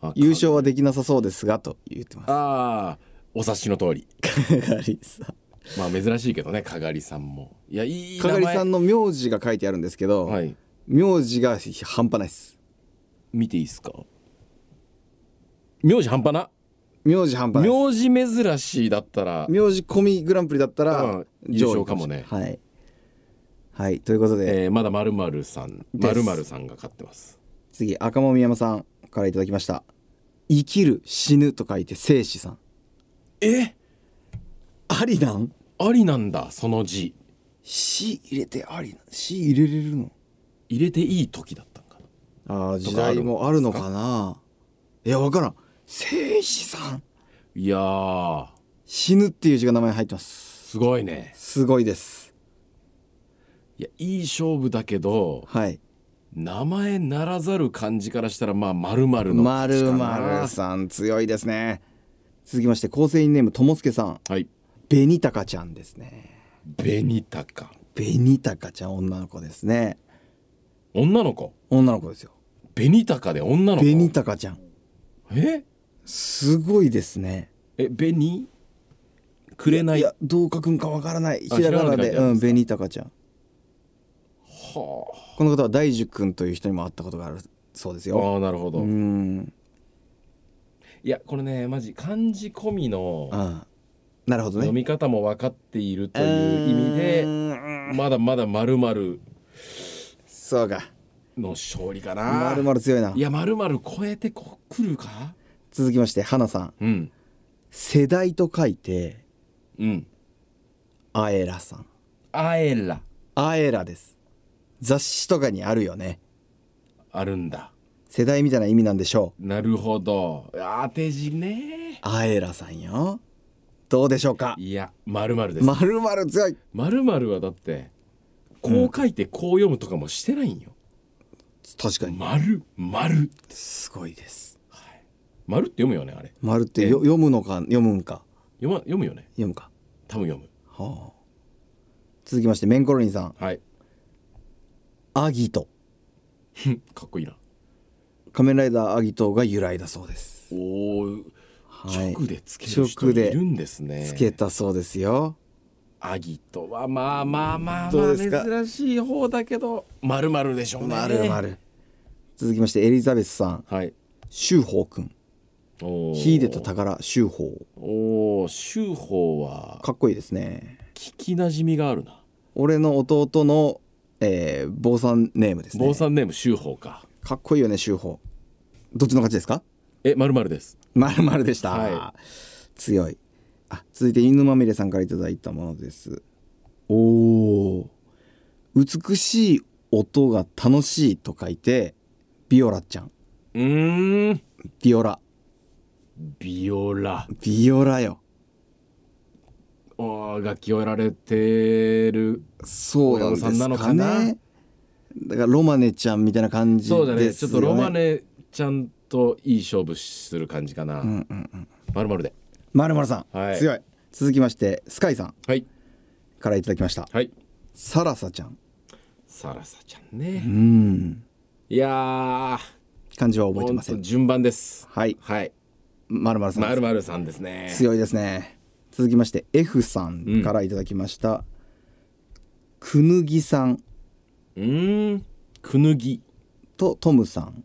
[SPEAKER 1] あ
[SPEAKER 2] 優勝はできなさそうですがと言ってます
[SPEAKER 1] ああお察しの通り
[SPEAKER 2] かがりさん
[SPEAKER 1] まあ珍しいけどねかがりさんもいやいい名
[SPEAKER 2] か
[SPEAKER 1] 前
[SPEAKER 2] がりさんの名字が書いてあるんですけど、
[SPEAKER 1] はい
[SPEAKER 2] 名字が半端ないです
[SPEAKER 1] 見ていいですか名字半端な
[SPEAKER 2] 名字半端ないっ
[SPEAKER 1] 名字珍しいだったら
[SPEAKER 2] す名字込みグランプリだった
[SPEAKER 1] う
[SPEAKER 2] ら
[SPEAKER 1] ん優
[SPEAKER 2] 上
[SPEAKER 1] 勝
[SPEAKER 2] 位
[SPEAKER 1] かもね
[SPEAKER 2] はい、はい、ということで、
[SPEAKER 1] えーまだまるまるさんま
[SPEAKER 2] で
[SPEAKER 1] するまるさんが勝ってます
[SPEAKER 2] 次赤もみ山さんからいただきました生きる死ぬと書いて生死さん
[SPEAKER 1] え
[SPEAKER 2] ありなん
[SPEAKER 1] ありなんだその字
[SPEAKER 2] 死入れてありな死入れれるの
[SPEAKER 1] 入れていい時だったんかな
[SPEAKER 2] あー時
[SPEAKER 1] とかあ
[SPEAKER 2] 代
[SPEAKER 1] る
[SPEAKER 2] もあるのかないやわからん生死さん
[SPEAKER 1] いやー
[SPEAKER 2] 死ぬっていう字が名前に入ってます
[SPEAKER 1] すごいね
[SPEAKER 2] すごいです
[SPEAKER 1] いやいい勝負だけど
[SPEAKER 2] はい
[SPEAKER 1] 名前ならざる感じからしたらまあまるまるの
[SPEAKER 2] ま
[SPEAKER 1] 勝ち
[SPEAKER 2] る
[SPEAKER 1] かな
[SPEAKER 2] まるさん強いですね続きまして構成員ネームともすけさん
[SPEAKER 1] はい
[SPEAKER 2] ベニタカちゃんですね
[SPEAKER 1] 紅鷹
[SPEAKER 2] ベニタカちゃん女の子ですね
[SPEAKER 1] 女の子
[SPEAKER 2] 女の子ですよ
[SPEAKER 1] 紅鷹で女の子
[SPEAKER 2] ベニタカちゃん
[SPEAKER 1] え
[SPEAKER 2] すごいですね
[SPEAKER 1] え紅くれないい
[SPEAKER 2] やどう書くんかわからない
[SPEAKER 1] あ
[SPEAKER 2] ひらが
[SPEAKER 1] ひらがなで
[SPEAKER 2] な
[SPEAKER 1] 書い
[SPEAKER 2] で
[SPEAKER 1] てある
[SPEAKER 2] う
[SPEAKER 1] で
[SPEAKER 2] んん
[SPEAKER 1] すか
[SPEAKER 2] ベニタカちゃん
[SPEAKER 1] はあ
[SPEAKER 2] この方は大樹くんという人にも会ったことがあるそうです
[SPEAKER 1] あ
[SPEAKER 2] よ
[SPEAKER 1] ーなるほど、
[SPEAKER 2] う
[SPEAKER 1] い
[SPEAKER 2] ん
[SPEAKER 1] やこれねマジ漢字込みの
[SPEAKER 2] ああなるほどね
[SPEAKER 1] 読み方も分かっているという意味で、
[SPEAKER 2] うーん
[SPEAKER 1] まだまだまるまる
[SPEAKER 2] そうか
[SPEAKER 1] の勝利かな
[SPEAKER 2] まるまる強いない
[SPEAKER 1] やまるまる超えてこくるか
[SPEAKER 2] 続きまして花さん
[SPEAKER 1] うん
[SPEAKER 2] 世代と書いて
[SPEAKER 1] うん
[SPEAKER 2] あえらさん
[SPEAKER 1] あえら
[SPEAKER 2] あえらです雑誌とかにあるよね
[SPEAKER 1] あるんだ
[SPEAKER 2] 世代みたいな意味なんでしょう
[SPEAKER 1] なるほど当て字ね
[SPEAKER 2] あえらさんよどうでしょうか
[SPEAKER 1] いやまるまるです
[SPEAKER 2] まるまる強い
[SPEAKER 1] まるまるはだってこう書いてこう読むとかもしてないんよ、
[SPEAKER 2] 確かに
[SPEAKER 1] まるまる
[SPEAKER 2] すごいです
[SPEAKER 1] まるって読むよねあれ
[SPEAKER 2] まるってよ読むのか読むんか
[SPEAKER 1] 読,、ま、読むよね
[SPEAKER 2] 読むか
[SPEAKER 1] 多分読む
[SPEAKER 2] はあ続きましてメンコロリンさん
[SPEAKER 1] はい
[SPEAKER 2] アギト
[SPEAKER 1] ふんかっこいいな
[SPEAKER 2] 仮面ライダーアギトが由来だそうです
[SPEAKER 1] おー
[SPEAKER 2] はい
[SPEAKER 1] 直でつける人いるんですね
[SPEAKER 2] つけたそうですよ
[SPEAKER 1] アギトはまあまあまあ
[SPEAKER 2] ど
[SPEAKER 1] ま
[SPEAKER 2] う
[SPEAKER 1] あ
[SPEAKER 2] ですか
[SPEAKER 1] 珍しい方だけどまるまるでしょうね
[SPEAKER 2] まるまる続きましてエリザベスさん
[SPEAKER 1] はい
[SPEAKER 2] 修法くん
[SPEAKER 1] おー
[SPEAKER 2] 秀と宝修法
[SPEAKER 1] おー修法は
[SPEAKER 2] かっこいいですね
[SPEAKER 1] 聞きなじみがあるな
[SPEAKER 2] 俺の弟の、えー、坊さんネームですね
[SPEAKER 1] 坊さんネーム修法か
[SPEAKER 2] かっこいいよね修法どっちの勝ちですか
[SPEAKER 1] えまるまるです
[SPEAKER 2] まるまるでした、
[SPEAKER 1] は
[SPEAKER 2] 強いあ続いて犬まみれさんからいただいたものですおー美しい音が楽しいと書いてビオラちゃん
[SPEAKER 1] うーん
[SPEAKER 2] ビオラ
[SPEAKER 1] ビオラ
[SPEAKER 2] ビオラよ
[SPEAKER 1] おー楽器をやられてる
[SPEAKER 2] そうなんですか
[SPEAKER 1] 親御さん
[SPEAKER 2] ね
[SPEAKER 1] なのかな
[SPEAKER 2] だからロマネちゃんみたいな感じです
[SPEAKER 1] そ
[SPEAKER 2] よ
[SPEAKER 1] うだ
[SPEAKER 2] ね
[SPEAKER 1] ねちょっとロマネちゃんといい勝負する感じかな、
[SPEAKER 2] うんうんうん
[SPEAKER 1] まるまるで
[SPEAKER 2] まるまるさん、
[SPEAKER 1] はい
[SPEAKER 2] 強い続きましてスカイさん
[SPEAKER 1] はい
[SPEAKER 2] からいただきました
[SPEAKER 1] はい
[SPEAKER 2] サラサちゃん
[SPEAKER 1] サラサちゃん
[SPEAKER 2] う
[SPEAKER 1] ね、
[SPEAKER 2] ん
[SPEAKER 1] いや
[SPEAKER 2] 漢字は
[SPEAKER 1] ー
[SPEAKER 2] 覚えて
[SPEAKER 1] ほん
[SPEAKER 2] ませ
[SPEAKER 1] と
[SPEAKER 2] ん
[SPEAKER 1] 順番です
[SPEAKER 2] はい
[SPEAKER 1] はい
[SPEAKER 2] まるまるさんです
[SPEAKER 1] まるまるさんですね
[SPEAKER 2] 強いですね続きまして F さんからいただきました、くぬぎさん
[SPEAKER 1] うーんくぬぎ
[SPEAKER 2] とトムさん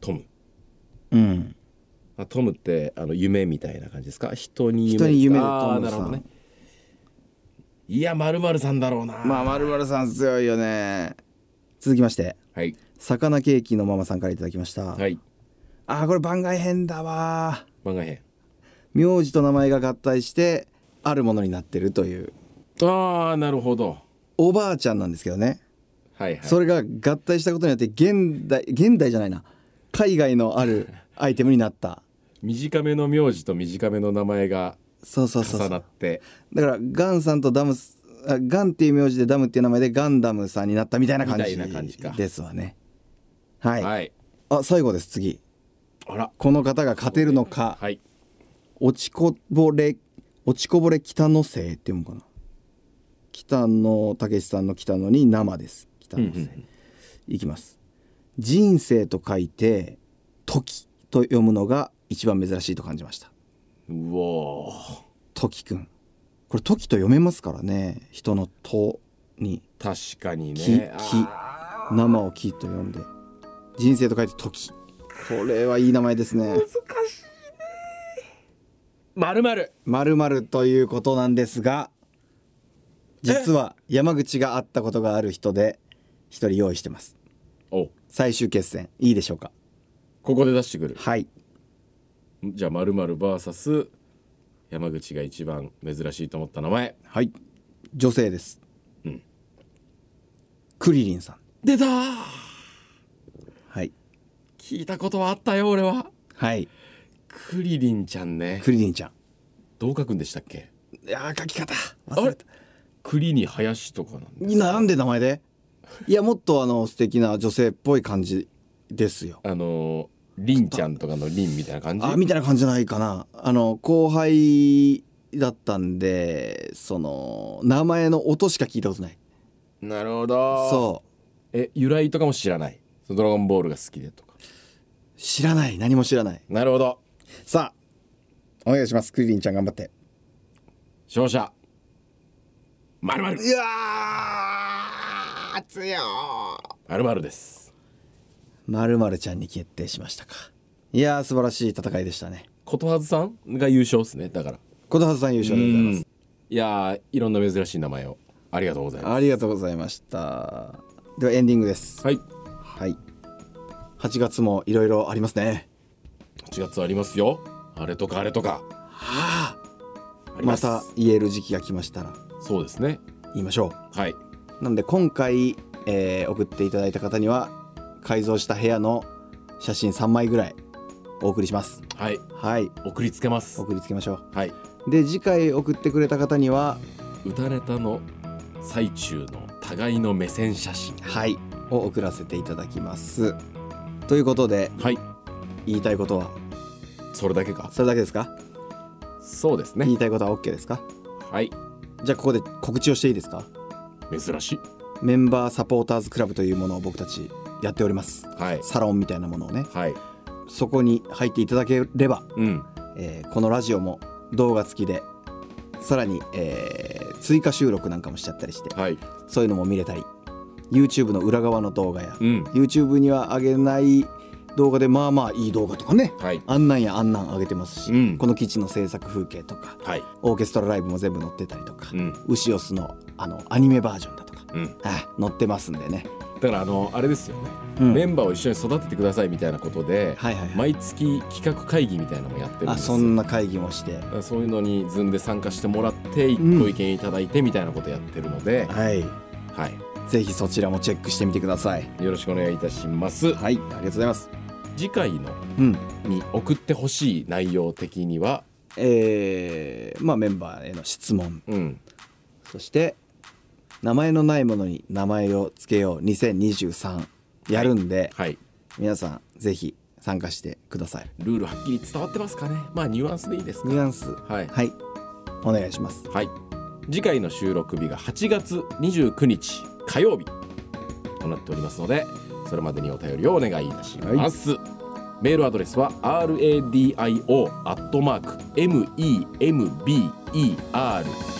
[SPEAKER 1] トム
[SPEAKER 2] うん
[SPEAKER 1] あトムってあの夢みたいな感じですか人に
[SPEAKER 2] 人に夢でト
[SPEAKER 1] あー
[SPEAKER 2] ム
[SPEAKER 1] な
[SPEAKER 2] さ
[SPEAKER 1] る
[SPEAKER 2] ん
[SPEAKER 1] ほどねいやまるまるさんだろうな
[SPEAKER 2] まあまるまるさん強いよね続きまして
[SPEAKER 1] はい
[SPEAKER 2] 魚ケーキのママさんからいただきました、
[SPEAKER 1] はい
[SPEAKER 2] あーこれ番外編だわー
[SPEAKER 1] 漫画編
[SPEAKER 2] 名字と名前が合体してあるものになってるという
[SPEAKER 1] ああなるほど
[SPEAKER 2] おばあちゃんなんですけどね
[SPEAKER 1] はいはい
[SPEAKER 2] それが合体したことによって現代現代じゃないな海外のあ るアイテムになった
[SPEAKER 1] 短めの名字と短めの名前が
[SPEAKER 2] そうそうそうそ
[SPEAKER 1] 重
[SPEAKER 2] う
[SPEAKER 1] なって
[SPEAKER 2] だからガンさんとダムスあガンっていう名字でダムっていう名前でガンダムさんになったみたいな感じ
[SPEAKER 1] みたいな感じか
[SPEAKER 2] ですわねはい、
[SPEAKER 1] はい
[SPEAKER 2] あ最後です次
[SPEAKER 1] あら
[SPEAKER 2] この方が勝てるのか
[SPEAKER 1] はい
[SPEAKER 2] 落ちこぼれ落ちこぼれ北の星って読むかな北野武さんの北野に生です北
[SPEAKER 1] うんう
[SPEAKER 2] 野です、
[SPEAKER 1] ん
[SPEAKER 2] いきます人生と書いて時と読むのが一番珍しいと感じました
[SPEAKER 1] うんうわー
[SPEAKER 2] 時くんこれ時と読めますからね人の「と」に
[SPEAKER 1] 確かに
[SPEAKER 2] 「き」
[SPEAKER 1] ね
[SPEAKER 2] き」生を「き」と読んで人生と書いて「時」これはいい名前ですね
[SPEAKER 1] まるまる
[SPEAKER 2] まるまるということなんですが実は山口が会ったことがある人で一人用意してます
[SPEAKER 1] お
[SPEAKER 2] 最終決戦いいでしょうか
[SPEAKER 1] ここで出してくる
[SPEAKER 2] はい
[SPEAKER 1] じゃあまるまる VS 山口が一番珍しいと思った名前
[SPEAKER 2] はい女性です、
[SPEAKER 1] うん
[SPEAKER 2] クリリンさん
[SPEAKER 1] 出たー
[SPEAKER 2] はい
[SPEAKER 1] 聞いたことはあったよ俺は
[SPEAKER 2] はい
[SPEAKER 1] クリリンちゃんね
[SPEAKER 2] クリリンちゃ
[SPEAKER 1] どう書くんでしたっけ
[SPEAKER 2] んいやー書き方
[SPEAKER 1] あ
[SPEAKER 2] 忘れ
[SPEAKER 1] れ
[SPEAKER 2] た
[SPEAKER 1] 栗に林とかなんで
[SPEAKER 2] なんで名前でいやもっとあの素敵な女性っぽい感じですよ
[SPEAKER 1] あのーりんちゃんとかのりんみたいな感じ
[SPEAKER 2] あみたいな感じじゃないかなあの後輩だったんでその名前の音しか聞いたことない
[SPEAKER 1] なるほど
[SPEAKER 2] そ
[SPEAKER 1] え由来とかも知らないそのドラゴンボールが好きでとか
[SPEAKER 2] う知らない何も知らない
[SPEAKER 1] なるほど
[SPEAKER 2] さあお願いしますクリリンちゃん頑張って
[SPEAKER 1] 勝者まるまる
[SPEAKER 2] いやー強
[SPEAKER 1] まるまるです
[SPEAKER 2] まるまるちゃんに決定しましたかいやー素晴らしい戦いでしたね
[SPEAKER 1] ことはずさんが優勝ですねだから
[SPEAKER 2] 琴葉さん優勝でございます
[SPEAKER 1] いやーいろんな珍しい名前をありがとうございま
[SPEAKER 2] ありがとうございましたではエンディングです
[SPEAKER 1] すはい
[SPEAKER 2] はい8月もいろいろありますね
[SPEAKER 1] 8月ありますよあれとかあれとか
[SPEAKER 2] は
[SPEAKER 1] ありま
[SPEAKER 2] ますた言える時期が来ましたら
[SPEAKER 1] そうですね
[SPEAKER 2] 言いましょ
[SPEAKER 1] はいう
[SPEAKER 2] なんで今回、えー送っていただいた方には改造した部屋の写真3枚ぐらいお送りします
[SPEAKER 1] はい
[SPEAKER 2] はい
[SPEAKER 1] 送りつけます
[SPEAKER 2] 送りつけましょ
[SPEAKER 1] はい。
[SPEAKER 2] うで次回送ってくれた方には
[SPEAKER 1] 歌ネタの最中の互いの目線写真。
[SPEAKER 2] 「はい」を送らせていただきますということで
[SPEAKER 1] はい。
[SPEAKER 2] 言いたいことは
[SPEAKER 1] それだけか。
[SPEAKER 2] それだけですか、
[SPEAKER 1] そうです
[SPEAKER 2] 言
[SPEAKER 1] ね。
[SPEAKER 2] いたいことは OK ですか
[SPEAKER 1] はい。
[SPEAKER 2] じゃあここで告知をしていいですか
[SPEAKER 1] 珍しい。
[SPEAKER 2] メンバーサポーターズクラブというものを僕たちやっております
[SPEAKER 1] はい。
[SPEAKER 2] サロンみたいなものをね
[SPEAKER 1] はい。
[SPEAKER 2] そこに入っていただければ、
[SPEAKER 1] うん。
[SPEAKER 2] えーこのラジオも動画付きでさらに、えー追加収録なんかもしちゃったりして
[SPEAKER 1] はい。
[SPEAKER 2] そういうのも見れたり YouTube の裏側の動画や
[SPEAKER 1] うん。
[SPEAKER 2] YouTube には上げない動画でまあまあいい動画とかね
[SPEAKER 1] はい。
[SPEAKER 2] あんなんやあんなん上げてますし、
[SPEAKER 1] うん
[SPEAKER 2] この基地の制作風景とか
[SPEAKER 1] はい。
[SPEAKER 2] オーケストラライブも全部載ってたりとか、
[SPEAKER 1] うん。
[SPEAKER 2] ウシオスのあのアニメバージョンだとか、
[SPEAKER 1] うん。
[SPEAKER 2] あ載ってますんでね、
[SPEAKER 1] だからあのあれですよね。
[SPEAKER 2] うん
[SPEAKER 1] メンバーを一緒に育ててくださいみたいなことで、
[SPEAKER 2] はいはいはい
[SPEAKER 1] 毎月企画会議みたいなのもやってるん
[SPEAKER 2] あ
[SPEAKER 1] です
[SPEAKER 2] そ
[SPEAKER 1] よ。
[SPEAKER 2] んな会議もして
[SPEAKER 1] だからそういうのにズンで参加してもらって
[SPEAKER 2] う
[SPEAKER 1] ご
[SPEAKER 2] ん
[SPEAKER 1] 意見いただいてみたいなことやってるので、
[SPEAKER 2] はい
[SPEAKER 1] は
[SPEAKER 2] ぜひそちらもチェックしてみてください
[SPEAKER 1] いよろしくお願いいたします
[SPEAKER 2] はいありがとうございます
[SPEAKER 1] 次回の
[SPEAKER 2] うん
[SPEAKER 1] に送ってほしい内容的には
[SPEAKER 2] えー、まあメンバーへの質問
[SPEAKER 1] うん
[SPEAKER 2] そして名前のないものに名前を付けよう2023やるんで、
[SPEAKER 1] はい
[SPEAKER 2] 皆さんぜひ参加してください
[SPEAKER 1] ルールはっきり伝わってますかねまあニュアンスでいいですか
[SPEAKER 2] ニュアンス
[SPEAKER 1] はい、
[SPEAKER 2] はいお願いします
[SPEAKER 1] はい、次回の収録日が8月29日火曜日となっておりますのでそれまでにお便りをお願いいたします、メールアドレスは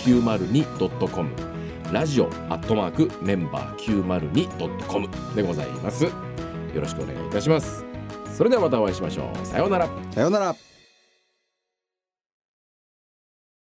[SPEAKER 1] radio.member902.com ラジオアットマークメンバー 902.com でございますよろしくお願いいたしますそれではまたお会いしましょうさようなら
[SPEAKER 2] さようなら